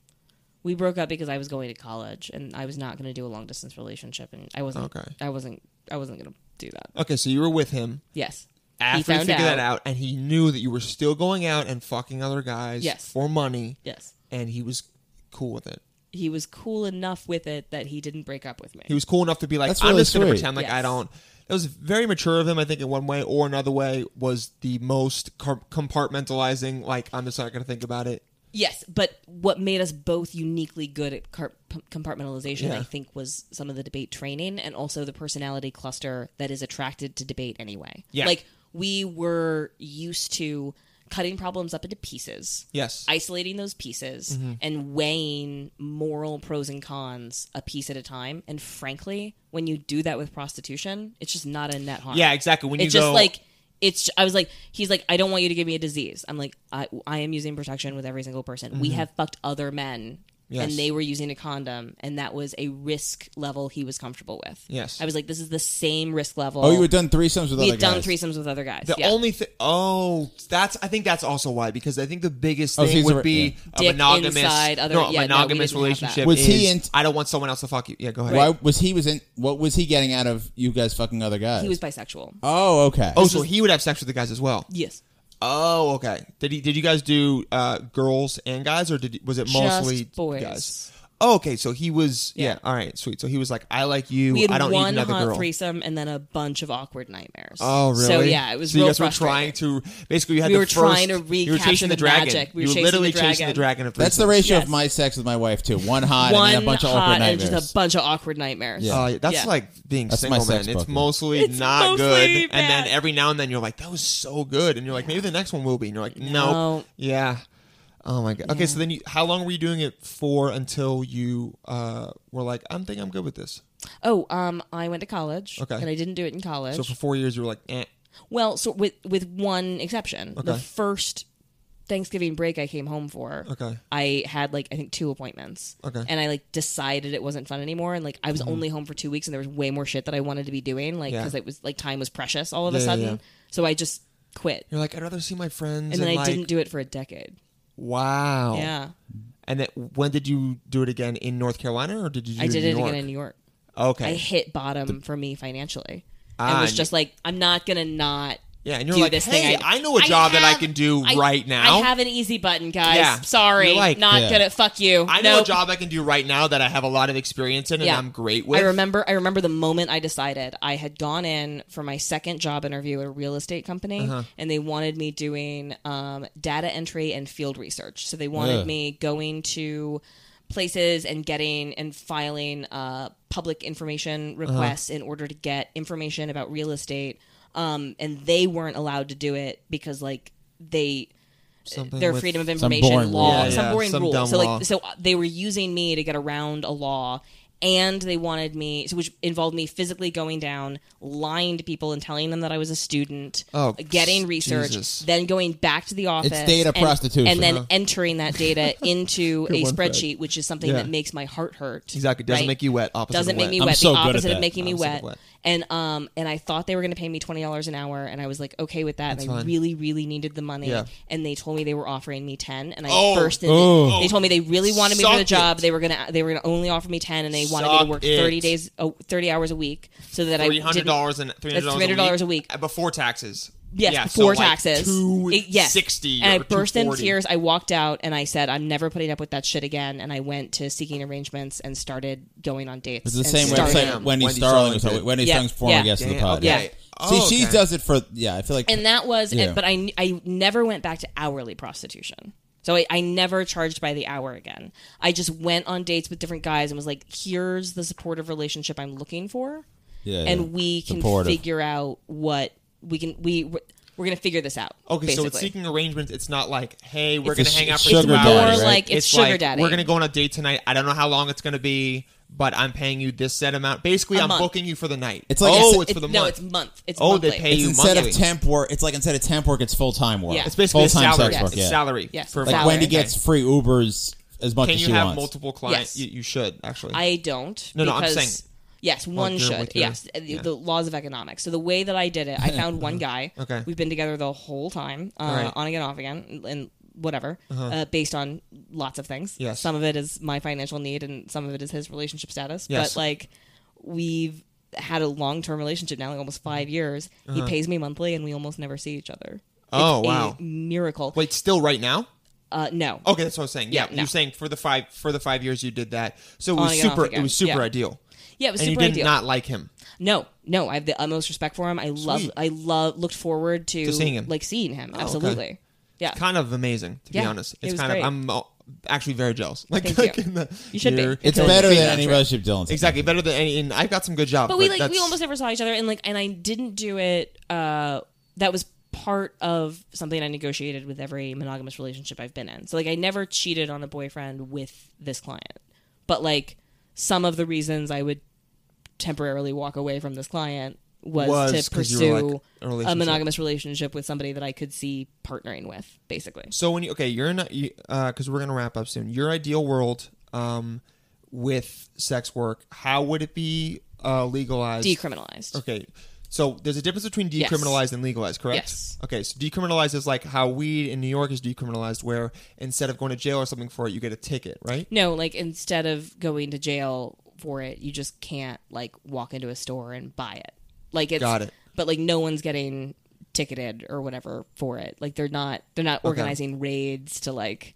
[SPEAKER 5] We broke up because I was going to college and I was not going to do a long distance relationship, and I wasn't.
[SPEAKER 3] Okay.
[SPEAKER 5] I wasn't. I wasn't going to do that.
[SPEAKER 3] Okay, so you were with him
[SPEAKER 5] Yes. he
[SPEAKER 3] after you
[SPEAKER 5] found
[SPEAKER 3] figured
[SPEAKER 5] out.
[SPEAKER 3] that out, and he knew that you were still going out and fucking other guys
[SPEAKER 5] Yes.
[SPEAKER 3] for money,
[SPEAKER 5] Yes.
[SPEAKER 3] and he was cool with it.
[SPEAKER 5] He was cool enough with it that he didn't break up with me.
[SPEAKER 3] He was cool enough to be like,
[SPEAKER 4] That's
[SPEAKER 3] I'm
[SPEAKER 4] really
[SPEAKER 3] just going to
[SPEAKER 4] sweet.
[SPEAKER 3] pretend like I
[SPEAKER 5] Yes.
[SPEAKER 3] don't. That was very mature of him, I think, in one way or another way, was the most car- compartmentalizing, like, I'm just not going to think about it.
[SPEAKER 5] Yes, but what made us both uniquely good at car- p- compartmentalization,
[SPEAKER 3] Yeah.
[SPEAKER 5] I think, was some of the debate training and also the personality cluster that is attracted to debate anyway.
[SPEAKER 3] Yeah.
[SPEAKER 5] Like, we were used to cutting problems up into pieces,
[SPEAKER 3] Yes.
[SPEAKER 5] isolating those pieces,
[SPEAKER 3] Mm-hmm.
[SPEAKER 5] and weighing moral pros and cons a piece at a time. And frankly, when you do that with prostitution, it's just not a net harm
[SPEAKER 3] yeah, exactly. When you
[SPEAKER 5] it's just
[SPEAKER 3] go,
[SPEAKER 5] like it's i was like he's like i don't want you to give me a disease i'm like i, I am using protection with every single person we have fucked other men
[SPEAKER 3] Mm-hmm. Yes.
[SPEAKER 5] and they were using a condom and that was a risk level he was comfortable with
[SPEAKER 3] Yes.
[SPEAKER 5] i was like this is the same risk level
[SPEAKER 4] Oh, you had done threesomes with
[SPEAKER 5] we
[SPEAKER 4] other
[SPEAKER 5] had done
[SPEAKER 4] guys.
[SPEAKER 5] threesomes with other guys
[SPEAKER 3] the
[SPEAKER 5] yeah.
[SPEAKER 3] only thing, oh, that's, I think that's also why, because I think the biggest
[SPEAKER 4] Oh,
[SPEAKER 3] thing
[SPEAKER 4] he's a-
[SPEAKER 3] would be a
[SPEAKER 5] Dick
[SPEAKER 3] monogamous,
[SPEAKER 5] inside other-
[SPEAKER 3] no, a
[SPEAKER 5] yeah, no, we
[SPEAKER 3] monogamous
[SPEAKER 5] didn't have that.
[SPEAKER 3] relationship.
[SPEAKER 4] Was he
[SPEAKER 3] is,
[SPEAKER 4] in-
[SPEAKER 3] I don't want someone else to fuck you. Yeah, go ahead.
[SPEAKER 4] Why was he was in? What was he getting out of you guys fucking other guys?
[SPEAKER 5] he was bisexual
[SPEAKER 4] Oh, okay.
[SPEAKER 3] Oh, so he would have sex with the guys as well.
[SPEAKER 5] yes
[SPEAKER 3] Oh, okay. Did he? Did you guys do uh, girls and guys, or did was it mostly
[SPEAKER 5] Just boys.
[SPEAKER 3] guys? Oh, okay. So he was. Yeah.
[SPEAKER 5] Yeah.
[SPEAKER 3] All right. Sweet. So he was like, I like you.
[SPEAKER 5] we had
[SPEAKER 3] I don't
[SPEAKER 5] one
[SPEAKER 3] need another
[SPEAKER 5] hot
[SPEAKER 3] girl.
[SPEAKER 5] threesome and then a bunch of awkward nightmares
[SPEAKER 3] Oh, really?
[SPEAKER 5] so yeah it was
[SPEAKER 3] So
[SPEAKER 5] real
[SPEAKER 3] you guys were trying
[SPEAKER 5] frustrating.
[SPEAKER 3] to basically you had
[SPEAKER 5] We
[SPEAKER 3] the
[SPEAKER 5] were
[SPEAKER 3] first-
[SPEAKER 5] trying to
[SPEAKER 3] you were
[SPEAKER 5] recapture
[SPEAKER 3] chasing the
[SPEAKER 5] the
[SPEAKER 3] dragon.
[SPEAKER 5] magic. We
[SPEAKER 3] you
[SPEAKER 5] were
[SPEAKER 3] were
[SPEAKER 5] chasing
[SPEAKER 3] literally
[SPEAKER 5] the
[SPEAKER 3] chasing the
[SPEAKER 5] dragon.
[SPEAKER 3] dragon. Of
[SPEAKER 4] That's the ratio of
[SPEAKER 5] Yes.
[SPEAKER 4] my sex with my wife too. One hot
[SPEAKER 5] one
[SPEAKER 4] and then a bunch of
[SPEAKER 5] hot
[SPEAKER 4] awkward
[SPEAKER 5] and
[SPEAKER 4] nightmares.
[SPEAKER 5] just a bunch of awkward nightmares
[SPEAKER 3] Oh, yeah, that's
[SPEAKER 5] Yeah.
[SPEAKER 3] like being
[SPEAKER 4] That's my
[SPEAKER 3] single, man.
[SPEAKER 4] sex
[SPEAKER 3] It's
[SPEAKER 4] bucket.
[SPEAKER 3] mostly
[SPEAKER 5] It's
[SPEAKER 3] not
[SPEAKER 5] mostly
[SPEAKER 3] good. And then
[SPEAKER 5] bad.
[SPEAKER 3] every now and then you're like, that was so good. And you're like, maybe the next one will be. And you're like, no.
[SPEAKER 5] No.
[SPEAKER 3] Yeah. Oh my god. Okay, so then you, how long were you doing it for until you uh, were like, I'm think I'm good with this.
[SPEAKER 5] oh um i went to college
[SPEAKER 3] Okay.
[SPEAKER 5] and i didn't do it in college
[SPEAKER 3] So for four years you were like, eh.
[SPEAKER 5] Well, so with with one exception, the
[SPEAKER 3] Okay.
[SPEAKER 5] first Thanksgiving break I came home for,
[SPEAKER 3] Okay.
[SPEAKER 5] I had like I think two appointments,
[SPEAKER 3] Okay. Mm-hmm.
[SPEAKER 5] and I like decided it wasn't fun anymore, and like I was only home for two weeks, and there was way more shit that I wanted to be doing, like
[SPEAKER 3] Yeah.
[SPEAKER 5] because it was like time was precious all of a
[SPEAKER 3] Yeah, yeah,
[SPEAKER 5] sudden,
[SPEAKER 3] yeah.
[SPEAKER 5] so I just quit,
[SPEAKER 3] You're like, I'd rather see my friends.
[SPEAKER 5] and then I
[SPEAKER 3] like, Oh,
[SPEAKER 5] didn't do it for a decade.
[SPEAKER 3] Wow.
[SPEAKER 5] Yeah,
[SPEAKER 3] And then when did you do it again in North Carolina, or did you? Do
[SPEAKER 5] I
[SPEAKER 3] it
[SPEAKER 5] did
[SPEAKER 3] in
[SPEAKER 5] it
[SPEAKER 3] New York?
[SPEAKER 5] again in New York.
[SPEAKER 3] Okay.
[SPEAKER 5] I hit bottom for me financially,
[SPEAKER 3] Ah,
[SPEAKER 5] and was
[SPEAKER 3] and
[SPEAKER 5] just like, I'm not gonna not.
[SPEAKER 3] yeah, and you're
[SPEAKER 5] do
[SPEAKER 3] like,
[SPEAKER 5] this
[SPEAKER 3] hey,
[SPEAKER 5] thing.
[SPEAKER 3] I, know a job that I
[SPEAKER 5] have-
[SPEAKER 3] can do
[SPEAKER 5] I-
[SPEAKER 3] right now.
[SPEAKER 5] I have an easy button, guys.
[SPEAKER 3] Yeah.
[SPEAKER 5] Sorry,
[SPEAKER 3] You're like-
[SPEAKER 5] not
[SPEAKER 4] Yeah.
[SPEAKER 5] gonna fuck you.
[SPEAKER 3] I know
[SPEAKER 5] Nope.
[SPEAKER 3] a job I can do right now that I have a lot of experience in and I'm great with.
[SPEAKER 5] I remember I remember the moment I decided I had gone in for my second job interview at a real estate company
[SPEAKER 3] Uh-huh.
[SPEAKER 5] and they wanted me doing um, data entry and field research. So they wanted
[SPEAKER 4] Ugh.
[SPEAKER 5] me going to places and getting and filing uh, public information
[SPEAKER 3] Uh-huh.
[SPEAKER 5] requests in order to get information about real estate. Um, and they weren't allowed to do it because like they
[SPEAKER 3] Something
[SPEAKER 5] their
[SPEAKER 3] with-
[SPEAKER 5] *laughs* freedom of
[SPEAKER 4] Some
[SPEAKER 5] information
[SPEAKER 4] boring
[SPEAKER 5] law,
[SPEAKER 4] rule. Yeah,
[SPEAKER 5] some
[SPEAKER 3] yeah,
[SPEAKER 5] boring
[SPEAKER 3] some
[SPEAKER 5] rule.
[SPEAKER 3] dumb
[SPEAKER 5] So
[SPEAKER 3] law.
[SPEAKER 5] like, so they were using me to get around a law, and they wanted me, so which involved me physically going down, lying to people, and telling them that I was a student,
[SPEAKER 3] Oh,
[SPEAKER 5] getting research,
[SPEAKER 3] Jesus.
[SPEAKER 5] then going back to the office,
[SPEAKER 4] data
[SPEAKER 5] and,
[SPEAKER 4] prostitution.
[SPEAKER 5] and then
[SPEAKER 4] Huh.
[SPEAKER 5] entering that
[SPEAKER 3] *laughs*
[SPEAKER 5] data into a
[SPEAKER 3] one, Fred.
[SPEAKER 5] spreadsheet, which is something
[SPEAKER 3] Yeah.
[SPEAKER 5] that makes my heart hurt.
[SPEAKER 3] Exactly. Doesn't
[SPEAKER 5] right?
[SPEAKER 3] make you wet. Opposite
[SPEAKER 5] doesn't
[SPEAKER 3] of
[SPEAKER 5] make
[SPEAKER 3] wet.
[SPEAKER 5] me
[SPEAKER 4] I'm
[SPEAKER 5] wet.
[SPEAKER 4] so
[SPEAKER 5] the
[SPEAKER 4] good at
[SPEAKER 5] opposite
[SPEAKER 4] that.
[SPEAKER 5] of making me
[SPEAKER 3] Opposite of
[SPEAKER 5] wet.
[SPEAKER 3] wet.
[SPEAKER 5] And um and I thought they were going to pay me twenty dollars an hour, and I was like okay with that. and I
[SPEAKER 3] fine.
[SPEAKER 5] really really needed the money,
[SPEAKER 3] Yeah.
[SPEAKER 5] and they told me they were offering me ten, and I
[SPEAKER 3] Oh.
[SPEAKER 5] burst in.
[SPEAKER 4] Oh.
[SPEAKER 5] They told me they really wanted me for
[SPEAKER 3] Suck
[SPEAKER 5] the job.
[SPEAKER 3] it.
[SPEAKER 5] They were gonna they were gonna only offer me ten, and they wanted me to
[SPEAKER 3] Suck
[SPEAKER 5] work
[SPEAKER 3] it.
[SPEAKER 5] thirty days oh, thirty hours a week, so that I
[SPEAKER 3] Three hundred
[SPEAKER 5] didn't-
[SPEAKER 3] dollars and three
[SPEAKER 5] That's
[SPEAKER 3] hundred
[SPEAKER 5] $300 a week.
[SPEAKER 3] uh, before taxes.
[SPEAKER 5] Yes,
[SPEAKER 3] yeah, so
[SPEAKER 5] before
[SPEAKER 3] like
[SPEAKER 5] taxes.
[SPEAKER 3] Two
[SPEAKER 5] It- yes.
[SPEAKER 3] sixty.
[SPEAKER 5] And I
[SPEAKER 3] or
[SPEAKER 5] burst in
[SPEAKER 3] 240.
[SPEAKER 5] tears. I walked out and I said, I'm never putting up with that shit again. And I went to seeking arrangements and started going on dates.
[SPEAKER 4] It's the
[SPEAKER 5] and
[SPEAKER 4] same
[SPEAKER 5] started-
[SPEAKER 4] website
[SPEAKER 3] Damn.
[SPEAKER 4] Wendy,
[SPEAKER 3] Wendy
[SPEAKER 4] Starling
[SPEAKER 3] Starling
[SPEAKER 4] was
[SPEAKER 3] did.
[SPEAKER 4] Wendy
[SPEAKER 5] Yeah.
[SPEAKER 4] Starling's former
[SPEAKER 5] Yeah.
[SPEAKER 4] guest of the
[SPEAKER 3] Damn,
[SPEAKER 4] podcast.
[SPEAKER 3] okay.
[SPEAKER 4] See,
[SPEAKER 3] Oh,
[SPEAKER 4] she
[SPEAKER 3] okay.
[SPEAKER 4] does it for yeah. I feel like
[SPEAKER 5] and that was
[SPEAKER 4] Yeah.
[SPEAKER 5] and, but I, I never went back to hourly prostitution so I, I never charged by the hour again i just went on dates with different guys and was like here's the supportive relationship i'm looking for
[SPEAKER 4] yeah,
[SPEAKER 5] and we can
[SPEAKER 4] Supportive.
[SPEAKER 5] figure out what we can we we're, we're gonna figure this out
[SPEAKER 3] Okay, so it's
[SPEAKER 5] basically.
[SPEAKER 3] seeking arrangements. It's not like, hey, we're gonna
[SPEAKER 4] It's a
[SPEAKER 3] hang
[SPEAKER 4] sh-
[SPEAKER 3] out for
[SPEAKER 4] sugar
[SPEAKER 3] two
[SPEAKER 4] daddy,
[SPEAKER 3] hours.
[SPEAKER 4] Or, right?
[SPEAKER 5] like, it's sugar
[SPEAKER 3] like,
[SPEAKER 5] daddy.
[SPEAKER 3] We're gonna go on a date tonight. I don't know how long it's gonna be, but I'm paying you this set amount. Basically, i I'm
[SPEAKER 5] month.
[SPEAKER 3] booking you for the night.
[SPEAKER 4] It's like
[SPEAKER 3] oh,
[SPEAKER 4] a-
[SPEAKER 3] it's, for the
[SPEAKER 5] no
[SPEAKER 3] month.
[SPEAKER 5] it's month it's
[SPEAKER 3] Oh, they
[SPEAKER 5] monthly.
[SPEAKER 3] pay
[SPEAKER 4] it's
[SPEAKER 3] you
[SPEAKER 4] instead
[SPEAKER 3] monthly.
[SPEAKER 4] of temp work. It's like instead of temp work, it's full time work.
[SPEAKER 5] Yeah.
[SPEAKER 3] It's basically a
[SPEAKER 4] Full-time
[SPEAKER 3] salary.
[SPEAKER 4] sex work,
[SPEAKER 3] It's
[SPEAKER 4] yeah.
[SPEAKER 3] salary.
[SPEAKER 5] Yes.
[SPEAKER 3] for-
[SPEAKER 5] Like
[SPEAKER 4] Like
[SPEAKER 5] Salary.
[SPEAKER 4] Wendy
[SPEAKER 5] Okay.
[SPEAKER 4] gets free Ubers as much
[SPEAKER 3] Can
[SPEAKER 4] as
[SPEAKER 3] you
[SPEAKER 4] she
[SPEAKER 3] have
[SPEAKER 4] wants.
[SPEAKER 3] multiple clients?
[SPEAKER 5] Yes.
[SPEAKER 3] You, you should actually.
[SPEAKER 5] I don't.
[SPEAKER 3] No, no, I'm
[SPEAKER 5] because-
[SPEAKER 3] saying-
[SPEAKER 5] Yes, one
[SPEAKER 3] you're
[SPEAKER 5] should.
[SPEAKER 3] with your-
[SPEAKER 5] yes, uh, the- the laws of economics. So the way that I did it,
[SPEAKER 3] *laughs*
[SPEAKER 5] I found one guy.
[SPEAKER 3] Uh-huh. Okay.
[SPEAKER 5] we've been together the whole time, uh,
[SPEAKER 3] Right. Uh-huh.
[SPEAKER 5] on again, off again, and whatever, uh based on lots of things.
[SPEAKER 3] Yes.
[SPEAKER 5] some of it is my financial need, and some of it is his relationship status.
[SPEAKER 3] Yes.
[SPEAKER 5] But like, we've had a long-term relationship now, like almost five years. He
[SPEAKER 3] uh-huh.
[SPEAKER 5] pays me monthly, and we almost never see each other.
[SPEAKER 3] Oh,
[SPEAKER 5] It's a
[SPEAKER 3] wow.
[SPEAKER 5] miracle.
[SPEAKER 3] Wait, still right now?
[SPEAKER 5] uh, no.
[SPEAKER 3] Okay, that's what I was saying. Yeah,
[SPEAKER 5] Yeah, no.
[SPEAKER 3] you're saying for the five for the five years you did that, so it
[SPEAKER 5] On
[SPEAKER 3] was
[SPEAKER 5] again, off
[SPEAKER 3] super. It
[SPEAKER 5] again.
[SPEAKER 3] was super
[SPEAKER 5] Yeah.
[SPEAKER 3] ideal,
[SPEAKER 5] Yeah, it was
[SPEAKER 3] and
[SPEAKER 5] super
[SPEAKER 3] you did
[SPEAKER 5] ideal.
[SPEAKER 3] not like him.
[SPEAKER 5] No, no, I have the utmost respect for him. I love,
[SPEAKER 3] Sweet.
[SPEAKER 5] I love, looked forward to,
[SPEAKER 3] To seeing him. Oh,
[SPEAKER 5] like seeing him. absolutely, yeah.
[SPEAKER 3] Kind of amazing, to be
[SPEAKER 5] Yeah,
[SPEAKER 3] honest.
[SPEAKER 5] it
[SPEAKER 3] It's
[SPEAKER 5] was
[SPEAKER 3] kind
[SPEAKER 5] great.
[SPEAKER 3] of. I'm uh, actually very jealous. *laughs* Like,
[SPEAKER 5] Thank
[SPEAKER 3] like
[SPEAKER 5] you.
[SPEAKER 3] in the,
[SPEAKER 5] You should be.
[SPEAKER 3] you're-
[SPEAKER 4] It's
[SPEAKER 5] Totally
[SPEAKER 4] better
[SPEAKER 5] agree
[SPEAKER 4] than
[SPEAKER 5] with
[SPEAKER 4] any
[SPEAKER 5] that.
[SPEAKER 4] relationship Dylan's in.
[SPEAKER 3] Exactly, better than any. And I've got some good jobs,
[SPEAKER 5] but we like we
[SPEAKER 3] that's-
[SPEAKER 5] almost never saw each other, and like, and I didn't do it. Uh, that was part of something I negotiated with every monogamous relationship I've been in. So like, I never cheated on a boyfriend with this client, but like, some of the reasons I would temporarily walk away from this client was,
[SPEAKER 3] Was
[SPEAKER 5] to
[SPEAKER 3] 'cause you were, like,
[SPEAKER 5] pursue
[SPEAKER 3] a
[SPEAKER 5] a,
[SPEAKER 3] relationship.
[SPEAKER 5] monogamous relationship with somebody that I could see partnering with, basically.
[SPEAKER 3] So when you okay, you're not you, uh, because we're gonna wrap up soon. Your ideal world, um, with sex work, how would it be uh, legalized?
[SPEAKER 5] Decriminalized.
[SPEAKER 3] Okay. So there's a difference between decriminalized and legalized, correct?
[SPEAKER 5] Yes.
[SPEAKER 3] Okay, so decriminalized is like how weed in New York is decriminalized, where instead of going to jail or something for it, you get a ticket, right?
[SPEAKER 5] No, like instead of going to jail for it, you just can't like walk into a store and buy it. Like it's
[SPEAKER 3] Got it.
[SPEAKER 5] But like no one's getting ticketed or whatever for it. Like they're not they're not organizing raids to like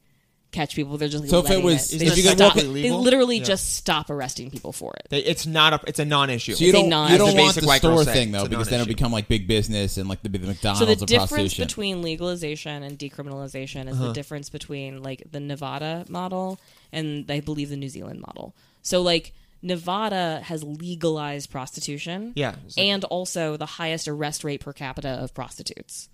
[SPEAKER 5] catch people. They're just like,
[SPEAKER 4] So if it
[SPEAKER 5] letting
[SPEAKER 4] was-
[SPEAKER 5] They
[SPEAKER 4] if
[SPEAKER 5] just
[SPEAKER 4] you could
[SPEAKER 5] stop-
[SPEAKER 4] walk
[SPEAKER 3] in-
[SPEAKER 5] they literally just stop arresting people for it.
[SPEAKER 3] They, it's not a it's a non-issue.
[SPEAKER 4] So you
[SPEAKER 5] It's a
[SPEAKER 4] don't,
[SPEAKER 5] non-
[SPEAKER 4] you
[SPEAKER 5] It's
[SPEAKER 4] don't
[SPEAKER 5] a
[SPEAKER 4] want
[SPEAKER 3] basic
[SPEAKER 4] the
[SPEAKER 3] white girl
[SPEAKER 4] store
[SPEAKER 3] thing.
[SPEAKER 4] thing though,
[SPEAKER 3] It's a
[SPEAKER 4] because then it'll
[SPEAKER 3] non-issue.
[SPEAKER 4] become like big business and like the, the McDonald's
[SPEAKER 5] So the
[SPEAKER 4] of
[SPEAKER 5] difference
[SPEAKER 4] prostitution.
[SPEAKER 5] between legalization and decriminalization is
[SPEAKER 3] Uh-huh.
[SPEAKER 5] the difference between like the Nevada model and I believe the New Zealand model. So like Nevada has legalized prostitution.
[SPEAKER 3] Yeah, it's like-
[SPEAKER 5] and also the highest arrest rate per capita of prostitutes.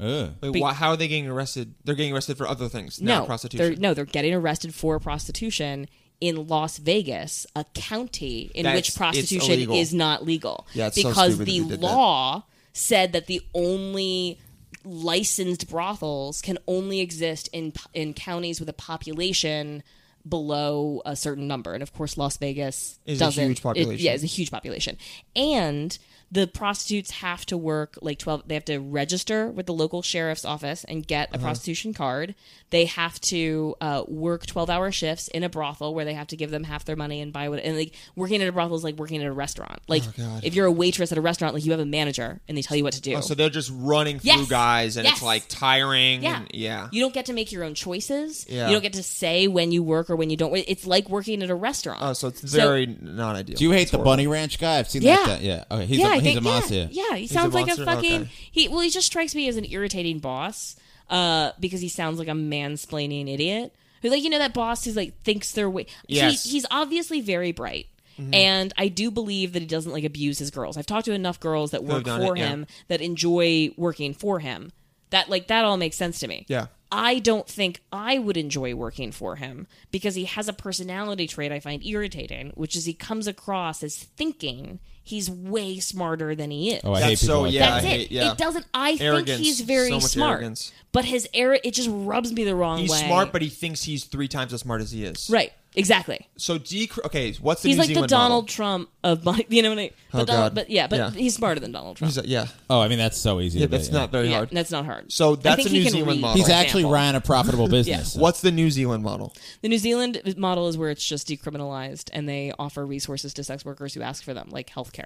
[SPEAKER 4] Ugh.
[SPEAKER 3] Wait, why, how are they getting arrested? They're getting arrested for other things, not
[SPEAKER 5] no,
[SPEAKER 3] prostitution.
[SPEAKER 5] They're, no, they're getting arrested for prostitution in Las Vegas, a county in
[SPEAKER 3] That's- it's
[SPEAKER 5] which prostitution
[SPEAKER 3] illegal.
[SPEAKER 5] is not legal.
[SPEAKER 3] Yeah, it's so
[SPEAKER 5] because
[SPEAKER 3] stupid that
[SPEAKER 5] the
[SPEAKER 3] they did that.
[SPEAKER 5] law said that the only licensed brothels can only exist in in counties with a population below a certain number and of course Las Vegas
[SPEAKER 3] Is a
[SPEAKER 5] doesn't
[SPEAKER 3] huge
[SPEAKER 5] it-
[SPEAKER 3] population.
[SPEAKER 5] yeah, it's a huge population. And the prostitutes have to work like 12 they have to register with the local sheriff's office and get a
[SPEAKER 3] Uh-huh.
[SPEAKER 5] prostitution card. They have to uh, work 12-hour shifts in a brothel where they have to give them half their money and buy what and like working at a brothel is like working at a restaurant. Like
[SPEAKER 3] Oh, God.
[SPEAKER 5] if you're a waitress at a restaurant like you have a manager and they tell you what to do.
[SPEAKER 3] Oh, so they're just running through
[SPEAKER 5] Yes.
[SPEAKER 3] guys, and it's
[SPEAKER 5] Yes.
[SPEAKER 3] like tiring.
[SPEAKER 5] Yeah.
[SPEAKER 3] and, yeah.
[SPEAKER 5] You don't get to make your own choices.
[SPEAKER 3] Yeah.
[SPEAKER 5] You don't get to say when you work or when you don't. work. It's like working at a restaurant.
[SPEAKER 3] Oh, so it's very not ideal.
[SPEAKER 4] Do you hate
[SPEAKER 3] It's
[SPEAKER 4] the
[SPEAKER 3] horrible.
[SPEAKER 4] Bunny Ranch guy? I've seen
[SPEAKER 5] Yeah.
[SPEAKER 4] that. guy. Yeah. Okay. He's
[SPEAKER 5] yeah,
[SPEAKER 4] a,
[SPEAKER 5] I
[SPEAKER 4] he's
[SPEAKER 5] think-
[SPEAKER 4] a monster.
[SPEAKER 5] Yeah, yeah, he sounds like a
[SPEAKER 3] monster?
[SPEAKER 5] fucking.
[SPEAKER 3] Okay.
[SPEAKER 5] He well, he just strikes me as an irritating boss uh, because he sounds like a mansplaining idiot Who like you know that boss who's like thinks their way.
[SPEAKER 3] Yes. Mm-hmm.
[SPEAKER 5] He, he's obviously very bright. And I do believe that he doesn't like abuse his girls. I've talked to enough girls that work
[SPEAKER 3] done
[SPEAKER 5] for
[SPEAKER 3] it, yeah.
[SPEAKER 5] him that enjoy working for him. That like that all makes sense to me.
[SPEAKER 3] Yeah.
[SPEAKER 5] I don't think I would enjoy working for him because he has a personality trait I find irritating, which is he comes across as thinking he's way smarter than he is.
[SPEAKER 4] Oh, I hate
[SPEAKER 3] That's
[SPEAKER 4] people
[SPEAKER 3] so-
[SPEAKER 4] like
[SPEAKER 3] yeah,
[SPEAKER 4] that.
[SPEAKER 5] That's
[SPEAKER 3] I
[SPEAKER 5] it.
[SPEAKER 3] hate- yeah.
[SPEAKER 5] It doesn't. I
[SPEAKER 3] Arrogance.
[SPEAKER 5] think he's very
[SPEAKER 3] So much
[SPEAKER 5] smart,
[SPEAKER 3] arrogance.
[SPEAKER 5] but his error it just rubs me the wrong
[SPEAKER 3] He's
[SPEAKER 5] way.
[SPEAKER 3] smart, but he thinks he's three times as smart as he is.
[SPEAKER 5] right, exactly.
[SPEAKER 3] So decre- okay, what's the
[SPEAKER 5] He's
[SPEAKER 3] New
[SPEAKER 5] like the
[SPEAKER 3] Zealand
[SPEAKER 5] Donald
[SPEAKER 3] model?
[SPEAKER 5] Trump of *laughs* my, you know what I mean?
[SPEAKER 3] Oh,
[SPEAKER 5] But Donald,
[SPEAKER 3] God.
[SPEAKER 5] but yeah, but
[SPEAKER 3] Yeah.
[SPEAKER 5] he's smarter than Donald Trump.
[SPEAKER 3] He's a- yeah.
[SPEAKER 4] Oh, I mean, that's so easy.
[SPEAKER 3] yeah,
[SPEAKER 4] to do,
[SPEAKER 3] that's not very
[SPEAKER 5] yeah,
[SPEAKER 3] hard.
[SPEAKER 5] that's not hard.
[SPEAKER 3] So
[SPEAKER 5] I
[SPEAKER 3] that's
[SPEAKER 5] think
[SPEAKER 3] the New
[SPEAKER 5] he can
[SPEAKER 3] Zealand
[SPEAKER 5] read,
[SPEAKER 3] model.
[SPEAKER 5] for
[SPEAKER 4] He's actually
[SPEAKER 5] example.
[SPEAKER 4] ran
[SPEAKER 3] *laughs*
[SPEAKER 4] a profitable business. so-
[SPEAKER 3] What's the New Zealand model?
[SPEAKER 5] The New Zealand model is where it's just decriminalized, and they offer resources to sex workers who ask for them, like healthcare.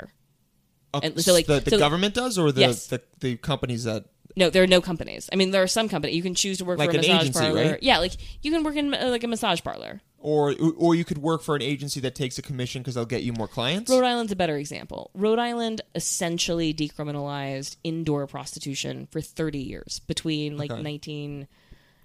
[SPEAKER 5] And Uh, so, like,
[SPEAKER 3] Uh, the, the
[SPEAKER 5] so-
[SPEAKER 3] government does, or the,
[SPEAKER 5] Yes.
[SPEAKER 3] the the companies that
[SPEAKER 5] No, there are no companies. I mean, there are some companies you can choose to work
[SPEAKER 3] Like
[SPEAKER 5] for
[SPEAKER 3] an
[SPEAKER 5] a massage
[SPEAKER 3] agency,
[SPEAKER 5] parlor.
[SPEAKER 3] right?
[SPEAKER 5] Yeah, like you can work in uh, like a massage parlor.
[SPEAKER 3] or or you could work for an agency that takes a commission because they'll get you more clients.
[SPEAKER 5] Rhode Island's a better example. Rhode Island essentially decriminalized indoor prostitution for 30 years between like
[SPEAKER 3] Okay.
[SPEAKER 5] 19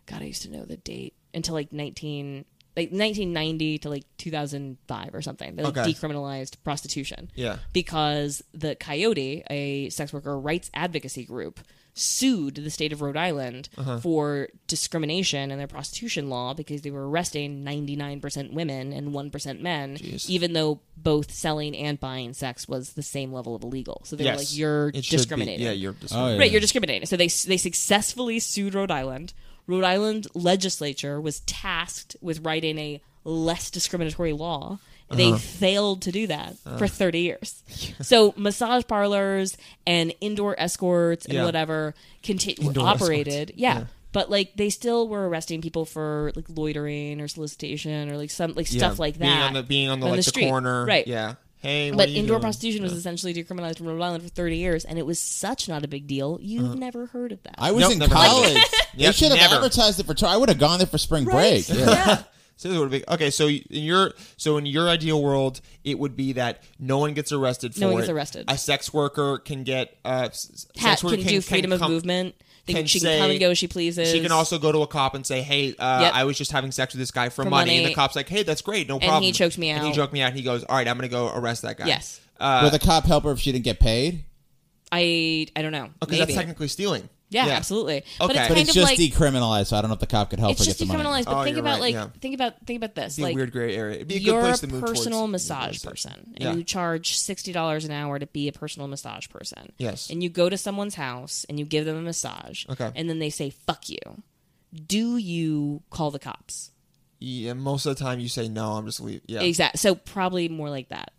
[SPEAKER 5] God, I used to know the date until like 19 like 1990 to like 2005 or something. They like
[SPEAKER 3] Okay.
[SPEAKER 5] decriminalized prostitution.
[SPEAKER 3] Yeah.
[SPEAKER 5] Because the Coyote, a sex worker rights advocacy group, sued the state of Rhode Island
[SPEAKER 3] Uh-huh.
[SPEAKER 5] for discrimination in their prostitution law because they were arresting 99% women and 1% men, even though both selling and buying sex was the same level of illegal. So they were like, you're
[SPEAKER 3] It should be-
[SPEAKER 5] discriminating.
[SPEAKER 3] yeah, you're
[SPEAKER 4] Oh,
[SPEAKER 3] discriminating.
[SPEAKER 4] yeah.
[SPEAKER 5] Right, you're discriminating. So they they successfully sued Rhode Island. Rhode Island legislature was tasked with writing a less discriminatory law. They
[SPEAKER 3] Uh-huh.
[SPEAKER 5] failed to do that for
[SPEAKER 3] Uh.
[SPEAKER 5] 30
[SPEAKER 3] *laughs*
[SPEAKER 5] years. So massage parlors and indoor escorts and
[SPEAKER 3] Yeah.
[SPEAKER 5] whatever conti-
[SPEAKER 3] Indoor
[SPEAKER 5] operated. Yeah. But like they still were arresting people for like loitering or solicitation or like some like
[SPEAKER 3] Yeah,
[SPEAKER 5] stuff like that.
[SPEAKER 3] Being on the being on the like the,
[SPEAKER 5] street.
[SPEAKER 3] corner,
[SPEAKER 5] Right.
[SPEAKER 3] Yeah. Hey, what
[SPEAKER 5] But
[SPEAKER 3] are you
[SPEAKER 5] indoor
[SPEAKER 3] doing?
[SPEAKER 5] prostitution was essentially decriminalized in Rhode Island for 30 years, and it was such not a big deal.
[SPEAKER 3] Uh-huh.
[SPEAKER 5] You've never heard of that.
[SPEAKER 4] I was
[SPEAKER 3] Nope,
[SPEAKER 4] in
[SPEAKER 3] never mind. *laughs*
[SPEAKER 4] college. they
[SPEAKER 3] Yep,
[SPEAKER 4] should have
[SPEAKER 3] never.
[SPEAKER 4] advertised it for. I would have gone there for spring break.
[SPEAKER 5] Right?
[SPEAKER 4] Yeah.
[SPEAKER 5] yeah.
[SPEAKER 3] So this would be okay. So in your so in your ideal world, it would be that no one gets arrested for
[SPEAKER 5] No one
[SPEAKER 3] it.
[SPEAKER 5] gets arrested.
[SPEAKER 3] A sex worker can get uh, s-
[SPEAKER 5] Pat
[SPEAKER 3] sex worker
[SPEAKER 5] can, do freedom of
[SPEAKER 3] come-
[SPEAKER 5] movement. They can,
[SPEAKER 3] can
[SPEAKER 5] she
[SPEAKER 3] say-
[SPEAKER 5] can come and go as she pleases.
[SPEAKER 3] She can also go to a cop and say, "Hey, uh,
[SPEAKER 5] Yep.
[SPEAKER 3] I was just having sex with this guy for,
[SPEAKER 5] For
[SPEAKER 3] money. And
[SPEAKER 5] money.
[SPEAKER 3] the cop's like, "Hey, that's great, no
[SPEAKER 5] he
[SPEAKER 3] problem."
[SPEAKER 5] choked me
[SPEAKER 3] And he
[SPEAKER 5] out.
[SPEAKER 3] choked me out. And he goes, "All right, I'm going to go arrest that guy." Uh,
[SPEAKER 5] Yes.
[SPEAKER 4] Would the cop help her if she didn't get paid?
[SPEAKER 5] I I don't know.
[SPEAKER 3] because
[SPEAKER 5] maybe.
[SPEAKER 3] that's technically stealing.
[SPEAKER 5] yeah, absolutely. But
[SPEAKER 3] Okay. But
[SPEAKER 5] it's kind
[SPEAKER 4] It's
[SPEAKER 5] of
[SPEAKER 4] just
[SPEAKER 5] like
[SPEAKER 4] decriminalized, so I don't know if the cop could help
[SPEAKER 5] it's
[SPEAKER 4] her
[SPEAKER 5] just
[SPEAKER 4] get the money.
[SPEAKER 5] decriminalized. But
[SPEAKER 3] Oh,
[SPEAKER 5] think
[SPEAKER 3] you're
[SPEAKER 5] about
[SPEAKER 3] right,
[SPEAKER 5] like
[SPEAKER 3] yeah.
[SPEAKER 5] think about think about this.
[SPEAKER 3] Be
[SPEAKER 5] like
[SPEAKER 3] a weird gray area. It'd be a good
[SPEAKER 5] you're
[SPEAKER 3] place
[SPEAKER 5] a
[SPEAKER 3] to move
[SPEAKER 5] personal
[SPEAKER 3] towards.
[SPEAKER 5] massage person, and
[SPEAKER 3] Yeah.
[SPEAKER 5] you charge sixty dollars an hour to be a personal massage person.
[SPEAKER 3] Yes.
[SPEAKER 5] and you go to someone's house and you give them a massage.
[SPEAKER 3] Okay.
[SPEAKER 5] and then they say "fuck you." Do you call the cops?
[SPEAKER 3] Yeah, most of the time you say no. I'm just leave. Yeah,
[SPEAKER 5] Exact. So probably more like that.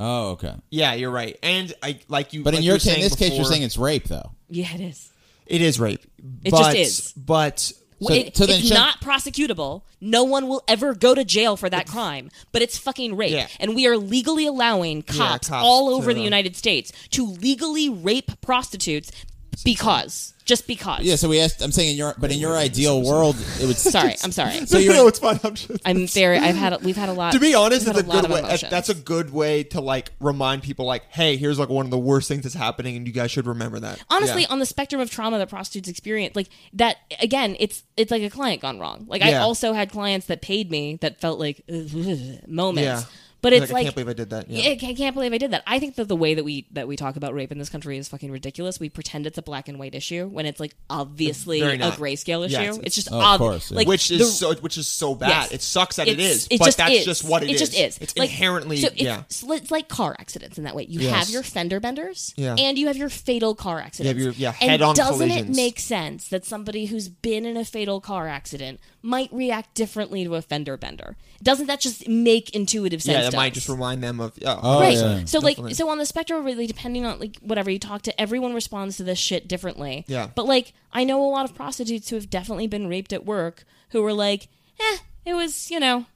[SPEAKER 4] Oh, okay.
[SPEAKER 3] yeah, you're right. And I like you.
[SPEAKER 4] But
[SPEAKER 3] like
[SPEAKER 4] in
[SPEAKER 3] you
[SPEAKER 4] your
[SPEAKER 3] were
[SPEAKER 4] case, in
[SPEAKER 3] saying
[SPEAKER 4] this case, you're
[SPEAKER 3] before,
[SPEAKER 4] saying it's rape, though.
[SPEAKER 5] Yeah, it is.
[SPEAKER 3] it is rape.
[SPEAKER 5] It
[SPEAKER 3] but,
[SPEAKER 5] just is.
[SPEAKER 3] But
[SPEAKER 4] So-
[SPEAKER 5] it,
[SPEAKER 4] so then
[SPEAKER 5] it's
[SPEAKER 4] should-
[SPEAKER 5] not prosecutable. No one will ever go to jail for that crime, but it's fucking rape.
[SPEAKER 3] Yeah.
[SPEAKER 5] And we are legally allowing cops,
[SPEAKER 3] cops
[SPEAKER 5] all over
[SPEAKER 3] to-
[SPEAKER 5] the United States to legally rape prostitutes because, just because.
[SPEAKER 4] Yeah. So we asked. I'm saying in your, but in your ideal world, it would.
[SPEAKER 5] Sorry, I'm sorry.
[SPEAKER 4] So
[SPEAKER 3] *laughs*
[SPEAKER 4] you're.
[SPEAKER 3] no, it's fine. I'm just.
[SPEAKER 5] I'm very. I've had. A, we've had a lot.
[SPEAKER 3] to be honest, it's
[SPEAKER 5] we've had
[SPEAKER 3] a
[SPEAKER 5] lot
[SPEAKER 3] good
[SPEAKER 5] of
[SPEAKER 3] way.
[SPEAKER 5] emotions.
[SPEAKER 3] That's a good way to like remind people, like, hey, here's like one of the worst things that's happening, and you guys should remember that.
[SPEAKER 5] honestly
[SPEAKER 3] Yeah.
[SPEAKER 5] on the spectrum of trauma that prostitutes experience like that again it's it's like a client gone wrong like i
[SPEAKER 3] Yeah.
[SPEAKER 5] also had clients that paid me that felt like moments
[SPEAKER 3] Yeah.
[SPEAKER 5] but
[SPEAKER 3] Like,
[SPEAKER 5] it's
[SPEAKER 3] I
[SPEAKER 5] like
[SPEAKER 3] can't believe I did that. Yeah.
[SPEAKER 5] I ca- I can't believe I did that. I think that the way that we that we talk about rape in this country is fucking ridiculous. We pretend it's a black and white issue when it's like obviously
[SPEAKER 3] Very
[SPEAKER 5] a
[SPEAKER 3] not.
[SPEAKER 5] grayscale issue.
[SPEAKER 3] Yeah,
[SPEAKER 5] it's,
[SPEAKER 3] it's- oh,
[SPEAKER 5] just
[SPEAKER 4] of course,
[SPEAKER 5] obvious.
[SPEAKER 4] yeah.
[SPEAKER 5] Like
[SPEAKER 3] which is
[SPEAKER 5] the-
[SPEAKER 3] so which is so bad.
[SPEAKER 5] Yes.
[SPEAKER 3] It sucks that it
[SPEAKER 5] It's-
[SPEAKER 3] is, but that's just what
[SPEAKER 5] it just is.
[SPEAKER 3] It's
[SPEAKER 5] Like,
[SPEAKER 3] inherently
[SPEAKER 5] so it's,
[SPEAKER 3] yeah.
[SPEAKER 5] It's, it's like car accidents in that way. You
[SPEAKER 3] Yes.
[SPEAKER 5] have your fender benders,
[SPEAKER 3] Yeah.
[SPEAKER 5] and you have your fatal car accidents.
[SPEAKER 3] your- yeah,
[SPEAKER 5] and
[SPEAKER 3] head-on
[SPEAKER 5] doesn't it
[SPEAKER 3] collisions.
[SPEAKER 5] make sense that somebody who's been in a fatal car accident might react differently to a fender bender? Doesn't that just make intuitive sense?
[SPEAKER 3] Yeah, that
[SPEAKER 5] to
[SPEAKER 3] might
[SPEAKER 5] us?
[SPEAKER 3] just remind them of yeah,
[SPEAKER 4] Oh,
[SPEAKER 5] right.
[SPEAKER 4] yeah.
[SPEAKER 5] So
[SPEAKER 3] Definitely.
[SPEAKER 5] like so on the spectrum really depending on like whatever you talk to, everyone responds to this shit differently.
[SPEAKER 3] Yeah.
[SPEAKER 5] But like I know a lot of prostitutes who have definitely been raped at work who were like, eh, it was, you know,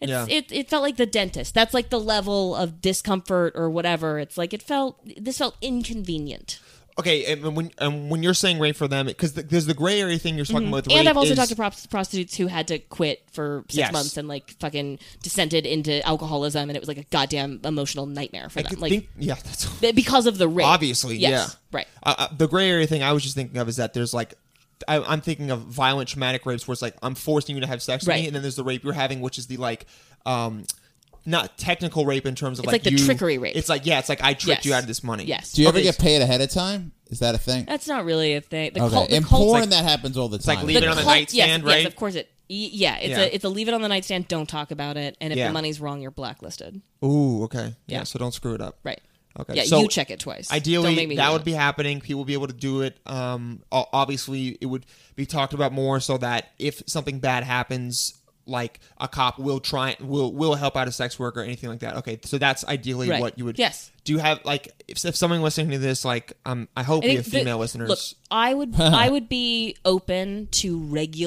[SPEAKER 5] it's
[SPEAKER 3] Yeah.
[SPEAKER 5] it, it felt like the dentist. That's like the level of discomfort or whatever. It's like it felt this felt inconvenient.
[SPEAKER 3] Okay, and and when and when you're saying rape for them, because the, there's the gray area thing you're talking about. With
[SPEAKER 5] Mm-hmm. and
[SPEAKER 3] rape
[SPEAKER 5] I've also
[SPEAKER 3] is-
[SPEAKER 5] talked to pros- prostitutes who had to quit for six
[SPEAKER 3] Yes.
[SPEAKER 5] months and like fucking descended into alcoholism and it was like a goddamn emotional nightmare for
[SPEAKER 3] I
[SPEAKER 5] them.
[SPEAKER 3] could
[SPEAKER 5] Like
[SPEAKER 3] think- yeah, that's
[SPEAKER 5] because of the rape.
[SPEAKER 3] obviously
[SPEAKER 5] Yes.
[SPEAKER 3] yeah.
[SPEAKER 5] Right.
[SPEAKER 3] Uh, uh, the gray area thing I was just thinking of is that there's like I, I'm thinking of violent traumatic rapes where it's like I'm forcing you to have sex with
[SPEAKER 5] Right.
[SPEAKER 3] me, and then there's the rape you're having, which is the like, um, not technical rape in terms of
[SPEAKER 5] It's
[SPEAKER 3] like,
[SPEAKER 5] like the
[SPEAKER 3] you-
[SPEAKER 5] trickery rape.
[SPEAKER 3] It's like yeah, it's like I tricked you
[SPEAKER 5] Yes.
[SPEAKER 3] out of this money.
[SPEAKER 5] Yes.
[SPEAKER 4] *laughs* Do you ever
[SPEAKER 3] Okay,
[SPEAKER 4] get paid ahead of time? Is that a thing?
[SPEAKER 5] That's not really a thing. The
[SPEAKER 4] okay.
[SPEAKER 5] cult, the
[SPEAKER 4] In
[SPEAKER 5] cult,
[SPEAKER 4] porn, that happens all the time.
[SPEAKER 3] like leave it on the
[SPEAKER 5] cult-
[SPEAKER 3] nightstand,
[SPEAKER 5] yes,
[SPEAKER 3] right?
[SPEAKER 5] Yes, of course it. y- Yeah, it's
[SPEAKER 3] Yeah.
[SPEAKER 5] a it's a leave it on the nightstand. Don't talk about it. And if
[SPEAKER 3] Yeah.
[SPEAKER 5] the money's wrong, you're blacklisted.
[SPEAKER 3] Ooh, okay. Yeah.
[SPEAKER 5] Yeah.
[SPEAKER 3] So don't screw it up.
[SPEAKER 5] Right.
[SPEAKER 3] Okay.
[SPEAKER 5] Yeah,
[SPEAKER 3] so
[SPEAKER 5] you check it twice.
[SPEAKER 3] Ideally,
[SPEAKER 5] Don't make me
[SPEAKER 3] that
[SPEAKER 5] do
[SPEAKER 3] would
[SPEAKER 5] it.
[SPEAKER 3] be happening. People would be able to do it. Um, o- obviously, it would be talked about more so that if something bad happens, like a cop will try will will help out a sex worker or anything like that. Okay, so that's ideally
[SPEAKER 5] Right.
[SPEAKER 3] what you would.
[SPEAKER 5] Yes.
[SPEAKER 3] Do you have like if, if someone listening to this, like um, I hope we
[SPEAKER 5] I think
[SPEAKER 3] have
[SPEAKER 5] the-
[SPEAKER 3] female listeners.
[SPEAKER 5] Look,
[SPEAKER 3] *laughs*
[SPEAKER 5] I would I would be open to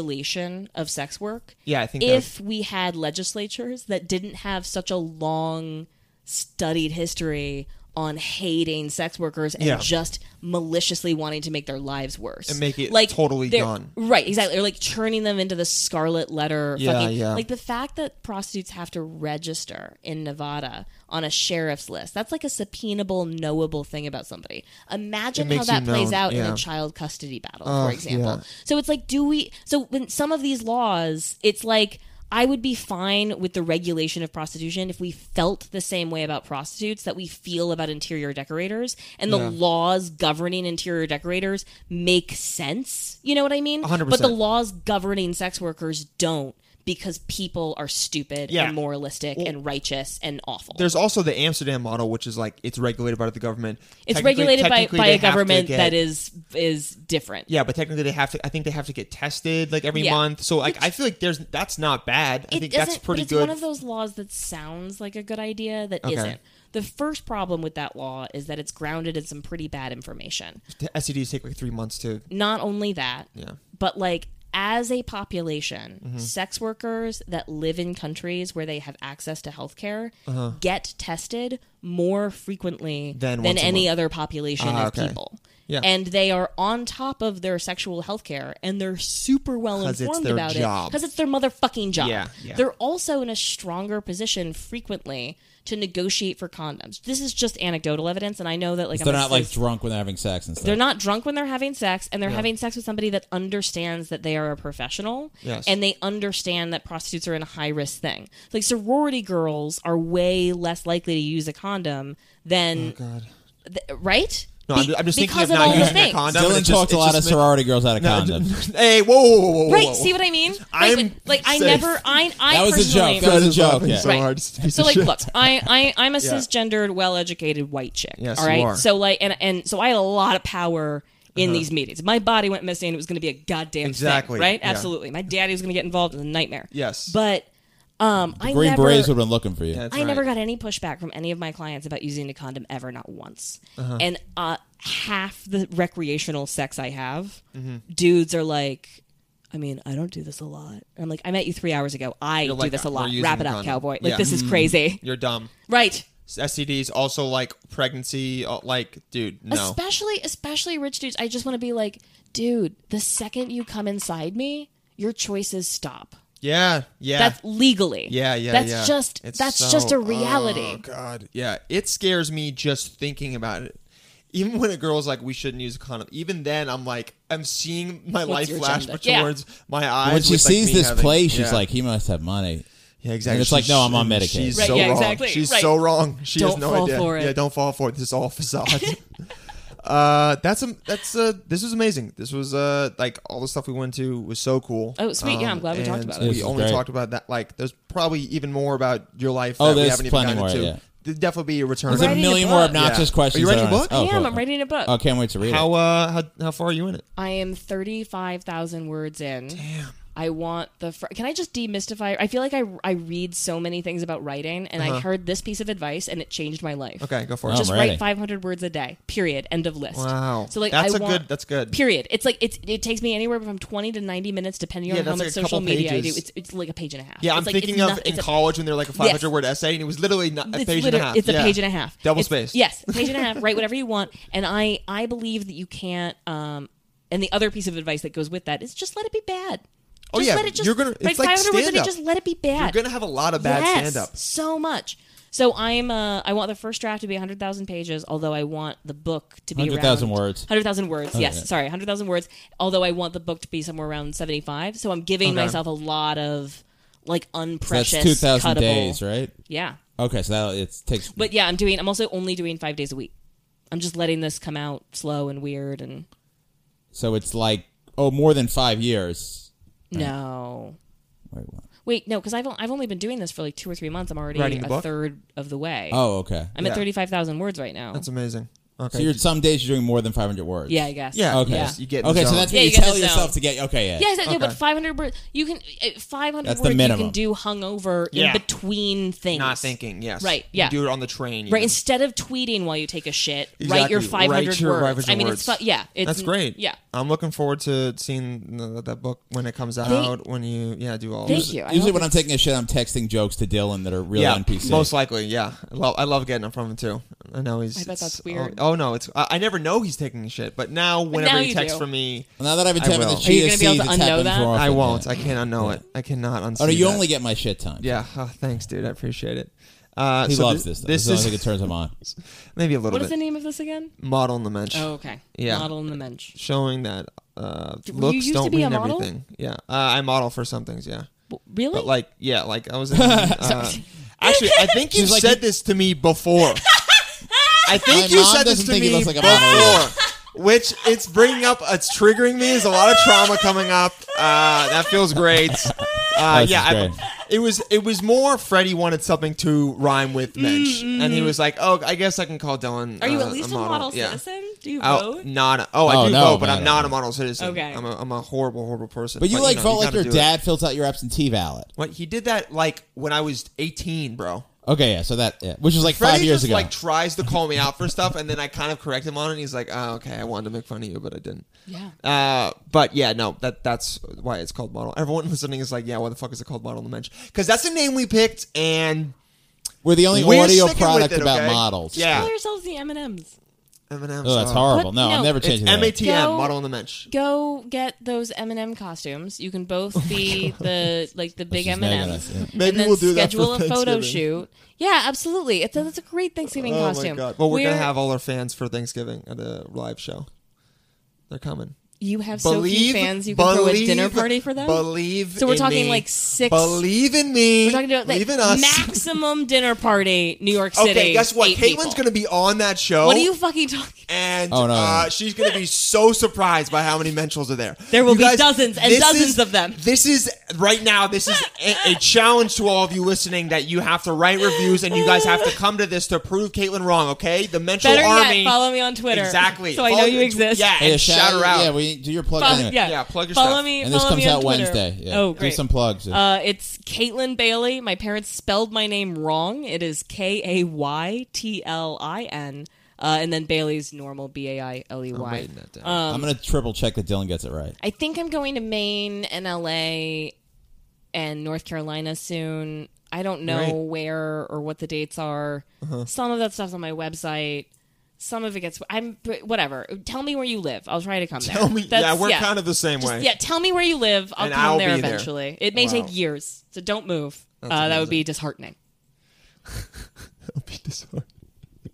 [SPEAKER 5] regulation of sex work.
[SPEAKER 3] Yeah, I think that
[SPEAKER 5] if we had legislatures that didn't have such a long studied history on hating sex workers and
[SPEAKER 3] Yeah.
[SPEAKER 5] just maliciously wanting to make their lives worse
[SPEAKER 3] And make it totally
[SPEAKER 5] they're-
[SPEAKER 3] gone.
[SPEAKER 5] right exactly or like turning them into the scarlet letter
[SPEAKER 3] Yeah,
[SPEAKER 5] fucking
[SPEAKER 3] yeah.
[SPEAKER 5] like the fact that prostitutes have to register in Nevada on a sheriff's list that's like a subpoenable knowable thing about somebody imagine
[SPEAKER 3] It
[SPEAKER 5] how
[SPEAKER 3] makes
[SPEAKER 5] that
[SPEAKER 3] you
[SPEAKER 5] plays
[SPEAKER 3] known,
[SPEAKER 5] out in
[SPEAKER 3] yeah.
[SPEAKER 5] a child custody battle
[SPEAKER 3] Oh,
[SPEAKER 5] for example
[SPEAKER 3] yeah.
[SPEAKER 5] so it's like, do we? So when some of these laws, it's like I would be fine with the regulation of prostitution if we felt the same way about prostitutes that we feel about interior decorators, and the
[SPEAKER 3] Yeah.
[SPEAKER 5] laws governing interior decorators make sense. You know what I mean?
[SPEAKER 3] 100%.
[SPEAKER 5] But the laws governing sex workers don't. Because people are stupid
[SPEAKER 3] Yeah.
[SPEAKER 5] and moralistic and righteous and awful.
[SPEAKER 3] There's also the Amsterdam model, which is like it's regulated by the government.
[SPEAKER 5] It's
[SPEAKER 3] Technically-
[SPEAKER 5] regulated by,
[SPEAKER 3] technically
[SPEAKER 5] by
[SPEAKER 3] they
[SPEAKER 5] a
[SPEAKER 3] have to
[SPEAKER 5] government
[SPEAKER 3] get-
[SPEAKER 5] that is is different.
[SPEAKER 3] Yeah, but technically they have to. I think they have to get tested like every
[SPEAKER 5] Yeah.
[SPEAKER 3] month. So like I feel like there's that's not bad. I think that's
[SPEAKER 5] doesn't-
[SPEAKER 3] pretty
[SPEAKER 5] but it's
[SPEAKER 3] good.
[SPEAKER 5] one of those laws that sounds like a good idea that
[SPEAKER 3] Okay.
[SPEAKER 5] not The first problem with that law is that it's grounded in some pretty bad information.
[SPEAKER 3] T- STDs take like three months to.
[SPEAKER 5] Not only that,
[SPEAKER 3] Yeah. Mm-hmm.
[SPEAKER 5] but like as a population, sex workers that live in countries where they have access to healthcare get tested more frequently
[SPEAKER 3] Uh-huh. Than
[SPEAKER 5] than,
[SPEAKER 3] once a
[SPEAKER 5] any
[SPEAKER 3] month.
[SPEAKER 5] other population
[SPEAKER 3] Ah,
[SPEAKER 5] of
[SPEAKER 3] okay.
[SPEAKER 5] people.
[SPEAKER 3] Yeah.
[SPEAKER 5] And they are on top of their sexual health care and they're super well
[SPEAKER 3] 'Cause it's
[SPEAKER 5] informed
[SPEAKER 3] their
[SPEAKER 5] about
[SPEAKER 3] job.
[SPEAKER 5] it because it's their motherfucking job.
[SPEAKER 3] Yeah, yeah.
[SPEAKER 5] They're also in a stronger position frequently to negotiate for condoms. This is just anecdotal evidence, and I know that like
[SPEAKER 4] they're
[SPEAKER 5] I'm a
[SPEAKER 4] not like
[SPEAKER 5] cis-
[SPEAKER 4] drunk when they're having sex and stuff.
[SPEAKER 5] they're not drunk when they're having sex, and they're having sex with somebody that understands that they are a professional,
[SPEAKER 3] Yes.
[SPEAKER 5] and they understand that prostitutes are in a high risk thing. Like sorority girls are way less likely to use a condom um, than
[SPEAKER 3] God.
[SPEAKER 5] th- right.
[SPEAKER 3] No, I'm ju- I'm just thinking
[SPEAKER 5] because
[SPEAKER 3] of not
[SPEAKER 5] all the
[SPEAKER 3] using a
[SPEAKER 5] things.
[SPEAKER 3] condom.
[SPEAKER 4] Dylan
[SPEAKER 3] It's just-
[SPEAKER 4] talked a
[SPEAKER 3] it's
[SPEAKER 4] lot of
[SPEAKER 3] just been-
[SPEAKER 4] sorority girls out of
[SPEAKER 3] No, *laughs*
[SPEAKER 4] condoms.
[SPEAKER 3] hey, whoa, whoa, whoa, whoa, whoa,
[SPEAKER 5] Right?
[SPEAKER 3] whoa.
[SPEAKER 5] See what I mean?
[SPEAKER 3] I'm
[SPEAKER 5] like, like I
[SPEAKER 3] safe.
[SPEAKER 5] never, I, I
[SPEAKER 4] That was a
[SPEAKER 5] personally-
[SPEAKER 4] joke. That was a joke,
[SPEAKER 3] laughing
[SPEAKER 4] yeah.
[SPEAKER 3] So
[SPEAKER 5] Right.
[SPEAKER 3] hard. It's a piece
[SPEAKER 5] so
[SPEAKER 3] of
[SPEAKER 5] like,
[SPEAKER 3] shit.
[SPEAKER 5] look, I, I, I'm
[SPEAKER 3] *laughs*
[SPEAKER 5] a
[SPEAKER 3] Yeah.
[SPEAKER 5] cisgendered, well-educated white chick.
[SPEAKER 3] Yes,
[SPEAKER 5] all right.
[SPEAKER 3] you are. Uh-huh.
[SPEAKER 5] So like, and and so I had a lot of power in these meetings. My body went missing. It was going to be a goddamn thing,
[SPEAKER 3] Exactly,
[SPEAKER 5] right?
[SPEAKER 3] yeah.
[SPEAKER 5] Absolutely. My daddy was going to get involved in a nightmare.
[SPEAKER 3] Yes.
[SPEAKER 5] But, um, I
[SPEAKER 4] Green
[SPEAKER 5] never,
[SPEAKER 4] Berets would have been looking for you.
[SPEAKER 3] That's
[SPEAKER 5] I never
[SPEAKER 3] right.
[SPEAKER 5] got any pushback from any of my clients about using a condom ever, not once.
[SPEAKER 3] Uh-huh.
[SPEAKER 5] And uh, half the recreational sex I have,
[SPEAKER 3] Mm-hmm.
[SPEAKER 5] dudes are like, I mean, I don't do this a lot. And I'm like, I met you three hours ago. I do
[SPEAKER 3] like,
[SPEAKER 5] this a
[SPEAKER 3] "We're
[SPEAKER 5] lot.
[SPEAKER 3] using
[SPEAKER 5] Wrap
[SPEAKER 3] a
[SPEAKER 5] it up,
[SPEAKER 3] condom."
[SPEAKER 5] cowboy. Like,
[SPEAKER 3] Yeah. Mm.
[SPEAKER 5] this is crazy.
[SPEAKER 3] You're dumb.
[SPEAKER 5] Right.
[SPEAKER 3] STDs also like pregnancy. uh, Like, dude, no.
[SPEAKER 5] Especially, especially rich dudes. I just want to be like, dude, the second you come inside me, your choices stop.
[SPEAKER 3] yeah, yeah.
[SPEAKER 5] That's legally.
[SPEAKER 3] Yeah, yeah,
[SPEAKER 5] That's
[SPEAKER 3] yeah.
[SPEAKER 5] just
[SPEAKER 3] It's
[SPEAKER 5] that's
[SPEAKER 3] so-
[SPEAKER 5] just a reality.
[SPEAKER 3] Oh God, yeah, it scares me just thinking about it. Even when a girl's like, "We shouldn't use a condom," even then, I'm like, I'm seeing my life
[SPEAKER 5] your
[SPEAKER 3] flash
[SPEAKER 5] agenda? Yeah.
[SPEAKER 3] towards my eyes.
[SPEAKER 4] When she
[SPEAKER 3] with, like,
[SPEAKER 4] sees
[SPEAKER 3] me
[SPEAKER 4] this
[SPEAKER 3] having-
[SPEAKER 4] play, she's
[SPEAKER 3] yeah.
[SPEAKER 4] like, he must have money.
[SPEAKER 3] "Yeah, exactly."
[SPEAKER 4] and it's like,
[SPEAKER 3] She's-
[SPEAKER 4] no, I'm on
[SPEAKER 3] and
[SPEAKER 4] Medicaid.
[SPEAKER 3] She's
[SPEAKER 5] Right,
[SPEAKER 3] so
[SPEAKER 5] yeah,
[SPEAKER 3] wrong.
[SPEAKER 5] exactly,
[SPEAKER 3] She's
[SPEAKER 5] right.
[SPEAKER 3] so wrong. She has
[SPEAKER 5] Don't
[SPEAKER 3] no
[SPEAKER 5] fall
[SPEAKER 3] idea.
[SPEAKER 5] for it.
[SPEAKER 3] Yeah, don't fall for it. This is all facade.
[SPEAKER 5] *laughs*
[SPEAKER 3] Uh, that's a, that's uh, this was amazing. This was uh, like all the stuff we went to was so cool.
[SPEAKER 5] Oh, sweet. Yeah, I'm glad we talked
[SPEAKER 3] and
[SPEAKER 5] about it.
[SPEAKER 4] This
[SPEAKER 3] We
[SPEAKER 4] is
[SPEAKER 3] only
[SPEAKER 4] great.
[SPEAKER 3] talked about that. Like, there's probably even more about your life.
[SPEAKER 4] Oh,
[SPEAKER 3] that we
[SPEAKER 4] there's
[SPEAKER 3] haven't even
[SPEAKER 4] plenty
[SPEAKER 3] gotten
[SPEAKER 4] more,
[SPEAKER 3] to.
[SPEAKER 4] yeah.
[SPEAKER 3] There'd definitely be a return.
[SPEAKER 4] There's a
[SPEAKER 5] Writing a
[SPEAKER 4] million more
[SPEAKER 5] book.
[SPEAKER 4] obnoxious
[SPEAKER 3] Yeah.
[SPEAKER 4] questions.
[SPEAKER 3] Are you writing
[SPEAKER 4] that
[SPEAKER 3] a
[SPEAKER 4] aren't-
[SPEAKER 3] book?
[SPEAKER 4] Oh,
[SPEAKER 5] Damn,
[SPEAKER 4] cool,
[SPEAKER 5] I'm
[SPEAKER 4] cool.
[SPEAKER 5] writing a book.
[SPEAKER 4] Oh, can't wait to read
[SPEAKER 3] How
[SPEAKER 4] it.
[SPEAKER 3] uh how, how far are you in it?
[SPEAKER 5] I am 35,000 words in. Damn. I want the. Fr- Can I just demystify? I feel like I, I read so many things about writing, and I heard this piece of advice, and it changed my life.
[SPEAKER 3] Uh-huh. Okay, go for it.
[SPEAKER 4] I'm
[SPEAKER 5] Just
[SPEAKER 4] ready.
[SPEAKER 5] write 500 words a day. Period. End of list.
[SPEAKER 3] Wow.
[SPEAKER 5] So like
[SPEAKER 3] That's
[SPEAKER 5] I
[SPEAKER 3] a
[SPEAKER 5] want-
[SPEAKER 3] good- that's good.
[SPEAKER 5] Period. It's like it's it takes me anywhere from 20 to 90 minutes depending
[SPEAKER 3] Yeah,
[SPEAKER 5] on how
[SPEAKER 3] that's
[SPEAKER 5] much
[SPEAKER 3] like a
[SPEAKER 5] social
[SPEAKER 3] couple
[SPEAKER 5] media I do.
[SPEAKER 3] pages.
[SPEAKER 5] It's it's like a page and a half.
[SPEAKER 3] yeah, I'm
[SPEAKER 5] It's like- it's
[SPEAKER 3] thinking of
[SPEAKER 5] not-
[SPEAKER 3] in
[SPEAKER 5] it's a-
[SPEAKER 3] college when they're like a 500
[SPEAKER 5] Yes.
[SPEAKER 3] word essay, and it was literally not a
[SPEAKER 5] it's
[SPEAKER 3] page and a
[SPEAKER 5] liter-
[SPEAKER 3] half.
[SPEAKER 5] It's a
[SPEAKER 3] Yeah.
[SPEAKER 5] page and a half.
[SPEAKER 3] Double
[SPEAKER 5] It's-
[SPEAKER 3] spaced.
[SPEAKER 5] Yes, page and a half.
[SPEAKER 3] *laughs*
[SPEAKER 5] Write whatever you want. And I, I believe that you can't. Um, and the other piece of advice that goes with that is just let it be bad. Just
[SPEAKER 3] Oh, yeah,
[SPEAKER 5] let it just,
[SPEAKER 3] you're gonna-
[SPEAKER 5] write
[SPEAKER 3] it's like
[SPEAKER 5] 500 words a day,
[SPEAKER 3] stand-up.
[SPEAKER 5] Just let it be bad.
[SPEAKER 3] You're gonna have a lot of bad
[SPEAKER 5] yes,
[SPEAKER 3] stand up.
[SPEAKER 5] So much. So I'm. Uh, I want the first draft to be 100,000 pages, although I want the book to be
[SPEAKER 4] 100,000
[SPEAKER 5] around-
[SPEAKER 4] words. Oh,
[SPEAKER 5] 100,000 words. yes,
[SPEAKER 4] yeah.
[SPEAKER 5] sorry, 100,000 words. Although I want the book to be somewhere around 75. So I'm giving myself a lot of like
[SPEAKER 4] That's
[SPEAKER 5] unprecious.
[SPEAKER 4] two thousand
[SPEAKER 5] cuttable-
[SPEAKER 4] days, right?
[SPEAKER 5] Yeah,
[SPEAKER 4] Okay, so that it takes.
[SPEAKER 5] but yeah, I'm doing. I'm also only doing five days a week. I'm just letting this come out slow and weird and
[SPEAKER 4] so it's like oh, more than five years.
[SPEAKER 5] no.
[SPEAKER 4] Wait, what?
[SPEAKER 5] Wait, no, because I've on- I've only been doing this for like two or three months. I'm already
[SPEAKER 3] Writing the
[SPEAKER 5] a
[SPEAKER 3] book?
[SPEAKER 5] third of the way.
[SPEAKER 4] Oh, okay.
[SPEAKER 5] I'm
[SPEAKER 3] Yeah.
[SPEAKER 5] at thirty five thousand words right now.
[SPEAKER 3] That's amazing. Okay.
[SPEAKER 4] So you're some days you're doing more than five hundred words.
[SPEAKER 5] yeah, I guess.
[SPEAKER 3] yeah.
[SPEAKER 4] Okay.
[SPEAKER 5] Yeah.
[SPEAKER 3] You get in the
[SPEAKER 4] Okay, so
[SPEAKER 3] zone.
[SPEAKER 4] that's
[SPEAKER 5] Yeah,
[SPEAKER 4] what
[SPEAKER 5] you
[SPEAKER 4] you,
[SPEAKER 5] get in
[SPEAKER 4] tell
[SPEAKER 5] the
[SPEAKER 4] yourself
[SPEAKER 5] zone.
[SPEAKER 4] to get. Okay, yeah.
[SPEAKER 5] Yeah, exactly.
[SPEAKER 3] Okay.
[SPEAKER 5] But 500 words, you can, 500
[SPEAKER 4] That's the
[SPEAKER 5] words you
[SPEAKER 4] minimum.
[SPEAKER 5] can do hungover
[SPEAKER 3] Yeah.
[SPEAKER 5] in between things.
[SPEAKER 3] not thinking. Yes.
[SPEAKER 5] Right, yeah.
[SPEAKER 3] You do it on the train.
[SPEAKER 5] Right,
[SPEAKER 3] even.
[SPEAKER 5] instead of tweeting while you take a shit,
[SPEAKER 3] Exactly.
[SPEAKER 5] write your 500
[SPEAKER 3] Write your
[SPEAKER 5] words.
[SPEAKER 3] 500
[SPEAKER 5] I mean,
[SPEAKER 3] words.
[SPEAKER 5] it's, fu- yeah. It's,
[SPEAKER 3] That's great.
[SPEAKER 5] Yeah.
[SPEAKER 3] I'm looking forward to seeing the, that book when it comes out. when you yeah do all.
[SPEAKER 5] Thank
[SPEAKER 3] this.
[SPEAKER 5] you. I
[SPEAKER 4] Usually
[SPEAKER 5] hope
[SPEAKER 4] when I'm
[SPEAKER 5] it's-
[SPEAKER 4] taking a shit, I'm texting jokes to Dylan that are really
[SPEAKER 3] Yeah,
[SPEAKER 4] NPC.
[SPEAKER 3] most likely. Yeah, I love, I love getting them from him too. I know he's.
[SPEAKER 5] I bet
[SPEAKER 3] it's-
[SPEAKER 5] that's weird.
[SPEAKER 3] Oh, oh, no, it's I, I never know he's taking shit, but now whenever
[SPEAKER 5] now
[SPEAKER 3] he
[SPEAKER 5] you
[SPEAKER 3] texts
[SPEAKER 5] do.
[SPEAKER 3] from me,
[SPEAKER 4] now that I've been
[SPEAKER 3] I
[SPEAKER 4] tapping
[SPEAKER 3] will.
[SPEAKER 4] the
[SPEAKER 3] Are
[SPEAKER 4] cheat,
[SPEAKER 5] you gonna be able to unknow that?
[SPEAKER 3] I won't. I can't unknow it. I cannot unsee.
[SPEAKER 4] Oh no, you
[SPEAKER 3] that.
[SPEAKER 4] only get my shit time.
[SPEAKER 3] Yeah, oh, thanks, dude. I appreciate it. Uh,
[SPEAKER 4] He
[SPEAKER 3] so
[SPEAKER 4] loves
[SPEAKER 3] th-
[SPEAKER 4] this. This, this is the only
[SPEAKER 3] is
[SPEAKER 4] thing that turns him on.
[SPEAKER 3] *laughs* maybe a little
[SPEAKER 5] What is the
[SPEAKER 3] bit
[SPEAKER 5] name of this again?
[SPEAKER 3] model in the mensch,
[SPEAKER 5] Oh, okay.
[SPEAKER 3] Yeah.
[SPEAKER 5] Model in the Mensch.
[SPEAKER 3] showing that uh,
[SPEAKER 5] Did- were you
[SPEAKER 3] looks
[SPEAKER 5] used to
[SPEAKER 3] don't
[SPEAKER 5] be a
[SPEAKER 3] mean
[SPEAKER 5] model?
[SPEAKER 3] everything. Yeah, uh, I model for some things. Yeah,
[SPEAKER 5] W- Really?
[SPEAKER 3] but like, yeah, like I
[SPEAKER 5] *laughs*
[SPEAKER 3] was. In, uh, actually, I think you
[SPEAKER 4] She's like-
[SPEAKER 3] said this to me
[SPEAKER 5] *laughs*
[SPEAKER 3] before. I
[SPEAKER 4] My
[SPEAKER 3] think you
[SPEAKER 4] mom
[SPEAKER 3] said this
[SPEAKER 4] doesn't
[SPEAKER 3] to
[SPEAKER 4] think he
[SPEAKER 3] me
[SPEAKER 4] looks like a model either.
[SPEAKER 3] before. Which it's bringing up, it's triggering me. There's a lot of trauma coming up. Uh, that feels
[SPEAKER 5] *laughs*
[SPEAKER 3] great. Uh,
[SPEAKER 4] this
[SPEAKER 3] yeah,
[SPEAKER 4] is
[SPEAKER 3] I-
[SPEAKER 4] great.
[SPEAKER 3] it was it was more Freddie wanted something to rhyme with Mensch, and he was like, "Oh, I guess I can call Dylan."
[SPEAKER 5] Are you
[SPEAKER 3] uh,
[SPEAKER 5] at least a model,
[SPEAKER 3] model, yeah.
[SPEAKER 5] citizen? Do you
[SPEAKER 3] Oh,
[SPEAKER 5] vote?
[SPEAKER 3] not a- oh, I
[SPEAKER 4] Oh,
[SPEAKER 3] do
[SPEAKER 4] no,
[SPEAKER 3] vote, but
[SPEAKER 4] no,
[SPEAKER 3] I'm
[SPEAKER 4] no,
[SPEAKER 3] not
[SPEAKER 4] no.
[SPEAKER 3] a model citizen.
[SPEAKER 5] Okay.
[SPEAKER 3] I'm a, I'm a horrible, horrible person.
[SPEAKER 4] But you like
[SPEAKER 3] know,
[SPEAKER 4] felt like
[SPEAKER 3] gotta
[SPEAKER 4] your
[SPEAKER 3] do it.
[SPEAKER 4] dad fills out your absentee ballot.
[SPEAKER 3] What he did that like when I was 18, bro.
[SPEAKER 4] Okay, yeah. So that, yeah, which was like
[SPEAKER 3] Freddie
[SPEAKER 4] five years
[SPEAKER 3] just
[SPEAKER 4] ago.
[SPEAKER 3] like tries to call me out for stuff, and then I kind of correct him on it. And he's like, "Oh, okay, I wanted to make fun of you, but I didn't."
[SPEAKER 5] Yeah.
[SPEAKER 3] Uh, but yeah, no, that that's why it's called model. Everyone *laughs* listening is like, "Yeah, why the fuck is it called model in the mensch?" Because that's the name we picked, and
[SPEAKER 4] We're the only
[SPEAKER 3] we're
[SPEAKER 4] audio
[SPEAKER 3] sticking with
[SPEAKER 4] product
[SPEAKER 3] it,
[SPEAKER 4] about
[SPEAKER 3] okay?
[SPEAKER 4] models.
[SPEAKER 3] Yeah.
[SPEAKER 5] Call yourselves the M&Ms.
[SPEAKER 3] M&M's,
[SPEAKER 4] Oh, that's
[SPEAKER 3] uh,
[SPEAKER 4] horrible.
[SPEAKER 5] What?
[SPEAKER 4] No, I'm
[SPEAKER 5] No.
[SPEAKER 4] never
[SPEAKER 3] It's
[SPEAKER 4] changing
[SPEAKER 3] M A
[SPEAKER 4] that.
[SPEAKER 3] T M
[SPEAKER 5] Go-
[SPEAKER 3] model in the mensch.
[SPEAKER 5] Go get those M&M costumes. You can both
[SPEAKER 3] Oh
[SPEAKER 5] be the like the big
[SPEAKER 4] just nagging us,
[SPEAKER 5] M&Ms.
[SPEAKER 4] yeah.
[SPEAKER 3] Maybe
[SPEAKER 5] and then
[SPEAKER 3] we'll do that
[SPEAKER 5] schedule
[SPEAKER 3] for
[SPEAKER 5] a photo
[SPEAKER 3] Thanksgiving.
[SPEAKER 5] shoot. Yeah, absolutely. It's a, that's a great Thanksgiving
[SPEAKER 3] Oh
[SPEAKER 5] costume.
[SPEAKER 3] my god! Well, we're,
[SPEAKER 5] Where
[SPEAKER 3] gonna have all our fans for Thanksgiving at a live show. They're coming.
[SPEAKER 5] you have
[SPEAKER 3] Believe
[SPEAKER 5] so few fans you can throw a dinner
[SPEAKER 3] believe-
[SPEAKER 5] party for them.
[SPEAKER 3] Believe.
[SPEAKER 5] So we're
[SPEAKER 3] in
[SPEAKER 5] talking
[SPEAKER 3] me.
[SPEAKER 5] like six-
[SPEAKER 3] Believe in me.
[SPEAKER 5] We're talking about like
[SPEAKER 3] believe in us.
[SPEAKER 5] maximum dinner party, New York City.
[SPEAKER 3] Okay, guess what?
[SPEAKER 5] eight
[SPEAKER 3] Caitlin's
[SPEAKER 5] people.
[SPEAKER 3] going to be on that show.
[SPEAKER 5] What are you fucking talking?
[SPEAKER 3] And
[SPEAKER 4] Oh, no, no,
[SPEAKER 3] uh,
[SPEAKER 4] no.
[SPEAKER 3] she's going to be so surprised by how many mentals are there.
[SPEAKER 5] There will
[SPEAKER 3] You
[SPEAKER 5] be dozens and
[SPEAKER 3] this
[SPEAKER 5] dozens
[SPEAKER 3] is-
[SPEAKER 5] of them.
[SPEAKER 3] This is right now. This
[SPEAKER 5] *laughs*
[SPEAKER 3] is a, a challenge to all of you listening that you have to write reviews and you guys have to come to this to prove Caitlin wrong. Okay, the mental
[SPEAKER 5] Better
[SPEAKER 3] army.
[SPEAKER 5] yet, follow me on Twitter.
[SPEAKER 3] Exactly.
[SPEAKER 5] So I
[SPEAKER 3] Follow-
[SPEAKER 5] know you exist.
[SPEAKER 3] Yeah,
[SPEAKER 4] Hey,
[SPEAKER 3] and shout her out.
[SPEAKER 4] Yeah, we do your plug
[SPEAKER 5] Follow,
[SPEAKER 4] anyway.
[SPEAKER 5] yeah.
[SPEAKER 3] Yeah, plug your
[SPEAKER 5] follow
[SPEAKER 3] stuff.
[SPEAKER 5] Me,
[SPEAKER 4] And this
[SPEAKER 5] follow
[SPEAKER 4] comes
[SPEAKER 5] me on
[SPEAKER 4] out
[SPEAKER 5] Twitter.
[SPEAKER 4] Wednesday. Yeah.
[SPEAKER 5] Oh,
[SPEAKER 4] do
[SPEAKER 5] great.
[SPEAKER 4] some plugs.
[SPEAKER 5] Uh, it's Caitlin Bailey. My parents spelled my name wrong. It is K A Y T L I N. Uh, and then Bailey's normal B A I L E Y.
[SPEAKER 3] writing that down.
[SPEAKER 4] I'm gonna triple check that Dylan gets it right.
[SPEAKER 5] I think I'm going to Maine and LA and North Carolina soon. I don't know
[SPEAKER 3] Right. Uh-huh.
[SPEAKER 5] where or what the dates are. Some of that stuff's on my website. Some of it gets I'm but whatever. Tell me where you live. I'll try to
[SPEAKER 3] *laughs*
[SPEAKER 5] come
[SPEAKER 3] Tell
[SPEAKER 5] there.
[SPEAKER 3] me- yeah,
[SPEAKER 5] That's-
[SPEAKER 3] we're kind of the same
[SPEAKER 5] Just-
[SPEAKER 3] way.
[SPEAKER 5] Yeah, tell me where you live. I'll
[SPEAKER 3] And
[SPEAKER 5] come
[SPEAKER 3] I'll
[SPEAKER 5] there
[SPEAKER 3] be there.
[SPEAKER 5] eventually. It may
[SPEAKER 3] Wow.
[SPEAKER 5] take years, so don't move.
[SPEAKER 3] That's
[SPEAKER 5] Uh, that would
[SPEAKER 3] amazing.
[SPEAKER 5] be disheartening.
[SPEAKER 3] I'll be disheartened.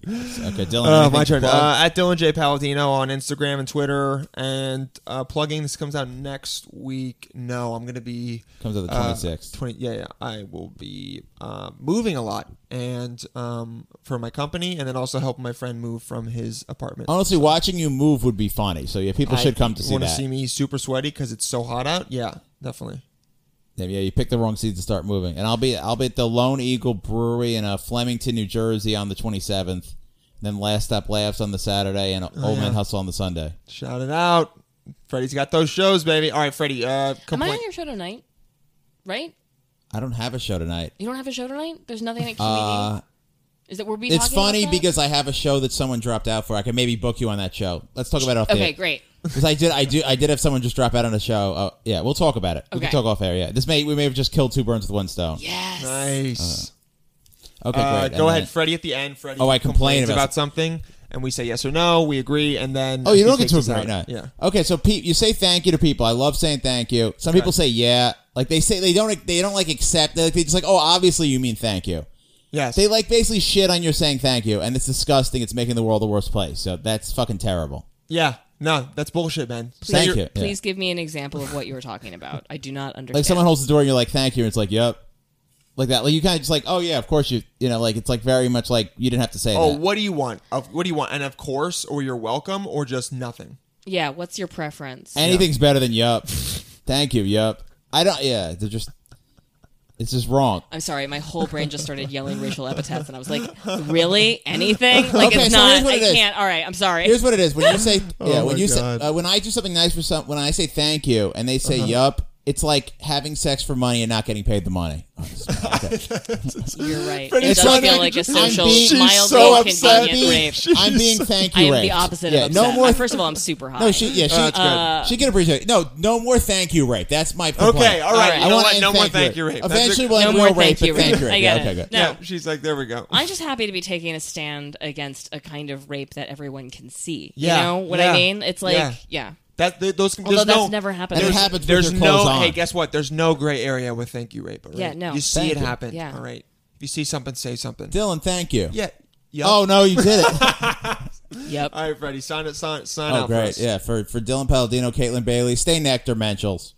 [SPEAKER 4] Okay, Dylan.
[SPEAKER 3] Uh,
[SPEAKER 4] anything
[SPEAKER 3] my
[SPEAKER 4] to
[SPEAKER 3] turn.
[SPEAKER 4] plug?
[SPEAKER 3] Uh, at Dylan J Paladino on Instagram and Twitter, and uh, plugging this comes out next week. No, I'm gonna be
[SPEAKER 4] Comes out the
[SPEAKER 3] uh,
[SPEAKER 4] 26th.
[SPEAKER 3] 20, yeah, yeah, I will be uh, moving a lot, and um, for my company, and then also helping my friend move from his apartment.
[SPEAKER 4] Honestly, watching you move would be funny. So yeah, people should come to see
[SPEAKER 3] Want
[SPEAKER 4] that.
[SPEAKER 3] to see me super sweaty because it's so hot out? Yeah, definitely.
[SPEAKER 4] Yeah, yeah, you picked the wrong seat to start moving. And I'll be I'll be at the Lone Eagle Brewery in uh, Flemington, New Jersey on the 27th. Then Last Stop Laughs on the Saturday and uh,
[SPEAKER 3] Oh,
[SPEAKER 4] Old Man Hustle on the Sunday.
[SPEAKER 3] Shout it out. Freddie's got those shows, baby. All right, Freddie. Uh,
[SPEAKER 5] Am I
[SPEAKER 3] complain.
[SPEAKER 5] on your show tonight? Right?
[SPEAKER 4] I don't have a show tonight.
[SPEAKER 5] You don't have a show tonight? There's nothing at QED? Is it we're we
[SPEAKER 4] Uh, It's
[SPEAKER 5] talking about
[SPEAKER 4] funny
[SPEAKER 5] that?
[SPEAKER 4] because I have a show that someone dropped out for. I can maybe book you on that show. Let's talk about it off
[SPEAKER 5] Okay, great.
[SPEAKER 4] Because I did, I do, I did have someone just drop out on a show. Uh, yeah, we'll talk about it. We can
[SPEAKER 5] Okay.
[SPEAKER 4] talk off air. Yeah, this may we may have just killed two birds with one stone.
[SPEAKER 5] Yes.
[SPEAKER 4] Uh,
[SPEAKER 3] Nice.
[SPEAKER 4] Okay,
[SPEAKER 3] Uh,
[SPEAKER 4] great.
[SPEAKER 3] go
[SPEAKER 4] And
[SPEAKER 3] ahead,
[SPEAKER 4] then-
[SPEAKER 3] Freddie. At the end, Freddie.
[SPEAKER 4] Oh, I complain
[SPEAKER 3] complains
[SPEAKER 4] about-
[SPEAKER 3] something, and we say yes or no. We agree, and then
[SPEAKER 4] Oh, you don't
[SPEAKER 3] he
[SPEAKER 4] get to
[SPEAKER 3] takes
[SPEAKER 4] agree.
[SPEAKER 3] us
[SPEAKER 4] No.
[SPEAKER 3] out. Yeah.
[SPEAKER 4] Okay, so Pete, you say thank you to people. I love saying thank you. Some people say yeah, like they say they don't they don't like accept. They like, they just like oh, obviously you mean thank you.
[SPEAKER 3] Yes.
[SPEAKER 4] They like basically shit on your saying thank you, and it's disgusting. It's making the world a worse place. So that's fucking terrible.
[SPEAKER 3] yeah. No, that's bullshit, man.
[SPEAKER 4] thank
[SPEAKER 5] Please-
[SPEAKER 4] you. Yeah.
[SPEAKER 5] Please give me an example of what you were talking about. I do not understand.
[SPEAKER 4] Like someone holds the door and you're like, thank you, and it's like, yep. Like that. Like you kind of just like, oh yeah, of course you you know, like it's like very much like you didn't have to say
[SPEAKER 3] Oh,
[SPEAKER 4] that.
[SPEAKER 3] what do you want? Of what do you want? And of course, or you're welcome, or just nothing.
[SPEAKER 5] yeah, what's your preference?
[SPEAKER 4] Anything's better than yup. thank you, yup. I don't yeah, they're just it's just wrong.
[SPEAKER 5] I'm sorry, my whole brain just started yelling racial epithets, and I was like, "Really?
[SPEAKER 4] *laughs*
[SPEAKER 5] Anything? Like
[SPEAKER 4] Okay,
[SPEAKER 5] it's
[SPEAKER 4] so here's
[SPEAKER 5] not.
[SPEAKER 4] what
[SPEAKER 5] I
[SPEAKER 4] it is.
[SPEAKER 5] can't. All right, I'm sorry.
[SPEAKER 4] Here's what it is. When
[SPEAKER 3] *laughs*
[SPEAKER 4] you say yeah,
[SPEAKER 3] Oh my
[SPEAKER 4] when you
[SPEAKER 3] God. Uh-huh.
[SPEAKER 4] say uh, when I do something nice for some when I say thank you and they say yup, it's like having sex for money and not getting paid
[SPEAKER 3] *laughs*
[SPEAKER 4] the money. Oh, this is-
[SPEAKER 5] You're right.
[SPEAKER 3] But
[SPEAKER 5] It
[SPEAKER 3] it's
[SPEAKER 5] does
[SPEAKER 3] like-
[SPEAKER 5] feel like a
[SPEAKER 4] I'm
[SPEAKER 5] social,
[SPEAKER 4] being- She's
[SPEAKER 5] mildly
[SPEAKER 3] so upset.
[SPEAKER 5] convenient rape.
[SPEAKER 4] I'm being thank
[SPEAKER 5] I
[SPEAKER 4] you
[SPEAKER 5] am
[SPEAKER 4] raped.
[SPEAKER 5] the opposite
[SPEAKER 4] yeah,
[SPEAKER 5] of upset.
[SPEAKER 4] No more
[SPEAKER 5] I- First of all, I'm super high.
[SPEAKER 4] No, she yeah, she,
[SPEAKER 3] that's good. Uh,
[SPEAKER 4] she can appreciate. It. No, no more thank you rape. That's my complaint.
[SPEAKER 3] Okay, all
[SPEAKER 5] All
[SPEAKER 3] right.
[SPEAKER 5] right.
[SPEAKER 3] You
[SPEAKER 5] I
[SPEAKER 3] know
[SPEAKER 4] wanna
[SPEAKER 3] what?
[SPEAKER 4] end
[SPEAKER 3] No more thank you, rape. That's
[SPEAKER 4] Eventually,
[SPEAKER 3] a-
[SPEAKER 4] we'll
[SPEAKER 5] no
[SPEAKER 4] end
[SPEAKER 5] more
[SPEAKER 4] real rape,
[SPEAKER 5] thank you.
[SPEAKER 4] but thank
[SPEAKER 5] rape.
[SPEAKER 4] you rape.
[SPEAKER 5] I
[SPEAKER 4] yeah,
[SPEAKER 5] get
[SPEAKER 4] okay,
[SPEAKER 5] it.
[SPEAKER 4] good.
[SPEAKER 5] No,
[SPEAKER 3] yeah, she's like, there we go.
[SPEAKER 5] I'm just happy to be taking a stand against a kind of rape that everyone can see.
[SPEAKER 3] Yeah,
[SPEAKER 5] You know what
[SPEAKER 3] yeah,
[SPEAKER 5] I mean? It's like,
[SPEAKER 3] yeah.
[SPEAKER 5] yeah.
[SPEAKER 3] That th- those
[SPEAKER 5] Although
[SPEAKER 3] there's
[SPEAKER 5] that's
[SPEAKER 3] no,
[SPEAKER 5] never happened.
[SPEAKER 4] And it
[SPEAKER 5] There's-
[SPEAKER 4] happens with
[SPEAKER 3] There's
[SPEAKER 4] your
[SPEAKER 3] no.
[SPEAKER 4] clothes on.
[SPEAKER 3] Hey, guess what? There's no gray area with thank you rape. all right?
[SPEAKER 5] Yeah, no.
[SPEAKER 3] You see
[SPEAKER 4] Thank
[SPEAKER 3] it
[SPEAKER 4] you.
[SPEAKER 3] happen.
[SPEAKER 5] Yeah.
[SPEAKER 3] All right. You see something, say something.
[SPEAKER 4] Dylan, thank you.
[SPEAKER 3] Yeah. Yup.
[SPEAKER 4] Oh no,
[SPEAKER 3] *laughs*
[SPEAKER 4] you did it.
[SPEAKER 5] Yep.
[SPEAKER 3] All right, Freddie. Sign it. Sign sign
[SPEAKER 4] oh
[SPEAKER 3] out. for
[SPEAKER 4] great,
[SPEAKER 3] us.
[SPEAKER 4] yeah. For for Dylan Palladino, Caitlin Bailey, stay nectar, Menschels.